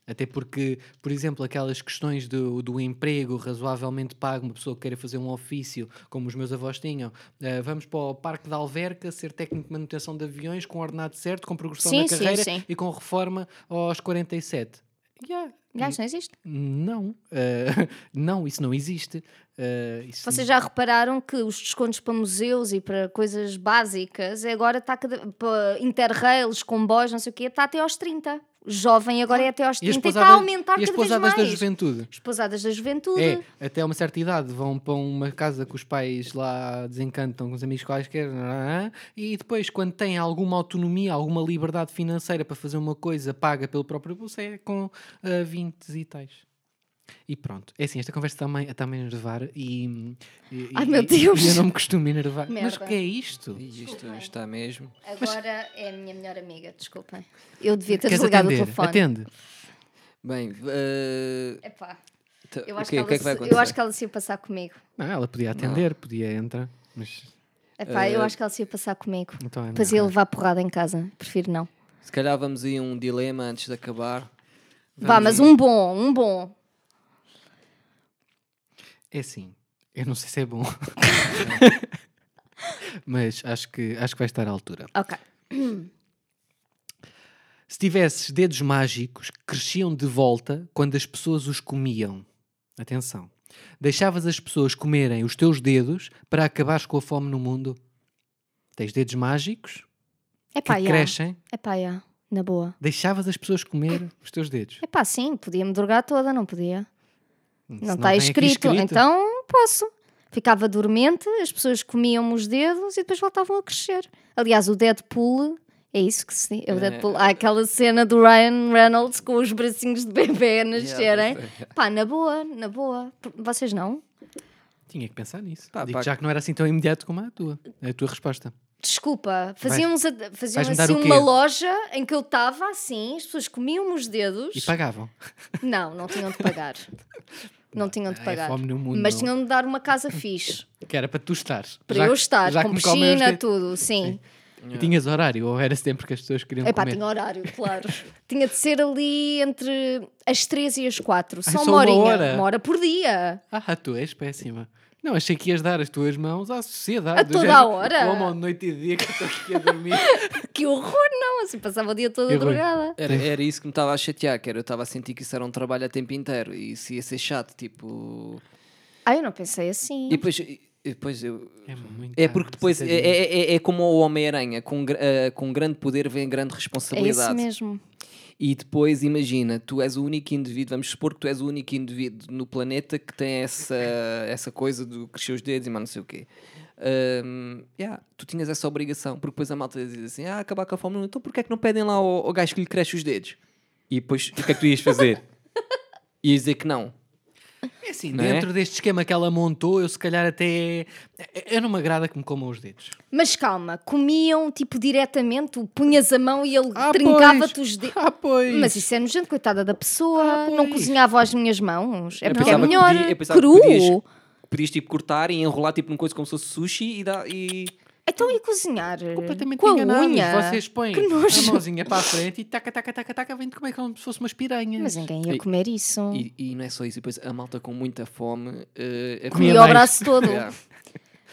Até porque, por exemplo, aquelas questões do, do emprego razoavelmente pago, uma pessoa que queira fazer um ofício, como os meus avós tinham, eh, vamos para o Parque da Alverca ser técnico de manutenção de aviões com ordenado certo, com progressão
Sim,
na
sim,
carreira
sim.
e com reforma aos 47. Yeah.
Aliás, não existe.
Não, eh, *laughs* não, isso não existe. Eh, isso
Vocês já repararam que os descontos para museus e para coisas básicas é agora está cada, para interrails, comboios, não sei o quê, está até aos 30. Jovem agora é até aos 30 e está a
pousada-
aumentar
Ah, e as
cada vez
pousadas
mais.
da juventude.
Esposadas da juventude.
É, até uma certa idade vão para uma casa que os pais lá desencantam com os amigos quaisquer nã, nã, e depois, quando têm alguma autonomia, alguma liberdade financeira para fazer uma coisa paga pelo próprio bolso, é com ah, 20 e tais. E pronto, é assim, esta conversa está-me a- está-me a enervar e, e-
Ai,
e-
meu
e-
Deus.
e eu não me costumo enervar. Mas
Merda.
o que é isto?
E isto está mesmo.
Agora é a minha melhor amiga, desculpem. Eu devia ter
Queres
desligado o
atender?
telefone.
Atende.
Bem, eh,
Epá,
tá-
eu
o
acho,
que,
que
o que é que vai
ela se,
acontecer?
eu acho que ela se ia passar comigo.
Não, Ah, ela podia atender, podia entrar, mas
Epá,
Eh,
eu acho que ela se ia passar comigo.
então é
Depois
melhor.
ia levar porrada em casa, prefiro não.
Se calhar vamos aí a um dilema antes de acabar.
Vá, mas um bom, um bom.
É assim, eu não sei se
*laughs*
é bom. Mas acho que, acho que vai estar à altura.
Ok.
Se tivesses dedos mágicos que cresciam de volta quando as pessoas os comiam, atenção, deixavas as pessoas comerem os teus dedos para acabares com a fome no mundo? Tens dedos mágicos
É
que
pá, já.
crescem,
É pá, já. Na boa.
deixavas as pessoas comer os teus dedos.
É pá, sim, podia-me drogar toda, não podia.
Se
não está
vem aqui
escrito. Então posso. Ficava dormente, as pessoas comiam-me os dedos e depois voltavam a crescer. Aliás, o Deadpool. É isso que se. É o Deadpool. Há aquela cena do Ryan Reynolds com os bracinhos de bebê a nascerem.
eh,
é.
Pá, na boa, na boa. P- Vocês não?
Tinha que pensar nisso.
Pá,
Digo
pá.
já que não era assim tão imediato como a tua, a tua resposta.
Desculpa, faziam, uns a- faziam
vais-me dar
assim
o quê?
uma loja em que eu estava assim, as pessoas comiam-me os dedos.
E pagavam. *laughs*
Não, não tinham de pagar. Não tinham de
há
pagar.
é fome no mundo,
Mas
não.
tinham de dar uma casa
*laughs*
fixe.
Que era para tu estares.
Para
Já
eu
que-
estar,
já
com
que me comem os
piscina,
dedos.
tudo, sim.
E tinhas horário, ou era sempre que as pessoas queriam
Epá,
comer?
tinha horário, claro.
*laughs*
tinha de ser ali entre as três e as quatro. Só
só
uma
uma
horinha.
hora?
Uma hora por dia. *laughs*
Ah, tu és péssima. Não, achei que ias dar as tuas mãos à sociedade.
A
do
toda
género,
a hora?
Como de noite e dia que eu estou aqui a *laughs* dormir. É
Que horror, não. Assim, passava o dia todo
Que horror.
drogada.
Era, era isso que me estava a chatear, que era eu estava a sentir que isso era um trabalho a tempo inteiro e isso ia ser chato, tipo.
Ah, eu não pensei assim.
E depois, e depois eu.
é, muito
É porque
tarde,
depois é,
sentadinho.
é, é- é como o Homem-Aranha, com, gra- eh, com grande poder vem grande
É isso
responsabilidade.
mesmo.
e depois imagina, tu és o único indivíduo, vamos supor que tu és o único indivíduo no planeta que tem essa, essa coisa do crescer os dedos e mais não sei o quê. Ahm, yeah, tu tinhas essa obrigação, porque depois a malta diz assim: ah, acabar com a fome, então porquê é que não pedem lá ao, ao gajo que lhe cresce os dedos? E depois o que é que tu ias
*laughs*
fazer? ias dizer que não.
É assim,
Não é?
dentro deste esquema que ela montou, eu se calhar até. Eu não me agrada que me comam os dedos.
Mas calma, comiam tipo diretamente, tu punhas a mão e ele
Ah,
trincava-te
pois.
os dedos.
*laughs* Ah, pois!
Mas isso é nojento, coitada da pessoa.
Ah,
não
pois.
cozinhava às minhas mãos. É
Eu
porque é
pensava que
melhor.
podia- eu pensava que
cru.
podias- Podias tipo cortar e enrolar tipo numa coisa como se fosse sushi e, dá, e...
Então e cozinhar?
Completamente
Com a
enganados.
unha.
Vocês põem
Que nojo.
a mãozinha para a frente e taca, taca, taca, taca, vem comer como se fosse umas piranhas.
Mas ninguém ia
E-
comer isso.
E, e não é só isso, e depois a malta com muita fome. eh, é-
Comia
Comia
o
mais.
braço todo.
*laughs* Yeah.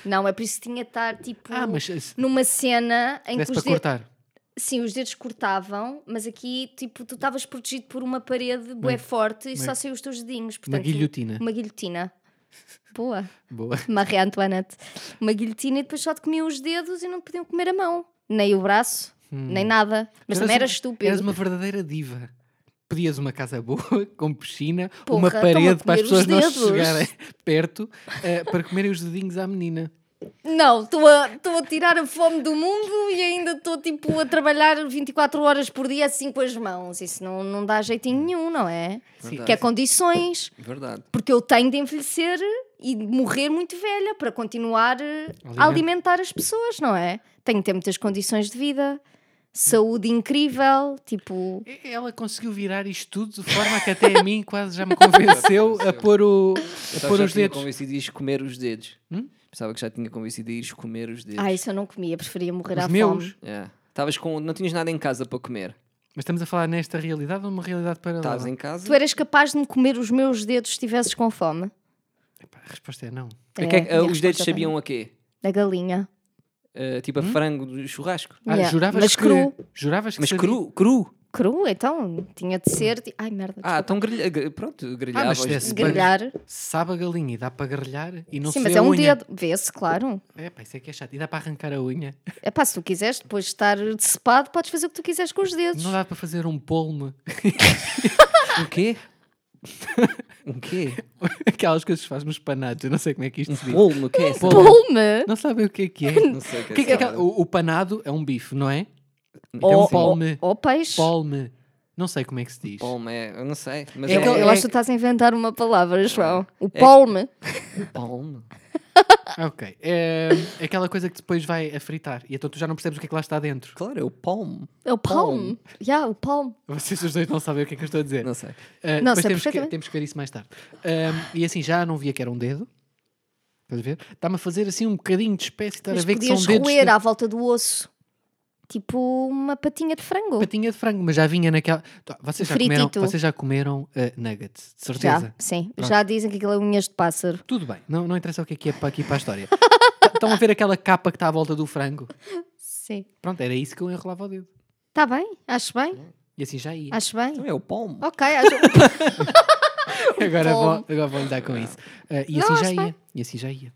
Não, é por isso que tinha de estar tipo
Ah, mas se
numa cena em que
desse
os
para
dedos.
cortar.
Sim, os dedos cortavam, mas aqui tipo, tu estavas protegido por uma parede bué forte e só saiu os teus dedinhos.
Uma
Portanto,
guilhotina.
Uma guilhotina. Boa.
Boa.
*laughs* Marie Antoinette. Uma guilhotina e depois só te comiam os dedos e não te podiam comer a mão. Nem o braço, nem nada. Mas
Hum. Eras
também
uma-
era estúpido.
Eras uma verdadeira diva. Pedias uma casa boa, *laughs* com piscina,
Porra,
uma
estão-me a
parede para as
comer os
pessoas não se
dedos.
chegarem *laughs* perto eh, para comerem os dedinhos à menina.
Não, estou a, estou a tirar a fome do mundo e ainda estou tipo a trabalhar 24 horas por dia assim com as mãos. Isso não, não dá jeitinho nenhum, não é?
Sim.
Que é condições.
Verdade.
Porque eu tenho de envelhecer e de morrer muito velha para continuar eh,
Alimenta.
a alimentar as pessoas, não é? Tenho de ter muitas condições de vida, saúde incrível, tipo.
E- Ela conseguiu virar isto tudo de forma que até a mim quase já me convenceu a pôr, o,
Eu
a
tava-
pôr
já
os
tinha
dedos.
convencido de ir comer os dedos.
Hum?
Pensava que já tinha convencido de ir comer os dedos.
Ah, isso eu não comia, preferia morrer
Os
à
meus?
fome.
É. Tavas com, não tinhas nada em casa para comer.
Mas estamos a falar nesta realidade ou numa realidade paralela?
Estavas em casa.
Tu eras capaz de me comer os meus dedos se estivesses com fome?
Epá, a resposta é não.
A que é que-
É,
ah,
e a
os dedos
resposta é
sabiam a quê?
Da galinha.
Ah, tipo a
Hum?
frango do churrasco.
Ah,
Yeah,
juravas
mas
que,
cru.
Juravas que
Mas
sabia-
cru, cru.
Cru, então, tinha de ser. ti- Ai, merda.
Ah,
desculpa.
então grelha, gr- pronto,
Ah,
grelhavas.
mas
Se
desse-
grelhar.
Sabe a galinha e dá para grelhar e não
Sim,
se
mas
vê
é
a
um
unha.
dedo. Vê-se, claro.
É, pá, isso é que é chato. E dá para arrancar a unha.
É pá, se tu quiseres depois de estar decepado, podes fazer o que tu quiseres com os dedos.
Não dá para fazer um polme.
o
*laughs*
quê? um quê?
Aquelas coisas que se faz nos panados. Eu não sei como é que isto se
Uhum.
diz.
Polmo, o que é essa?
Polmo.
Pulme!
Não sabem o que é
*laughs*
que é.
Não sei o
O,
que
que
é
é que é
essa.
aquela- o- o panado é um bife, não é?
É um polmo.
Ou,
palme.
ou- ou peixe.
Polme. Não sei como é que se diz.
Polmo, é, eu não sei. Mas
É
é,
Eu-
aquele-
eu acho que tu estás a inventar uma palavra, João. O polme.
polmo.
Ok. É é aquela coisa que depois vai a fritar. E então tu já não percebes o que é que lá está dentro.
Claro, é o palmo.
É o palme. Yeah, o palme.
Vocês os dois não sabem o que é que eu estou a dizer.
Não sei.
Não, sei
Ah, depois temos que,
perfeitamente.
temos que ver isso mais tarde. Ah, e assim, já não via que era um dedo. Estás a ver? Está-me a fazer assim um bocadinho de espécie. Estar a
Mas
ver que são
podias
dedos né?
roer
de
à volta do osso. Tipo uma patinha de frango.
patinha de frango. Mas já vinha naquela... Tá, Vocês já comeram,
Fritito.
vocês já comeram ah, nuggets, de certeza.
Já, sim.
Pronto.
Já dizem que aquilo é unhas de pássaro.
Tudo bem, não, não interessa o que é que é para aqui para a história. *laughs* Tá- Estão a ver aquela capa que está à volta do frango?
Sim.
Pronto, era isso que eu enrolava o dedo.
Está Tá bem? Acho bem?
E assim já ia.
Acho bem?
Não é o palmo.
Ok, acho...
Agora
Ah, bom.
vou, agora vou lidar com isso. Ah, e assim
Não,
já
acho
ia.
bem.
E assim já ia.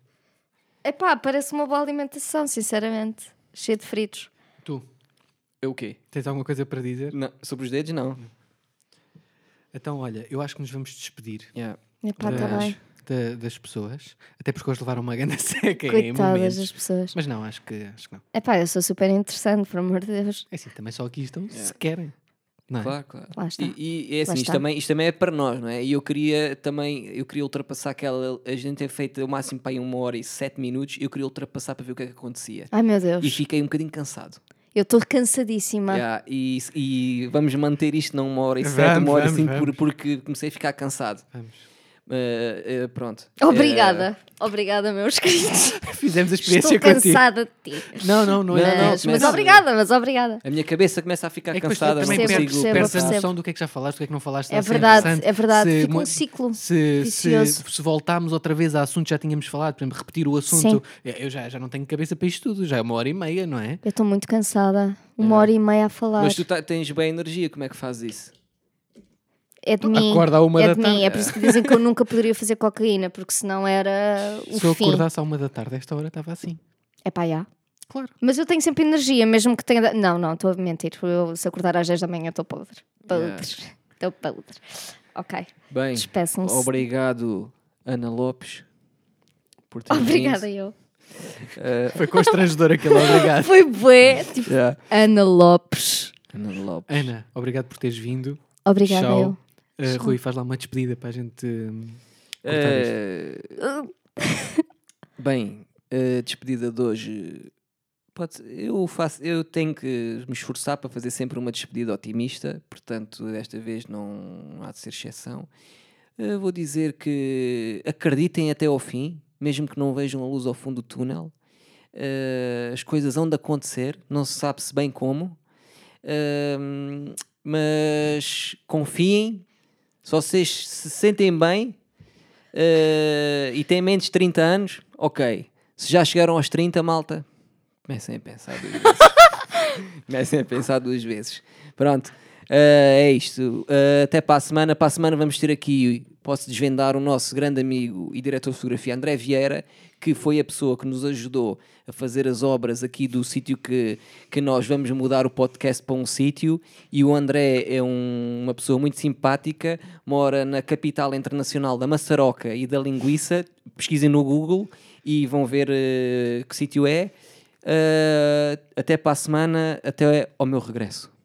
Epá, parece uma boa alimentação, sinceramente. Cheio de fritos.
Tu,
É o quê?
tens alguma coisa para dizer?
Não, sobre os dedos, não.
Então, olha, eu acho que nos vamos despedir
Yeah.
Epá,
das,
está tá bem.
da- das pessoas. Até porque hoje levaram uma ganda *laughs* seca em
Coitadas
É, momentos.
das pessoas.
Mas não, acho que, acho que não.
Epá, eu sou super interessante, por amor de Deus.
É assim, também só aqui estão se querem. Não é?
Claro, claro.
Lá está.
E, e é
Lá
assim, isto
está.
também, isto também é para nós, não é? E eu queria também, eu queria ultrapassar aquela. A gente tem feito o máximo para aí uma hora e sete minutos, eu queria ultrapassar para ver o que é que acontecia.
Ai meu Deus.
E fiquei um bocadinho cansado.
Eu estou cansadíssima.
Já, e, e vamos manter isto não uma hora e
Vamos,
sete, uma hora e
vamos,
cinco, por-
vamos.
porque comecei a ficar cansado.
Vamos. *laughs*
Eh, eh, pronto.
Obrigada. Obrigada, meus queridos.
Fizemos a experiência
Estou
contigo.
cansada de ti.
Não, não, não é.
Não,
Mas, mas
mas-
obrigada, mas obrigada.
Eh, a minha cabeça começa a ficar
É que depois
cansada.
também
não
percebo,
consigo
percebo,
Perdes a
pensar.
percebo.
noção do que é que já falaste, do que é que não falaste.
É
está a ser
verdade,
interessante.
é verdade.
Se
Fica
mu-
um ciclo.
se, se,
vicioso.
se voltarmos outra vez a assunto que já tínhamos falado, por exemplo, repetir o assunto, é, eu já, já não tenho cabeça para isto tudo, já é uma hora e meia, não é?
Eu estou muito cansada. Uma hora e meia a falar.
Mas tu tá- tens bem energia, como é que fazes isso?
É de mim.
Acorda à uma
é
da
de
tarde.
mim. É por isso que dizem que eu nunca poderia fazer cocaína, porque senão era o
Se eu
fim.
acordasse à uma da tarde, esta hora estava assim.
É pá, já.
Claro.
Mas eu tenho sempre energia, mesmo que tenha. Não, não, estou a mentir. Eu, se acordar às 10 da manhã, estou podre. Podre. Estou podre. Ok.
Bem,
Despeçam-se.
obrigado, Ana Lopes, por teres
Obrigada,
vindo.
eu.
Eh,
Foi constrangedor aquele obrigado.
Foi bué. Tipo,
yeah.
Ana Lopes.
Ana Lopes.
*laughs* Ana, obrigado por teres vindo.
Obrigada,
Tchau.
eu.
Uh, Rui, faz lá uma despedida para a gente. hum, cortar isto.
Eh, *laughs* Bem, a despedida de hoje. Pode, ser- eu, faço, eu tenho que me esforçar para fazer sempre uma despedida otimista, portanto, desta vez não há de ser exceção. Eh, vou dizer que acreditem até ao fim, mesmo que não vejam a luz ao fundo do túnel. Eh, as coisas hão de acontecer, não se sabe se bem como, Ahm, mas confiem. Se vocês se sentem bem, eh, e têm menos de 30 anos, ok. Se já chegaram aos 30, malta, comecem a pensar duas vezes. *laughs* comecem a pensar duas vezes. Pronto, eh, é isto. Eh, até para a semana. Para a semana vamos ter aqui, posso desvendar, o nosso grande amigo e diretor de fotografia André Vieira, que foi a pessoa que nos ajudou a fazer as obras aqui do sítio que, que nós vamos mudar o podcast para um sítio. E o André é um- uma pessoa muito simpática, mora na capital internacional da maçaroca e da linguiça. Pesquisem no Google e vão ver eh, que sítio é. Eh, até para a semana, até ao meu regresso.